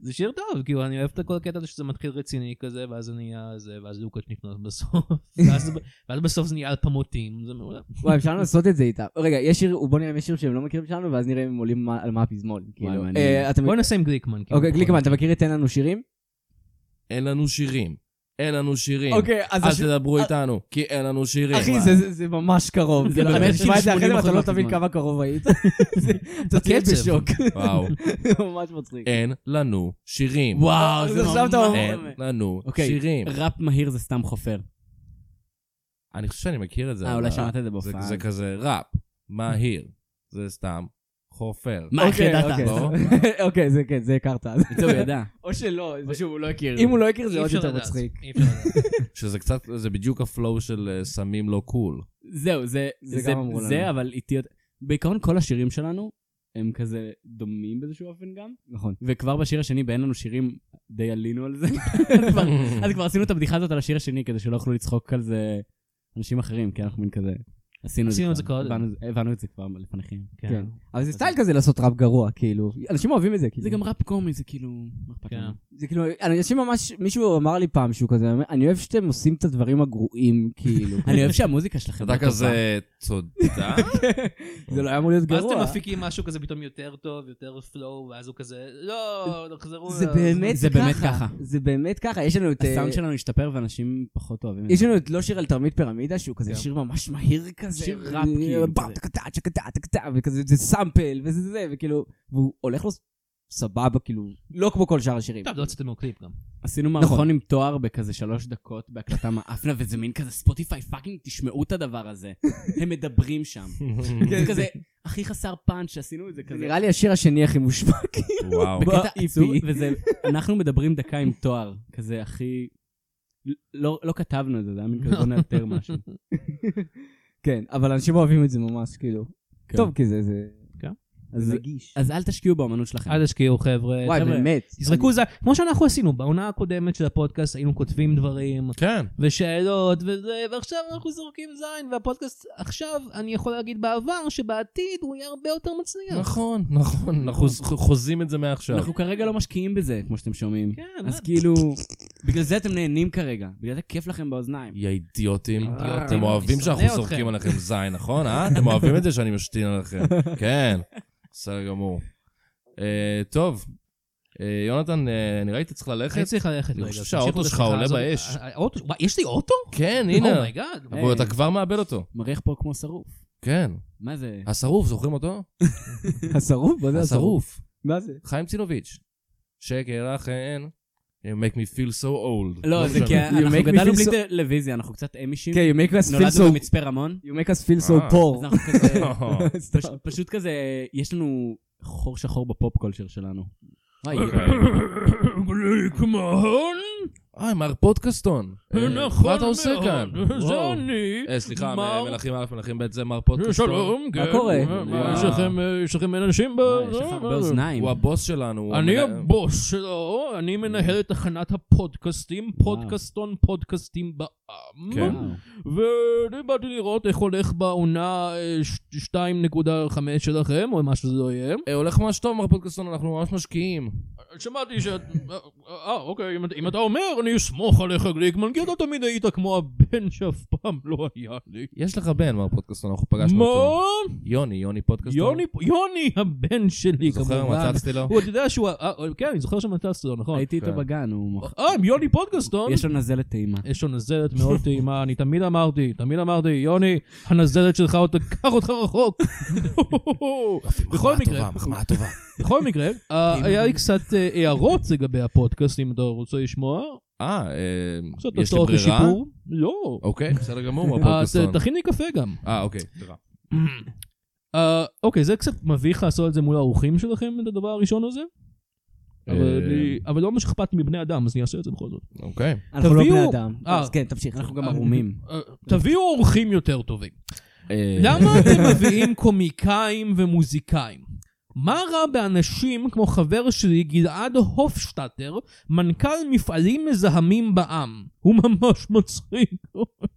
[SPEAKER 3] זה שיר טוב, כאילו אני אוהב את כל הקטע הזה שזה מתחיל רציני כזה, ואז זה נהיה זה, ואז לוקאץ' נכנס בסוף, ואז- ואז בסוף זה נהיה על פמוטים, זה מעולה.
[SPEAKER 5] וואי, אפשר לעשות את זה איתם. רגע, יש שיר, בוא נראה אם יש שיר שהם לא מכירים שלנו, ואז נראה אם הם עולים מה- על מה הפזמון. כאילו.
[SPEAKER 4] מעניין.
[SPEAKER 5] אה, אתה מכיר-
[SPEAKER 3] בוא נעשה עם גליקמן. כאילו.
[SPEAKER 5] אוקיי, גליקמן, אתה מכיר את תן לנו שירים?
[SPEAKER 2] אין לנו שירים. אין לנו
[SPEAKER 4] כן.
[SPEAKER 2] שירים.
[SPEAKER 5] אוקיי, אז אה-
[SPEAKER 2] אל תדברו איתנו, כי אין לנו שירים.
[SPEAKER 5] אחי, זה- זה- זה ממש קרוב.
[SPEAKER 4] זה
[SPEAKER 5] כאילו,
[SPEAKER 4] באמת
[SPEAKER 5] אני אשמע את זה אחרי זה,
[SPEAKER 4] 80%
[SPEAKER 5] ואתה לא תבין
[SPEAKER 4] מהפזמון.
[SPEAKER 5] כמה קרוב היית. זה- אתה תהיה
[SPEAKER 3] הקצב.
[SPEAKER 5] בשוק.
[SPEAKER 2] וואו.
[SPEAKER 5] ממש מצחיק.
[SPEAKER 2] אין לנו שירים.
[SPEAKER 4] וואו,
[SPEAKER 5] זה עכשיו אתה אומר.
[SPEAKER 2] אין לנו
[SPEAKER 4] אוקיי,
[SPEAKER 2] שירים.
[SPEAKER 4] ראפ מהיר זה סתם חופר.
[SPEAKER 2] אני חושב שאני מכיר את זה.
[SPEAKER 4] אה,
[SPEAKER 2] אבל-
[SPEAKER 4] אולי שמעת את זה
[SPEAKER 2] זה-
[SPEAKER 4] בהופעה.
[SPEAKER 2] זה כזה ראפ, מהיר. זה סתם חופר.
[SPEAKER 4] מה, איך
[SPEAKER 5] אוקיי,
[SPEAKER 4] ידעת?
[SPEAKER 5] אוקיי.
[SPEAKER 2] לא?
[SPEAKER 5] אוקיי, זה כן, זה הכרת.
[SPEAKER 4] זה הוא ידע.
[SPEAKER 5] או שלא. זה-
[SPEAKER 4] או שהוא לא הכיר.
[SPEAKER 5] אם הוא לא הכיר, זה
[SPEAKER 3] אי
[SPEAKER 5] עוד
[SPEAKER 3] אפשר
[SPEAKER 5] יותר
[SPEAKER 3] לדעת,
[SPEAKER 5] מצחיק.
[SPEAKER 3] אי אפשר לדעת.
[SPEAKER 2] שזה קצת, זה בדיוק הפלואו של אה, סמים לא קול.
[SPEAKER 4] זהו, זה
[SPEAKER 5] זה
[SPEAKER 4] אה, זה-
[SPEAKER 5] גם אמרו לנו.
[SPEAKER 4] זה, אבל איטי... יותר. בעיקרון כל השירים שלנו הם כזה דומים באיזשהו אופן גם,
[SPEAKER 5] נכון.
[SPEAKER 4] וכבר בשיר השני, באין לנו שירים, די עלינו על זה. אז כבר- אז כבר עשינו את הבדיחה הזאת על השיר השני, כדי שלא יוכלו לצחוק על זה אנשים אחרים, כי אנחנו מין כזה... עשינו את זה
[SPEAKER 3] עשינו את זה
[SPEAKER 4] כבר.
[SPEAKER 3] קודם.
[SPEAKER 4] הבנו- הבנו את זה כבר לפניכם.
[SPEAKER 5] כן.
[SPEAKER 3] כן.
[SPEAKER 5] אבל זה סטייל כזה לעשות ראפ גרוע, כאילו. אנשים אוהבים את זה, כאילו.
[SPEAKER 4] זה גם ראפ קומי, זה כאילו... מה אכפת
[SPEAKER 3] כן.
[SPEAKER 4] לנו?
[SPEAKER 5] זה כאילו, אנשים ממש, מישהו אמר לי פעם שהוא כזה, אני אוהב שאתם עושים את הדברים הגרועים, כאילו.
[SPEAKER 4] אני אוהב שהמוזיקה שלכם לא
[SPEAKER 2] אתה
[SPEAKER 4] טובה.
[SPEAKER 2] כזה, תודה.
[SPEAKER 5] זה לא היה אמור להיות
[SPEAKER 3] ואז
[SPEAKER 5] גרוע.
[SPEAKER 3] אתם מפיקים משהו כזה פתאום יותר טוב, יותר פלואו, ואז הוא כזה, לא, תחזרו.
[SPEAKER 5] זה
[SPEAKER 3] ל-
[SPEAKER 5] באמת
[SPEAKER 4] זה באמת ככה.
[SPEAKER 5] זה באמת ככה. יש לנו את... אה,
[SPEAKER 4] הסאונד שלנו השתפר ואנשים פחות אוהבים את זה.
[SPEAKER 5] יש לנו את לא שיר על תרמית פירמידה, שהוא כזה
[SPEAKER 3] כן.
[SPEAKER 5] שיר אה, ממש מהיר כזה.
[SPEAKER 4] שיר ראפ, כאילו,
[SPEAKER 5] בא,
[SPEAKER 4] כזה.
[SPEAKER 5] טקטה, טקטה, טקטה, וכזה, זה סאמפל, וזה זה, וכאילו, והוא הולך לו סבבה, כאילו, לא כמו כל שאר השירים.
[SPEAKER 3] טוב, לא הוצאתם לו קליפ גם.
[SPEAKER 4] עשינו מערכון עם תואר בכזה שלוש דקות בהקלטה מאפנה, וזה מין כזה ספוטיפיי, פאקינג תשמעו את הדבר הזה. הם מדברים שם. זה כזה הכי חסר פאנץ' שעשינו את זה
[SPEAKER 5] זה
[SPEAKER 4] כזה.
[SPEAKER 5] נראה לי השיר השני הכי מושפע.
[SPEAKER 2] וואו.
[SPEAKER 4] בקטע
[SPEAKER 5] ב-
[SPEAKER 4] עצוב,
[SPEAKER 5] EP.
[SPEAKER 4] וזה, אנחנו מדברים דקה עם תואר, כזה הכי... לא לא כתבנו את זה, זה היה מין כזה בוא נאתר משהו.
[SPEAKER 5] כן, אבל אנשים אוהבים את זה ממש, כאילו.
[SPEAKER 4] כן.
[SPEAKER 5] טוב, כי זה... זה-
[SPEAKER 3] כן.
[SPEAKER 5] זה
[SPEAKER 4] אז-
[SPEAKER 5] נגיש.
[SPEAKER 4] אז אל תשקיעו באמנות שלכם.
[SPEAKER 3] אל תשקיעו, חבר'ה.
[SPEAKER 5] וואי,
[SPEAKER 3] חבר'ה,
[SPEAKER 5] באמת.
[SPEAKER 3] תזרקו זה, כמו שאנחנו עשינו, בעונה הקודמת של הפודקאסט היינו כותבים דברים,
[SPEAKER 2] כן.
[SPEAKER 3] ושאלות וזה, ועכשיו אנחנו זורקים זין, והפודקאסט עכשיו, אני יכול להגיד בעבר, שבעתיד הוא יהיה הרבה יותר מצליח.
[SPEAKER 2] נכון, נכון. אנחנו חוזים את זה מעכשיו.
[SPEAKER 4] אנחנו כרגע לא משקיעים בזה, כמו שאתם שומעים.
[SPEAKER 3] כן,
[SPEAKER 4] אז כאילו, בגלל זה אתם נהנים כרגע, בגלל זה כיף לכם באוזניים.
[SPEAKER 2] יא אידיוטים.
[SPEAKER 4] אה,
[SPEAKER 3] אידיוטים,
[SPEAKER 2] אתם אוהבים
[SPEAKER 3] אני
[SPEAKER 2] שאנחנו
[SPEAKER 3] שונא
[SPEAKER 2] זורקים
[SPEAKER 3] אתכם.
[SPEAKER 2] עליכם זין, נכון? אה? אתם אוהבים את זה שאני משתין עליכם. כן. בסדר גמור. אה, טוב. אה, יונתן, אה, נראה לי אתה צריך
[SPEAKER 3] אני
[SPEAKER 2] ללכת.
[SPEAKER 3] צריך ללכת
[SPEAKER 2] אני
[SPEAKER 3] רגע.
[SPEAKER 2] חושב
[SPEAKER 3] אז
[SPEAKER 2] שהאוטו
[SPEAKER 3] תמשיכו את
[SPEAKER 2] שלך
[SPEAKER 3] השיחה
[SPEAKER 2] עולה
[SPEAKER 3] הזאת.
[SPEAKER 2] באש.
[SPEAKER 3] ה- האוטו- וואי, יש לי אוטו? oh
[SPEAKER 2] כן,
[SPEAKER 4] Oh
[SPEAKER 2] הנה.
[SPEAKER 3] אומייגאד.
[SPEAKER 2] אבל אתה כבר מאבד אותו.
[SPEAKER 4] מריח פה כמו שרוף.
[SPEAKER 2] כן.
[SPEAKER 4] מה זה? לא
[SPEAKER 2] השרוף, זוכרים אותו?
[SPEAKER 5] השרוף? מה זה השרוף?
[SPEAKER 2] השרוף.
[SPEAKER 5] מה זה?
[SPEAKER 2] חיים צינוביץ'. שקר אכן, you make me feel so old.
[SPEAKER 4] לא, זה
[SPEAKER 2] משנה.
[SPEAKER 4] כי
[SPEAKER 5] You make
[SPEAKER 4] אנחנו
[SPEAKER 5] me
[SPEAKER 4] גדלנו
[SPEAKER 5] feel
[SPEAKER 4] בלי
[SPEAKER 5] so-
[SPEAKER 4] טלוויזיה, אנחנו קצת אמישים.
[SPEAKER 5] כן, you make us feel
[SPEAKER 4] נולדנו
[SPEAKER 5] so...
[SPEAKER 4] במצפה רמון.
[SPEAKER 5] You make us feel so
[SPEAKER 2] אה.
[SPEAKER 5] poor.
[SPEAKER 4] אז אנחנו כזה...
[SPEAKER 2] אה,
[SPEAKER 4] פש- פשוט כזה, יש לנו חור שחור בפופ קולצ'ר שלנו.
[SPEAKER 5] וואי,
[SPEAKER 3] אוקיי. כמהון,
[SPEAKER 2] אה, מר פודקאסטון. אה, מה אתה עושה כאן? וואו.
[SPEAKER 3] נכון אני.
[SPEAKER 2] אה, סליחה,
[SPEAKER 3] מר- אה,
[SPEAKER 2] מלכים א', מלכים ב', זה מר פודקאסטון.
[SPEAKER 5] מה קורה?
[SPEAKER 2] מה?
[SPEAKER 3] אה, יש לכם אנשים ב...
[SPEAKER 5] וואי, יש לך
[SPEAKER 4] אה,
[SPEAKER 5] הרבה אוזניים.
[SPEAKER 2] הוא הבוס שלנו. הוא
[SPEAKER 3] אני
[SPEAKER 2] המנהל.
[SPEAKER 3] הבוס שלו, אני מנהל את תחנת הפודקאסטים, פודקאסטון פודקאסטים בעם.
[SPEAKER 2] אה. כן.
[SPEAKER 4] וואו.
[SPEAKER 3] ואני באתי לראות איך הולך בעונה אה, ש- 2.5 שלכם, או מה שזה לא יהיה.
[SPEAKER 2] אה, הולך ממש טוב, מר פודקאסטון, אנחנו ממש משקיעים.
[SPEAKER 3] שמעתי שאת... אה, אה, אוקיי, אם, אם אתה אומר, אני אסמוך עליך, גליקמן, כי אתה תמיד היית כמו הבן שאף פעם לא היה לי.
[SPEAKER 2] יש לך בן, מר פודקאסטון, אנחנו פגשנו אותו.
[SPEAKER 3] מה?
[SPEAKER 2] יוני, יוני פודקאסטון.
[SPEAKER 3] יוני, יוני הבן שלי,
[SPEAKER 2] זוכר,
[SPEAKER 3] כמובן.
[SPEAKER 2] מצצתי לו.
[SPEAKER 3] הוא, אתה יודע שהוא... אה, אה, כן, אני זוכר שמצצת לו, נכון.
[SPEAKER 4] הייתי איתו
[SPEAKER 2] כן.
[SPEAKER 4] בגן, הוא מוכר.
[SPEAKER 3] אה, עם יוני פודקאסטון.
[SPEAKER 4] יש לו נזלת טעימה.
[SPEAKER 3] יש לו נזלת מאוד טעימה, אני תמיד אמרתי, תמיד אמרתי, יוני, הנזלת שלך עוד תקח אותך רחוק. בכל מקרה,
[SPEAKER 2] מחמאה טובה.
[SPEAKER 3] בכל מקרה, אה, היה לי קצת אה, הערות לגבי הפודקאסט, אם אתה רוצה לשמוע.
[SPEAKER 2] אה, אה,
[SPEAKER 3] קצת
[SPEAKER 2] יש לי
[SPEAKER 3] הצעות
[SPEAKER 2] ברירה?
[SPEAKER 3] לשיפור. לא.
[SPEAKER 2] אוקיי, בסדר גמור, מר
[SPEAKER 3] אה,
[SPEAKER 2] פודקאסטון.
[SPEAKER 3] ת- תכין לי קפה גם.
[SPEAKER 2] אה, אוקיי, תודה.
[SPEAKER 3] אה, אוקיי, זה קצת מביך לעשות את זה מול האורחים שלכם, את הדבר הראשון הזה. אבל
[SPEAKER 2] אה,
[SPEAKER 3] לי- אבל לא ממש אכפת לי מבני אדם, אז אני אעשה את זה בכל זאת.
[SPEAKER 2] אוקיי.
[SPEAKER 5] אנחנו לא
[SPEAKER 3] תביאו-
[SPEAKER 5] בני אדם.
[SPEAKER 3] אה.
[SPEAKER 5] אז כן, תמשיך.
[SPEAKER 4] אנחנו גם ערומים.
[SPEAKER 3] אה, תביאו אורחים יותר טובים.
[SPEAKER 2] אה,
[SPEAKER 3] למה אתם מביאים קומיקאים ומוזיקאים? מה רע באנשים כמו חבר שלי גלעד הופשטטר, מנכ"ל מפעלים מזהמים בעם? הוא ממש מצחיק.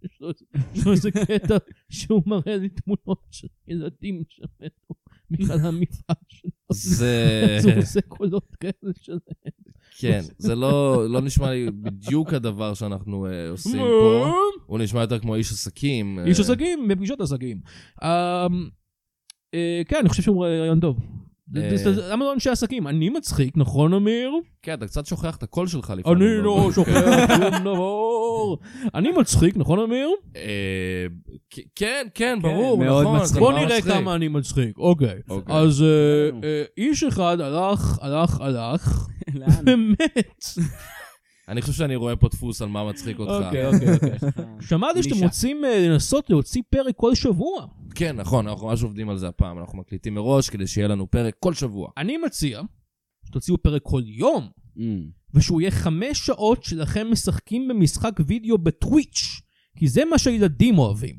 [SPEAKER 3] יש לו- יש לו איזה קטע שהוא מראה לי תמונות של ילדים שמתו בגלל המפעל שלו.
[SPEAKER 2] זה...
[SPEAKER 3] אז הוא עושה קולות כאלה של...
[SPEAKER 2] כן, זה לא לא נשמע לי בדיוק הדבר שאנחנו אה,
[SPEAKER 3] לא.
[SPEAKER 2] עושים פה. הוא נשמע יותר כמו איש עסקים. אה,
[SPEAKER 3] איש עסקים, בפגישות עסקים. אמ, אה, כן, אני חושב שהוא רעיון טוב.
[SPEAKER 2] אה.
[SPEAKER 3] למה לא אנשי עסקים? אני מצחיק, נכון אמיר?
[SPEAKER 2] כן, אתה קצת שוכח את הקול שלך לפעמים.
[SPEAKER 3] אני לא
[SPEAKER 2] אבל-
[SPEAKER 3] שוכח שום דבר. אני מצחיק, נכון אמיר?
[SPEAKER 2] אה, כ- כן, כן, ברור,
[SPEAKER 5] מאוד
[SPEAKER 2] נכון.
[SPEAKER 5] מצחיק.
[SPEAKER 2] זה
[SPEAKER 3] בוא
[SPEAKER 2] נורא
[SPEAKER 3] נראה
[SPEAKER 2] מצחיק.
[SPEAKER 3] כמה אני מצחיק, אוקיי.
[SPEAKER 2] אוקיי.
[SPEAKER 3] אז אה, אה, איש אחד הלך, הלך, הלך,
[SPEAKER 4] לאן?
[SPEAKER 3] ומת.
[SPEAKER 2] אני חושב שאני רואה פה דפוס על מה מצחיק אותך.
[SPEAKER 3] אוקיי, אוקיי, אוקיי.
[SPEAKER 4] אה,
[SPEAKER 3] שמעתי שאתם
[SPEAKER 4] נישה.
[SPEAKER 3] רוצים אה, לנסות להוציא פרק כל שבוע.
[SPEAKER 2] כן, נכון, אנחנו ממש עובדים על זה הפעם. אנחנו מקליטים מראש כדי שיהיה לנו פרק כל שבוע.
[SPEAKER 3] אני מציע שתוציאו פרק כל יום.
[SPEAKER 2] Mm.
[SPEAKER 4] אמ,
[SPEAKER 3] ושהוא יהיה חמש שעות שלכם משחקים במשחק וידאו בטוויץ', כי זה מה שהילדים אוהבים.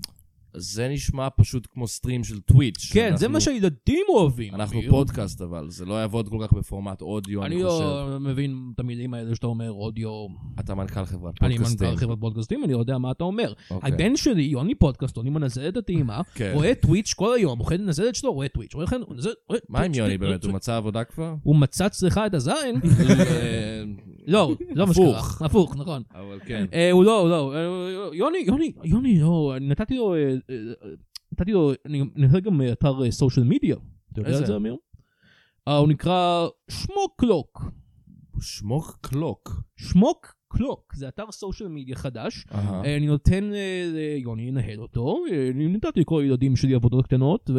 [SPEAKER 2] זה נשמע פשוט כמו סטרים של טוויץ'.
[SPEAKER 3] כן, זה
[SPEAKER 2] שאנחנו-
[SPEAKER 3] מה שהילדים אוהבים.
[SPEAKER 2] אנחנו
[SPEAKER 3] אמיר.
[SPEAKER 2] פודקאסט, אבל זה לא יעבוד כל כך בפורמט אודיו, אני
[SPEAKER 3] אני
[SPEAKER 2] חושב.
[SPEAKER 3] לא מבין את המילים האלה שאתה אומר, אודיו.
[SPEAKER 2] אתה מנכ"ל חברת
[SPEAKER 3] אני
[SPEAKER 2] פודקאסטים.
[SPEAKER 3] מנכ"ל חברת פודקאסטים, אני לא יודע מה אתה אומר.
[SPEAKER 2] אוקיי.
[SPEAKER 3] הבן שלי, יוני פודקאסטון, אם הוא מנזל את הטעימה,
[SPEAKER 2] כן.
[SPEAKER 3] רואה טוויץ' כל היום, אוכל לנזל את שלו, רואה טוויץ'. רואה חן- הוא נזל- רואה
[SPEAKER 2] מה עם
[SPEAKER 3] טוויץ',
[SPEAKER 2] יוני
[SPEAKER 3] טוויץ',
[SPEAKER 2] באמת? הוא מצא עבודה כבר?
[SPEAKER 3] הוא מצא אצלך את הזין?
[SPEAKER 2] אה,
[SPEAKER 3] לא, לא מה שקרה.
[SPEAKER 2] הפוך.
[SPEAKER 3] הפוך, נכון.
[SPEAKER 2] אבל כן.
[SPEAKER 3] אה, הוא לא, הוא לא, אה, יוני, יוני, יוני, לא, אני נתתי לו, אה, אה, אה, נתתי לו, אני נתתי גם אה, אתר סושיאל מדיה, אתה יודע
[SPEAKER 2] איזה?
[SPEAKER 3] את זה אמיר? אה, הוא נקרא שמוק קלוק,
[SPEAKER 2] שמוק קלוק.
[SPEAKER 3] שמוק קלוק, זה אתר סושיאל מדיה חדש,
[SPEAKER 2] אהה.
[SPEAKER 3] אה, אני נותן אה, ליוני לנהל אותו, אה, אני נתתי לכל הילדים שלי עבודות קטנות,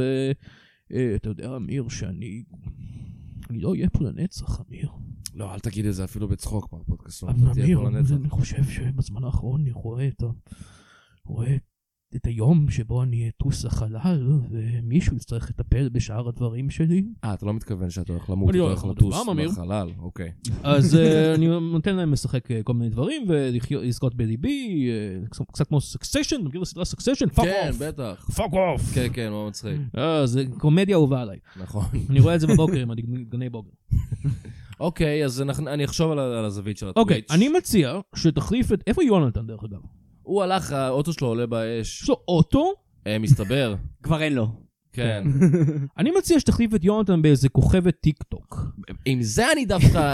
[SPEAKER 3] ואתה יודע אמיר שאני, אני לא אהיה פה לנצח אמיר.
[SPEAKER 2] לא, אל תגיד את זה אפילו בצחוק, מר פודקאסטון. אתה תהיה
[SPEAKER 3] אמיר,
[SPEAKER 2] פה לנצח.
[SPEAKER 3] אני חושב שבזמן האחרון אני רואה את ה... רואה את היום שבו אני אטוס לחלל, ומישהו יצטרך לטפל בשאר הדברים שלי.
[SPEAKER 2] אה, אתה לא מתכוון שאתה הולך למות, אתה
[SPEAKER 3] אני לא
[SPEAKER 2] הולך
[SPEAKER 3] הולך
[SPEAKER 2] לטוס
[SPEAKER 3] למות, אמיר.
[SPEAKER 2] בחלל, אוקיי.
[SPEAKER 3] אז אה, אני נותן להם לשחק אה, כל מיני דברים, ולזכות בליבי, אה, קצת- קצת כמו סקסשן, מכיר את הסדרה סקסשן? פאק
[SPEAKER 2] כן,
[SPEAKER 3] אוף.
[SPEAKER 2] בטח.
[SPEAKER 6] פאק אוף.
[SPEAKER 2] כן, כן, מאוד מצחיק.
[SPEAKER 3] אה, זה קומדיה אהובה עליי.
[SPEAKER 2] נכון.
[SPEAKER 3] אני רואה את זה בבוקר עם הגני בוקר.
[SPEAKER 2] אוקיי, אז אנחנו- אני אחשוב על ה- על הזווית של הטוויץ'.
[SPEAKER 3] אוקיי, אני מציע שתחליף את... איפה יונתן דרך אגב?
[SPEAKER 2] הוא הלך, האוטו שלו עולה
[SPEAKER 3] יש
[SPEAKER 2] באש.
[SPEAKER 3] לו אוטו?
[SPEAKER 2] אה, מסתבר.
[SPEAKER 5] כבר אין לו.
[SPEAKER 2] כן.
[SPEAKER 3] אני מציע שתחליף את יונתן באיזה כוכבת טיק טוק.
[SPEAKER 2] עם זה אני דווקא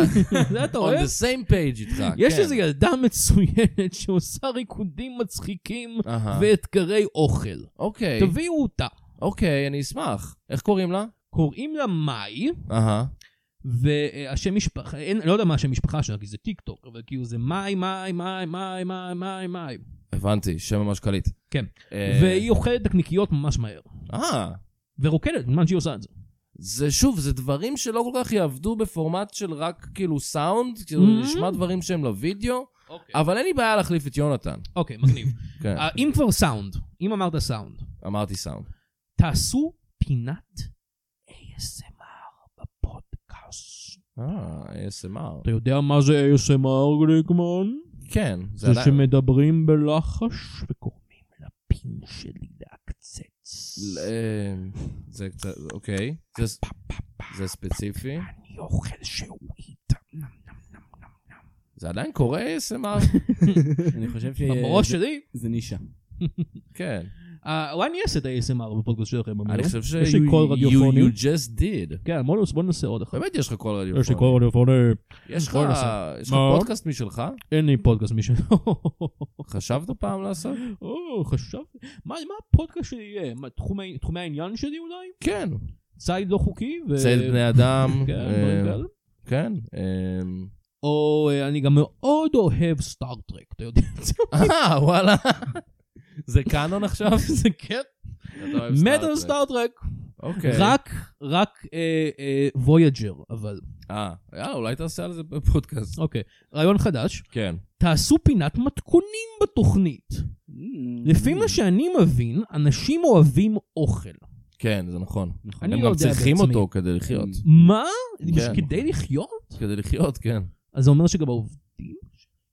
[SPEAKER 3] זה אתה
[SPEAKER 2] on
[SPEAKER 3] אוהב?
[SPEAKER 2] the same page איתך.
[SPEAKER 3] יש
[SPEAKER 2] כן.
[SPEAKER 3] איזו ילדה מצוינת שעושה ריקודים מצחיקים
[SPEAKER 2] אהה.
[SPEAKER 3] ואתגרי אוכל.
[SPEAKER 2] אה. אוקיי,
[SPEAKER 3] תביאו אותה.
[SPEAKER 2] אוקיי, אני אשמח. איך קוראים לה?
[SPEAKER 3] קוראים לה מאי,
[SPEAKER 2] אהה.
[SPEAKER 3] והשם משפחה, אין, לא יודע מה השם משפחה שלה, כי זה טיק טוק, אבל כאילו זה מאי, מאי, מאי, מאי, מאי, מאי, מאי.
[SPEAKER 2] הבנתי, שם ממש קליט.
[SPEAKER 3] כן.
[SPEAKER 2] אה,
[SPEAKER 3] והיא אוכלת תקניקיות ממש מהר.
[SPEAKER 2] אה,
[SPEAKER 3] ורוקדת בזמן שהיא עושה את זה.
[SPEAKER 2] זה שוב, זה דברים שלא כל כך יעבדו בפורמט של רק כאילו סאונד, כאילו
[SPEAKER 3] Mhm.
[SPEAKER 2] נשמע דברים שהם לוידאו, אבל אין לי בעיה להחליף את יונתן.
[SPEAKER 3] אה, אוקיי, מגניב.
[SPEAKER 2] כן,
[SPEAKER 3] אה, אם כבר סאונד, אם אמרת סאונד,
[SPEAKER 2] אמרתי סאונד.
[SPEAKER 3] תעשו פינת ASMR פודקאסט.
[SPEAKER 2] אה, ASMR.
[SPEAKER 3] אתה יודע מה זה ASMR, גליקמן?
[SPEAKER 2] כן, זה
[SPEAKER 3] זה
[SPEAKER 2] עדיין...
[SPEAKER 3] שמדברים בלחש וגורמים לפים שלי להקצץ.
[SPEAKER 2] ל- אה, זה קצת... אוקיי. זה- זה ספציפי.
[SPEAKER 3] אני אוכל שהועית.
[SPEAKER 2] זה עדיין קורה ASMR?
[SPEAKER 4] אני חושב ש...
[SPEAKER 2] אה,
[SPEAKER 3] בראש שלי?
[SPEAKER 4] זה נישה.
[SPEAKER 2] כן.
[SPEAKER 3] אה, אולי אני אעשה את ה-ASMR בפודקאסט שלכם. אמיר.
[SPEAKER 2] אני חושב ש...
[SPEAKER 3] יש לי קול
[SPEAKER 2] you-
[SPEAKER 3] רדיופוני.
[SPEAKER 2] You just did.
[SPEAKER 3] כן, בוא נעשה- בוא נעשה עוד אחת.
[SPEAKER 2] באמת יש לך קול
[SPEAKER 3] יש לי
[SPEAKER 2] רדיופוני.
[SPEAKER 3] קול רדיופוני,
[SPEAKER 2] יש לך
[SPEAKER 3] בוא נעשה.
[SPEAKER 2] יש לך
[SPEAKER 3] מה?
[SPEAKER 2] פודקאסט משלך?
[SPEAKER 3] אין לי פודקאסט משל...
[SPEAKER 2] חשבת פעם לעשות?
[SPEAKER 3] או, חשבתי, מה מה הפודקאסט שלי יהיה? מה, תחומי תחומי העניין שלי אולי?
[SPEAKER 2] כן.
[SPEAKER 3] ציד לא חוקי? ו-
[SPEAKER 2] צייד בני אדם.
[SPEAKER 3] כן,
[SPEAKER 2] אה,
[SPEAKER 3] דברים כאלה.
[SPEAKER 2] כן. אה,
[SPEAKER 3] או אה, אני גם מאוד אוהב סטארט-טרק, אתה יודע את זה?
[SPEAKER 2] אה, וואלה. זה קאנון עכשיו?
[SPEAKER 3] זה כן. מת על סטארט-טרק.
[SPEAKER 2] אוקיי.
[SPEAKER 3] רק, רק אה, אה, וויג'ר, אבל.
[SPEAKER 2] אה, יאללה, אולי תעשה על זה בפודקאסט.
[SPEAKER 3] אוקיי. רעיון חדש,
[SPEAKER 2] כן.
[SPEAKER 3] תעשו פינת מתכונים בתוכנית.
[SPEAKER 2] Mm.
[SPEAKER 3] לפי מה שאני מבין, אנשים אוהבים אוכל.
[SPEAKER 2] כן, זה נכון.
[SPEAKER 4] נכון.
[SPEAKER 3] אני
[SPEAKER 2] הם
[SPEAKER 3] לא
[SPEAKER 2] גם
[SPEAKER 3] יודע
[SPEAKER 2] צריכים
[SPEAKER 3] בעצמי. Mm.
[SPEAKER 2] אותו כדי לחיות.
[SPEAKER 3] מה?
[SPEAKER 2] כן.
[SPEAKER 3] כדי לחיות?
[SPEAKER 2] כדי לחיות, כן.
[SPEAKER 3] אז זה אומר שגם העובדים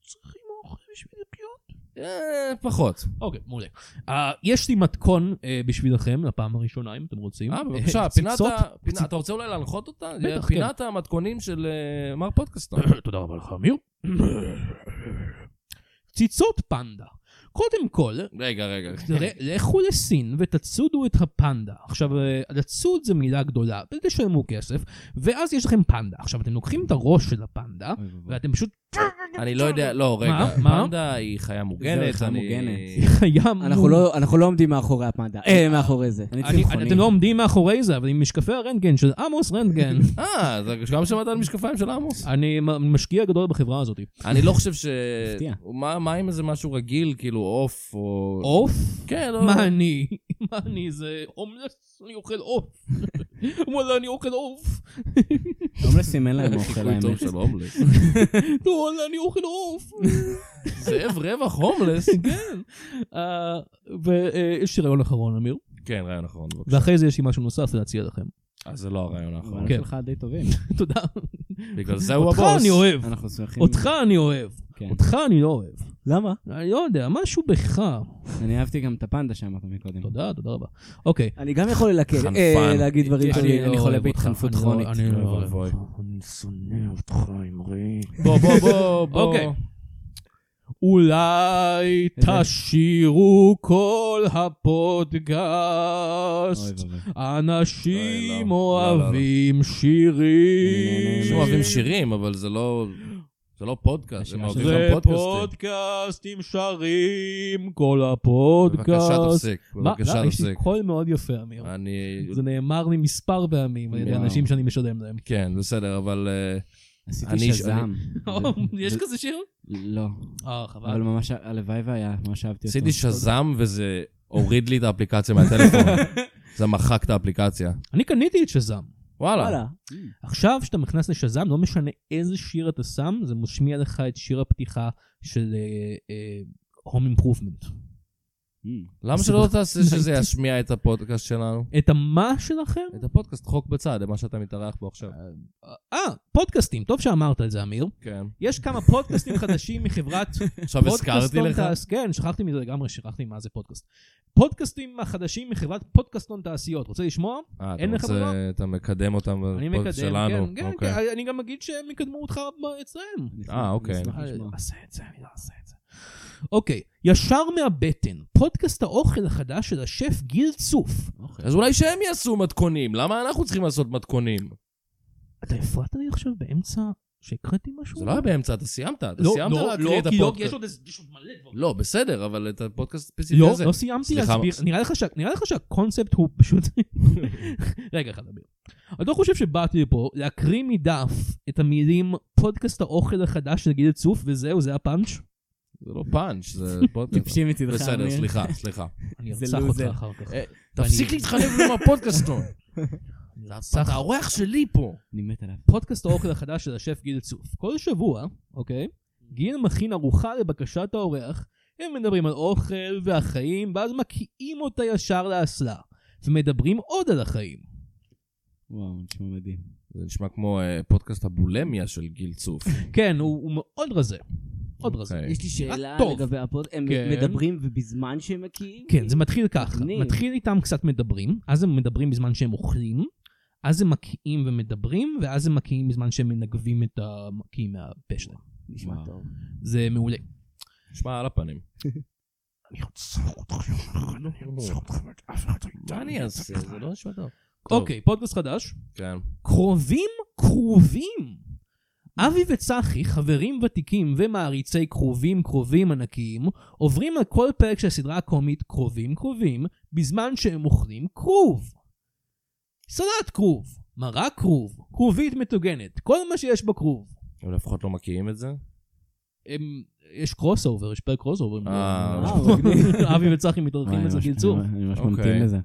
[SPEAKER 3] צריכים אוכל בשביל לחיות?
[SPEAKER 2] אה, פחות.
[SPEAKER 3] אוקיי, מעולה. אה, יש לי מתכון אה, בשבילכם לפעם הראשונה, אם אתם רוצים.
[SPEAKER 2] אה, בבקשה,
[SPEAKER 3] אה,
[SPEAKER 2] פינת
[SPEAKER 3] ציצות?
[SPEAKER 2] ה... פינה- אתה רוצה אולי להנחות אותה?
[SPEAKER 3] בטח, כן.
[SPEAKER 2] פינת המתכונים של אה, מר פודקאסט.
[SPEAKER 3] תודה רבה לך, אמיר. ציצות פנדה. קודם כל,
[SPEAKER 2] רגע, רגע.
[SPEAKER 3] ר- לכו לסין ותצודו את הפנדה. עכשיו, אה, לצוד זו מילה גדולה, תשלמו כסף, ואז יש לכם פנדה. עכשיו, אתם לוקחים את הראש של הפנדה, ואתם פשוט
[SPEAKER 2] אני לא יודע, לא, רגע.
[SPEAKER 3] מה? מה?
[SPEAKER 2] פנדה היא חיה מוגנת.
[SPEAKER 4] חיה
[SPEAKER 2] אני-
[SPEAKER 4] מוגנת.
[SPEAKER 3] חיה...
[SPEAKER 5] אנחנו לא- אנחנו לא עומדים מאחורי הפנדה, אה, מאחורי זה.
[SPEAKER 4] אני
[SPEAKER 3] אני-
[SPEAKER 4] צמחוני.
[SPEAKER 3] אתם לא עומדים מאחורי זה, אבל עם משקפי הרנטגן של עמוס רנטגן,
[SPEAKER 2] אה, זה גם שמעת על משקפיים של עמוס.
[SPEAKER 3] אני מ- משקיע גדול בחברה הזאת.
[SPEAKER 2] אני לא חושב ש...
[SPEAKER 4] מפתיע.
[SPEAKER 2] מה מה עם איזה משהו רגיל, כאילו עוף או...
[SPEAKER 3] עוף?
[SPEAKER 2] כן, לא...
[SPEAKER 3] מה אני? מה אני? זה הומלס? אני אוכל עוף. וואלה, אני אוכל עוף.
[SPEAKER 4] הומלסים אין להם אוכל,
[SPEAKER 2] חיקוי טוב
[SPEAKER 4] האמת.
[SPEAKER 2] של הומלס.
[SPEAKER 3] לא, וואלה, אני אוכל עוף. כן.
[SPEAKER 2] זאב רווח הומלס.
[SPEAKER 3] אה, ויש לי רעיון אחרון, אמיר.
[SPEAKER 2] כן, רעיון אחרון. בבקשה.
[SPEAKER 3] ואחרי זה יש לי משהו נוסף להציע לכם.
[SPEAKER 2] אז זה לא הרעיון האחרון.
[SPEAKER 4] הרעיון
[SPEAKER 3] כן.
[SPEAKER 4] שלך די טובים.
[SPEAKER 3] תודה.
[SPEAKER 2] בגלל זה הוא
[SPEAKER 3] כן. אותך
[SPEAKER 2] הבוס.
[SPEAKER 3] אני אוהב.
[SPEAKER 4] אנחנו שמחים.
[SPEAKER 3] אותך אני אוהב.
[SPEAKER 4] כן.
[SPEAKER 3] אותך אני לא אוהב.
[SPEAKER 4] למה?
[SPEAKER 3] אני לא יודע, משהו בך.
[SPEAKER 4] אני אהבתי גם את הפנדה שאמרת מקודם.
[SPEAKER 3] תודה, תודה רבה. אוקיי.
[SPEAKER 5] אני גם יכול ללקט,
[SPEAKER 2] חנפן.
[SPEAKER 5] אה, להגיד דברים
[SPEAKER 4] אני-
[SPEAKER 5] טובים.
[SPEAKER 4] אני
[SPEAKER 3] לא
[SPEAKER 4] חולה
[SPEAKER 3] אוהב אותך.
[SPEAKER 4] בהתחנפות
[SPEAKER 3] אני לא-
[SPEAKER 4] כרונית.
[SPEAKER 3] אני לא
[SPEAKER 2] אוי
[SPEAKER 3] אוהב.
[SPEAKER 2] ואבוי.
[SPEAKER 6] אני שונא אותך, אמרי.
[SPEAKER 2] בוא, בוא, בוא, בוא.
[SPEAKER 3] אוקיי. אולי תשירו כל
[SPEAKER 4] אוי
[SPEAKER 3] הפודקאסט.
[SPEAKER 4] ואבוי.
[SPEAKER 2] אוי,
[SPEAKER 3] אנשים
[SPEAKER 2] לא. אוהבים
[SPEAKER 3] שירים.
[SPEAKER 2] אנשים אוהבים שירים, אבל זה לא... זה לא פודקאסט, הם אוהבים גם פודקאסטים.
[SPEAKER 3] פודקאסטים שרים, כל
[SPEAKER 2] בבקשה תפסיק, בבקשה
[SPEAKER 3] לא, יש לי
[SPEAKER 2] תפסיק.
[SPEAKER 3] קול מאוד יפה, אמיר.
[SPEAKER 2] אני...
[SPEAKER 3] זה נאמר לי מספר פעמים על ידי
[SPEAKER 4] וואו.
[SPEAKER 3] אנשים שאני משלם להם.
[SPEAKER 2] כן, בסדר, אבל... אה,
[SPEAKER 4] עשיתי
[SPEAKER 2] אני-
[SPEAKER 4] שזעם.
[SPEAKER 3] יש כזה שיר?
[SPEAKER 4] לא.
[SPEAKER 3] אה,
[SPEAKER 4] אבל
[SPEAKER 3] חבל.
[SPEAKER 4] ממש, הלוואי והיה, ממש אהבתי אותו.
[SPEAKER 2] עשיתי שזם וזה הוריד לי את האפליקציה מהטלפון. זה מחק את האפליקציה.
[SPEAKER 3] אני קניתי את שזאם.
[SPEAKER 2] וואלה.
[SPEAKER 5] וואלה.
[SPEAKER 3] עכשיו, כשאתה נכנס לשזאם, לא משנה איזה שיר אתה שם, זה משמיע לך את שיר הפתיחה של אה, הום אימפרובמנט.
[SPEAKER 2] למה שלא תעשה שזה ישמיע את הפודקאסט שלנו?
[SPEAKER 3] את המה שלכם?
[SPEAKER 2] את הפודקאסט, חוק בצד, מה שאתה מתארח בו עכשיו.
[SPEAKER 3] אה, פודקאסטים, טוב שאמרת את זה, אמיר.
[SPEAKER 2] כן.
[SPEAKER 3] יש כמה פודקאסטים חדשים מחברת
[SPEAKER 2] עכשיו
[SPEAKER 3] פודקאסט
[SPEAKER 2] הזכרתי
[SPEAKER 3] און
[SPEAKER 2] לך?
[SPEAKER 3] תעש- כן, שכחתי מזה לגמרי, שכחתי מה זה פודקאסט. פודקאסטים החדשים מחברת פודקאסטון תעשיות. רוצה לשמוע?
[SPEAKER 2] אה, אתה
[SPEAKER 3] אין לך
[SPEAKER 2] רוצה,
[SPEAKER 3] ברירה?
[SPEAKER 2] אתה מקדם אותם
[SPEAKER 3] אני
[SPEAKER 2] בפודקאסט
[SPEAKER 3] מקדם,
[SPEAKER 2] שלנו.
[SPEAKER 3] כן, כן,
[SPEAKER 2] אוקיי.
[SPEAKER 3] כן, אני גם אגיד שהם יקדמו אותך ב- אצלם.
[SPEAKER 2] אה, אוקיי.
[SPEAKER 4] אני אשמח
[SPEAKER 3] אה,
[SPEAKER 4] לשמוע.
[SPEAKER 3] עשה את זה, אני לא אעשה את זה. אוקיי, ישר מהבטן, פודקאסט האוכל החדש של השף גיל צוף.
[SPEAKER 2] אז אולי שהם יעשו מתכונים, למה אנחנו צריכים לעשות מתכונים?
[SPEAKER 3] אתה הפרעת לי עכשיו באמצע שהקראתי משהו?
[SPEAKER 2] זה לא היה באמצע, אתה סיימת, אתה
[SPEAKER 3] לא,
[SPEAKER 2] סיימת
[SPEAKER 3] לא,
[SPEAKER 2] להקריא את
[SPEAKER 3] לא, כי לא, כי יש
[SPEAKER 2] הפודקאסט.
[SPEAKER 3] עוד איזה- יש עוד מלא דברים.
[SPEAKER 2] לא, בסדר, אבל את הפודקאסט הספציפי
[SPEAKER 3] לא,
[SPEAKER 2] הזה.
[SPEAKER 3] לא סיימתי
[SPEAKER 2] סליחה,
[SPEAKER 3] להסביר.
[SPEAKER 2] מקס.
[SPEAKER 3] נראה לך שה- נראה לך שהקונספט הוא פשוט... רגע אחד, אביר. אני לא חושב שבאתי לפה להקריא מדף את המילים פודקאסט האוכל החדש של גיל צוף, וזהו, זה הפאנץ'.
[SPEAKER 2] זה לא פאנץ', זה פודקאסט.
[SPEAKER 4] טיפשי
[SPEAKER 3] אה.
[SPEAKER 4] מצידך,
[SPEAKER 2] בסדר,
[SPEAKER 4] אמיר.
[SPEAKER 2] סליחה, סליחה.
[SPEAKER 3] אני
[SPEAKER 4] זה
[SPEAKER 3] ארצח אותך
[SPEAKER 4] לוזר.
[SPEAKER 3] אחר כך.
[SPEAKER 2] אה, תפסיק להתחנב עם הפודקאסטון. אתה האורח שלי פה.
[SPEAKER 4] אני מת עליו.
[SPEAKER 3] פודקאסט האוכל החדש של השף גיל צוף. כל שבוע, אוקיי, גיל מכין ארוחה לבקשת האורח, הם מדברים על אוכל והחיים, ואז מקיאים אותה ישר לאסלה, ומדברים עוד על החיים.
[SPEAKER 4] וואו, נשמע מדהים.
[SPEAKER 2] זה נשמע כמו אה, פודקאסט הבולמיה של גיל צוף.
[SPEAKER 3] כן, הוא הוא מאוד רזה. מאוד רזה.
[SPEAKER 2] אוקיי.
[SPEAKER 5] יש לי שאלה
[SPEAKER 3] טוב.
[SPEAKER 5] לגבי הפוד, הם
[SPEAKER 3] כן.
[SPEAKER 5] מדברים ובזמן שהם מקיאים?
[SPEAKER 3] כן, זה מתחיל ככה.
[SPEAKER 5] מגניב.
[SPEAKER 3] מתחיל איתם קצת מדברים, אז הם מדברים בזמן שהם אוכלים, אז הם מקיאים ומדברים, ואז הם מקיאים בזמן שהם מנגבים את המקיאים מהפה שלהם.
[SPEAKER 5] נשמע
[SPEAKER 2] וואו.
[SPEAKER 5] טוב.
[SPEAKER 3] זה מעולה.
[SPEAKER 2] נשמע על הפנים. לא,
[SPEAKER 6] לא
[SPEAKER 2] מה אני אעשה? זה לא נשמע טוב. טוב.
[SPEAKER 3] אוקיי, פודקאסט חדש.
[SPEAKER 2] כן.
[SPEAKER 3] קרובים, קרובים. אבי וצחי, חברים ותיקים ומעריצי קרובים קרובים ענקיים, עוברים על כל פרק של הסדרה הקומית קרובים קרובים, בזמן שהם אוכלים כרוב. סלט כרוב, מרק כרוב, כרובית מטוגנת, כל מה שיש בכרוב.
[SPEAKER 2] הם לפחות לא מקיאים את זה?
[SPEAKER 3] הם, יש קרוס אובר, יש פרק קרוס אובר.
[SPEAKER 2] אה,
[SPEAKER 5] וואו,
[SPEAKER 3] אבי וצחי מתארחים אצל קיצור.
[SPEAKER 4] אני ממש
[SPEAKER 2] אוקיי.
[SPEAKER 4] ממתין לזה.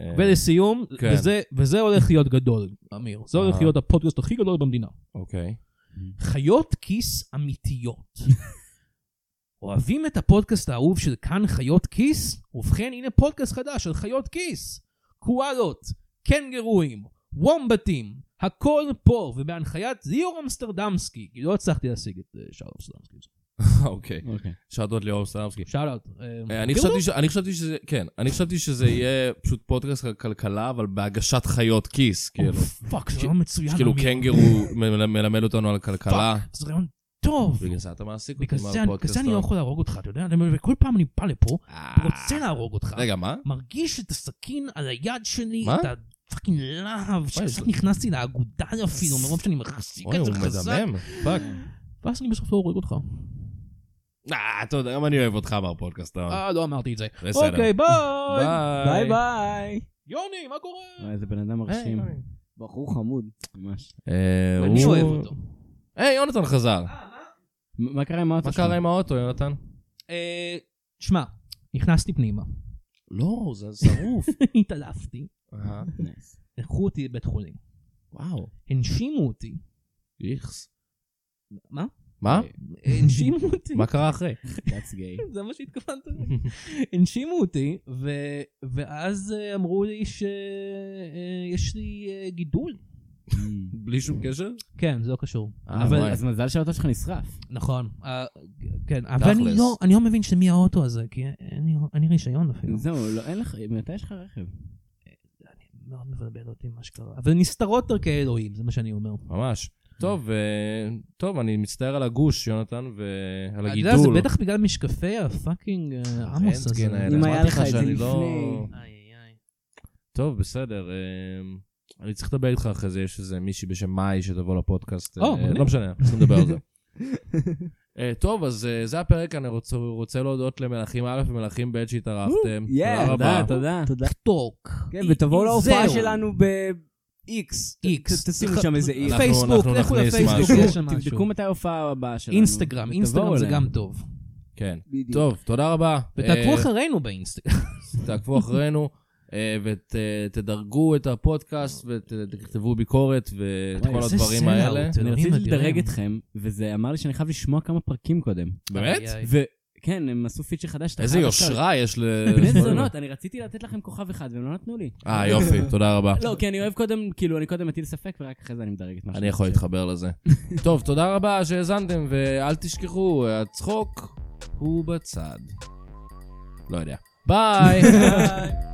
[SPEAKER 2] אה,
[SPEAKER 3] ולסיום,
[SPEAKER 2] כן.
[SPEAKER 3] וזה- וזה הולך להיות גדול, אמיר. זה הולך
[SPEAKER 2] אה.
[SPEAKER 3] להיות הפודקאסט הכי גדול במדינה.
[SPEAKER 2] אוקיי.
[SPEAKER 3] חיות כיס אמיתיות. אוהבים את הפודקאסט האהוב של כאן חיות כיס? ובכן, הנה פודקאסט חדש על חיות כיס. קואלות, קנגרואים, וומבטים, הכל פה, ובהנחיית ליאור אמסטרדמסקי. כי לא הצלחתי להשיג את אה, שאול אמסטרדמסקי.
[SPEAKER 2] אוקיי.
[SPEAKER 4] אוקיי.
[SPEAKER 2] שאלות ליאור סלבסקי.
[SPEAKER 3] שאלות.
[SPEAKER 2] כן. אה, אני חשבתי ש- אני חשבתי שזה, כן, אני חשבתי שזה יהיה פשוט פודקאסט על כלכלה, אבל בהגשת חיות כיס,
[SPEAKER 3] Oh,
[SPEAKER 2] כאילו.
[SPEAKER 6] פאק, זה רעיון מצוין.
[SPEAKER 2] שכאילו
[SPEAKER 6] אמיר.
[SPEAKER 2] קנגרו מ- מלמד אותנו על כלכלה.
[SPEAKER 6] זה רעיון טוב.
[SPEAKER 2] בגלל זה אתה מעסיק אותי
[SPEAKER 6] בגלל זה אני- בגלל
[SPEAKER 2] מהפודקאסט.
[SPEAKER 6] זה אני לא יכול להרוג אותך, אתה יודע? וכל פעם אני בא לפה, רוצה להרוג אותך.
[SPEAKER 2] אה. רגע, מה?
[SPEAKER 6] מרגיש את הסכין על היד שלי,
[SPEAKER 2] מה?
[SPEAKER 6] את ה... פאקינג להב,
[SPEAKER 2] זה-
[SPEAKER 6] שקצת נכנסתי לאגודה אפילו, מרוב שאני מחזיק
[SPEAKER 2] אוי,
[SPEAKER 6] את זה
[SPEAKER 2] הוא
[SPEAKER 6] חזק.
[SPEAKER 2] מדמם, פאק.
[SPEAKER 3] ואז אני בסוף לא הורג אותך.
[SPEAKER 2] אה, אתה יודע, גם אני אוהב אותך מהפודקאסט. אבל
[SPEAKER 3] אה, לא אמרתי את זה.
[SPEAKER 2] בסדר.
[SPEAKER 3] אוקיי, ביי!
[SPEAKER 5] ביי ביי.
[SPEAKER 3] יוני, מה קורה?
[SPEAKER 4] וואי, איזה בן אדם מרשים.
[SPEAKER 5] בחור חמוד.
[SPEAKER 4] ממש.
[SPEAKER 2] אה,
[SPEAKER 3] אני
[SPEAKER 2] הוא-
[SPEAKER 3] אוהב אותו.
[SPEAKER 2] היי, יונתן חזר.
[SPEAKER 4] מ- מה קרה עם האוטו
[SPEAKER 2] מה
[SPEAKER 4] שלך?
[SPEAKER 2] קרה עם האוטו, יונתן?
[SPEAKER 3] אה, שמע, נכנסתי פנימה,
[SPEAKER 2] לא, זה שרוף.
[SPEAKER 3] התעלפתי,
[SPEAKER 2] אה,
[SPEAKER 4] נייס.
[SPEAKER 3] לקחו אותי לבית חולים,
[SPEAKER 2] וואו.
[SPEAKER 3] הנשימו אותי.
[SPEAKER 2] איכס.
[SPEAKER 3] מה?
[SPEAKER 2] מה?
[SPEAKER 3] הנשימו אותי.
[SPEAKER 2] מה קרה אחרי?
[SPEAKER 4] That's gay.
[SPEAKER 3] זה מה שהתכוונת? הנשימו אותי, ו- ואז אה, אמרו לי שיש לי אה, גידול.
[SPEAKER 2] בלי שום קשר?
[SPEAKER 3] כן, זה לא קשור.
[SPEAKER 2] אה,
[SPEAKER 3] אבל-
[SPEAKER 2] וואי.
[SPEAKER 4] אז מזל שהאוטו שלך נשרף.
[SPEAKER 3] נכון. אה, כן, אבל אני
[SPEAKER 2] תכלס.
[SPEAKER 3] לא, אני לא מבין של מי האוטו הזה, כי אין לי- אין לי רישיון אפילו.
[SPEAKER 4] זהו, לא, אין לך, מתי יש לך רכב?
[SPEAKER 3] מאוד מבלבל אותי מה שקרה. אבל נסתרות דרכי אלוהים, זה מה שאני אומר.
[SPEAKER 2] ממש. טוב, אה, טוב, אני מצטער על הגוש, יונתן, ועל
[SPEAKER 3] אתה יודע, זה
[SPEAKER 2] הגידול.
[SPEAKER 3] בטח בגלל משקפי הפאקינג אה, עמוס הזה.
[SPEAKER 2] הרנטגן האלה.
[SPEAKER 5] אם היה
[SPEAKER 2] אמרתי
[SPEAKER 5] לך את זה
[SPEAKER 2] שאני לא-
[SPEAKER 5] לפני.
[SPEAKER 3] איי, איי, איי.
[SPEAKER 2] טוב, בסדר. אמ, אני צריך לדבר איתך אחרי זה, יש איזה מישהי בשם מאי שתבוא לפודקאסט.
[SPEAKER 3] או,
[SPEAKER 2] אה,
[SPEAKER 3] מגניב.
[SPEAKER 2] לא משנה, אנחנו נדבר על זה. אה, טוב, אז אה, זה הפרק, אני רוצה- רוצה להודות למלכים א' ומלכים ב' שהתארחתם.
[SPEAKER 5] Yeah,
[SPEAKER 2] תודה רבה.
[SPEAKER 5] תודה. תודה.
[SPEAKER 3] טוק.
[SPEAKER 5] כן, ותבואו להופעה
[SPEAKER 3] זהו.
[SPEAKER 5] שלנו ב-X.
[SPEAKER 3] X.
[SPEAKER 5] תשימו שם איזה X.
[SPEAKER 2] אנחנו-
[SPEAKER 3] פייסבוק,
[SPEAKER 2] אנחנו
[SPEAKER 3] לכו
[SPEAKER 2] נכניס
[SPEAKER 3] לפייסבוק,
[SPEAKER 2] משהו.
[SPEAKER 3] יש שם משהו.
[SPEAKER 4] תבדקו מתי ההופעה הבאה שלנו.
[SPEAKER 3] אינסטגרם,
[SPEAKER 4] ותבואו
[SPEAKER 3] אינסטגרם זה
[SPEAKER 4] אלינו.
[SPEAKER 3] גם טוב.
[SPEAKER 2] כן.
[SPEAKER 5] בדיוק.
[SPEAKER 2] טוב, תודה רבה.
[SPEAKER 3] ותעקבו
[SPEAKER 2] אה,
[SPEAKER 3] אחרינו באינסטגרם.
[SPEAKER 2] תעקבו אחרינו. אה, ותדרגו את הפודקאסט ותכתבו ביקורת ואת
[SPEAKER 3] וואי,
[SPEAKER 2] כל
[SPEAKER 3] איזה
[SPEAKER 2] הדברים
[SPEAKER 3] סלע
[SPEAKER 2] האלה.
[SPEAKER 3] הוא,
[SPEAKER 4] אני
[SPEAKER 3] אלוהים
[SPEAKER 4] רציתי
[SPEAKER 3] אדירים.
[SPEAKER 4] לדרג אתכם, וזה אמר לי שאני חייב לשמוע כמה פרקים קודם.
[SPEAKER 2] באמת?
[SPEAKER 3] איי, איי.
[SPEAKER 4] וכן, הם עשו פיצ'ר חדש. שאתה
[SPEAKER 2] איזה
[SPEAKER 4] חייב
[SPEAKER 2] יושרה אה, יש ל...
[SPEAKER 4] עכשיו. בני
[SPEAKER 3] לא-
[SPEAKER 4] זונות, אני רציתי לתת לכם כוכב אחד, והם לא נתנו לי.
[SPEAKER 2] אה, יופי, תודה רבה.
[SPEAKER 4] לא, כי אני אוהב קודם, כאילו, אני קודם מטיל ספק, ורק אחרי זה אני מדרג את מה
[SPEAKER 2] אני יכול להתחבר לזה. טוב, תודה רבה שהאזנתם, ואל תשכחו, הצחוק הוא בצד. לא יודע. ביי!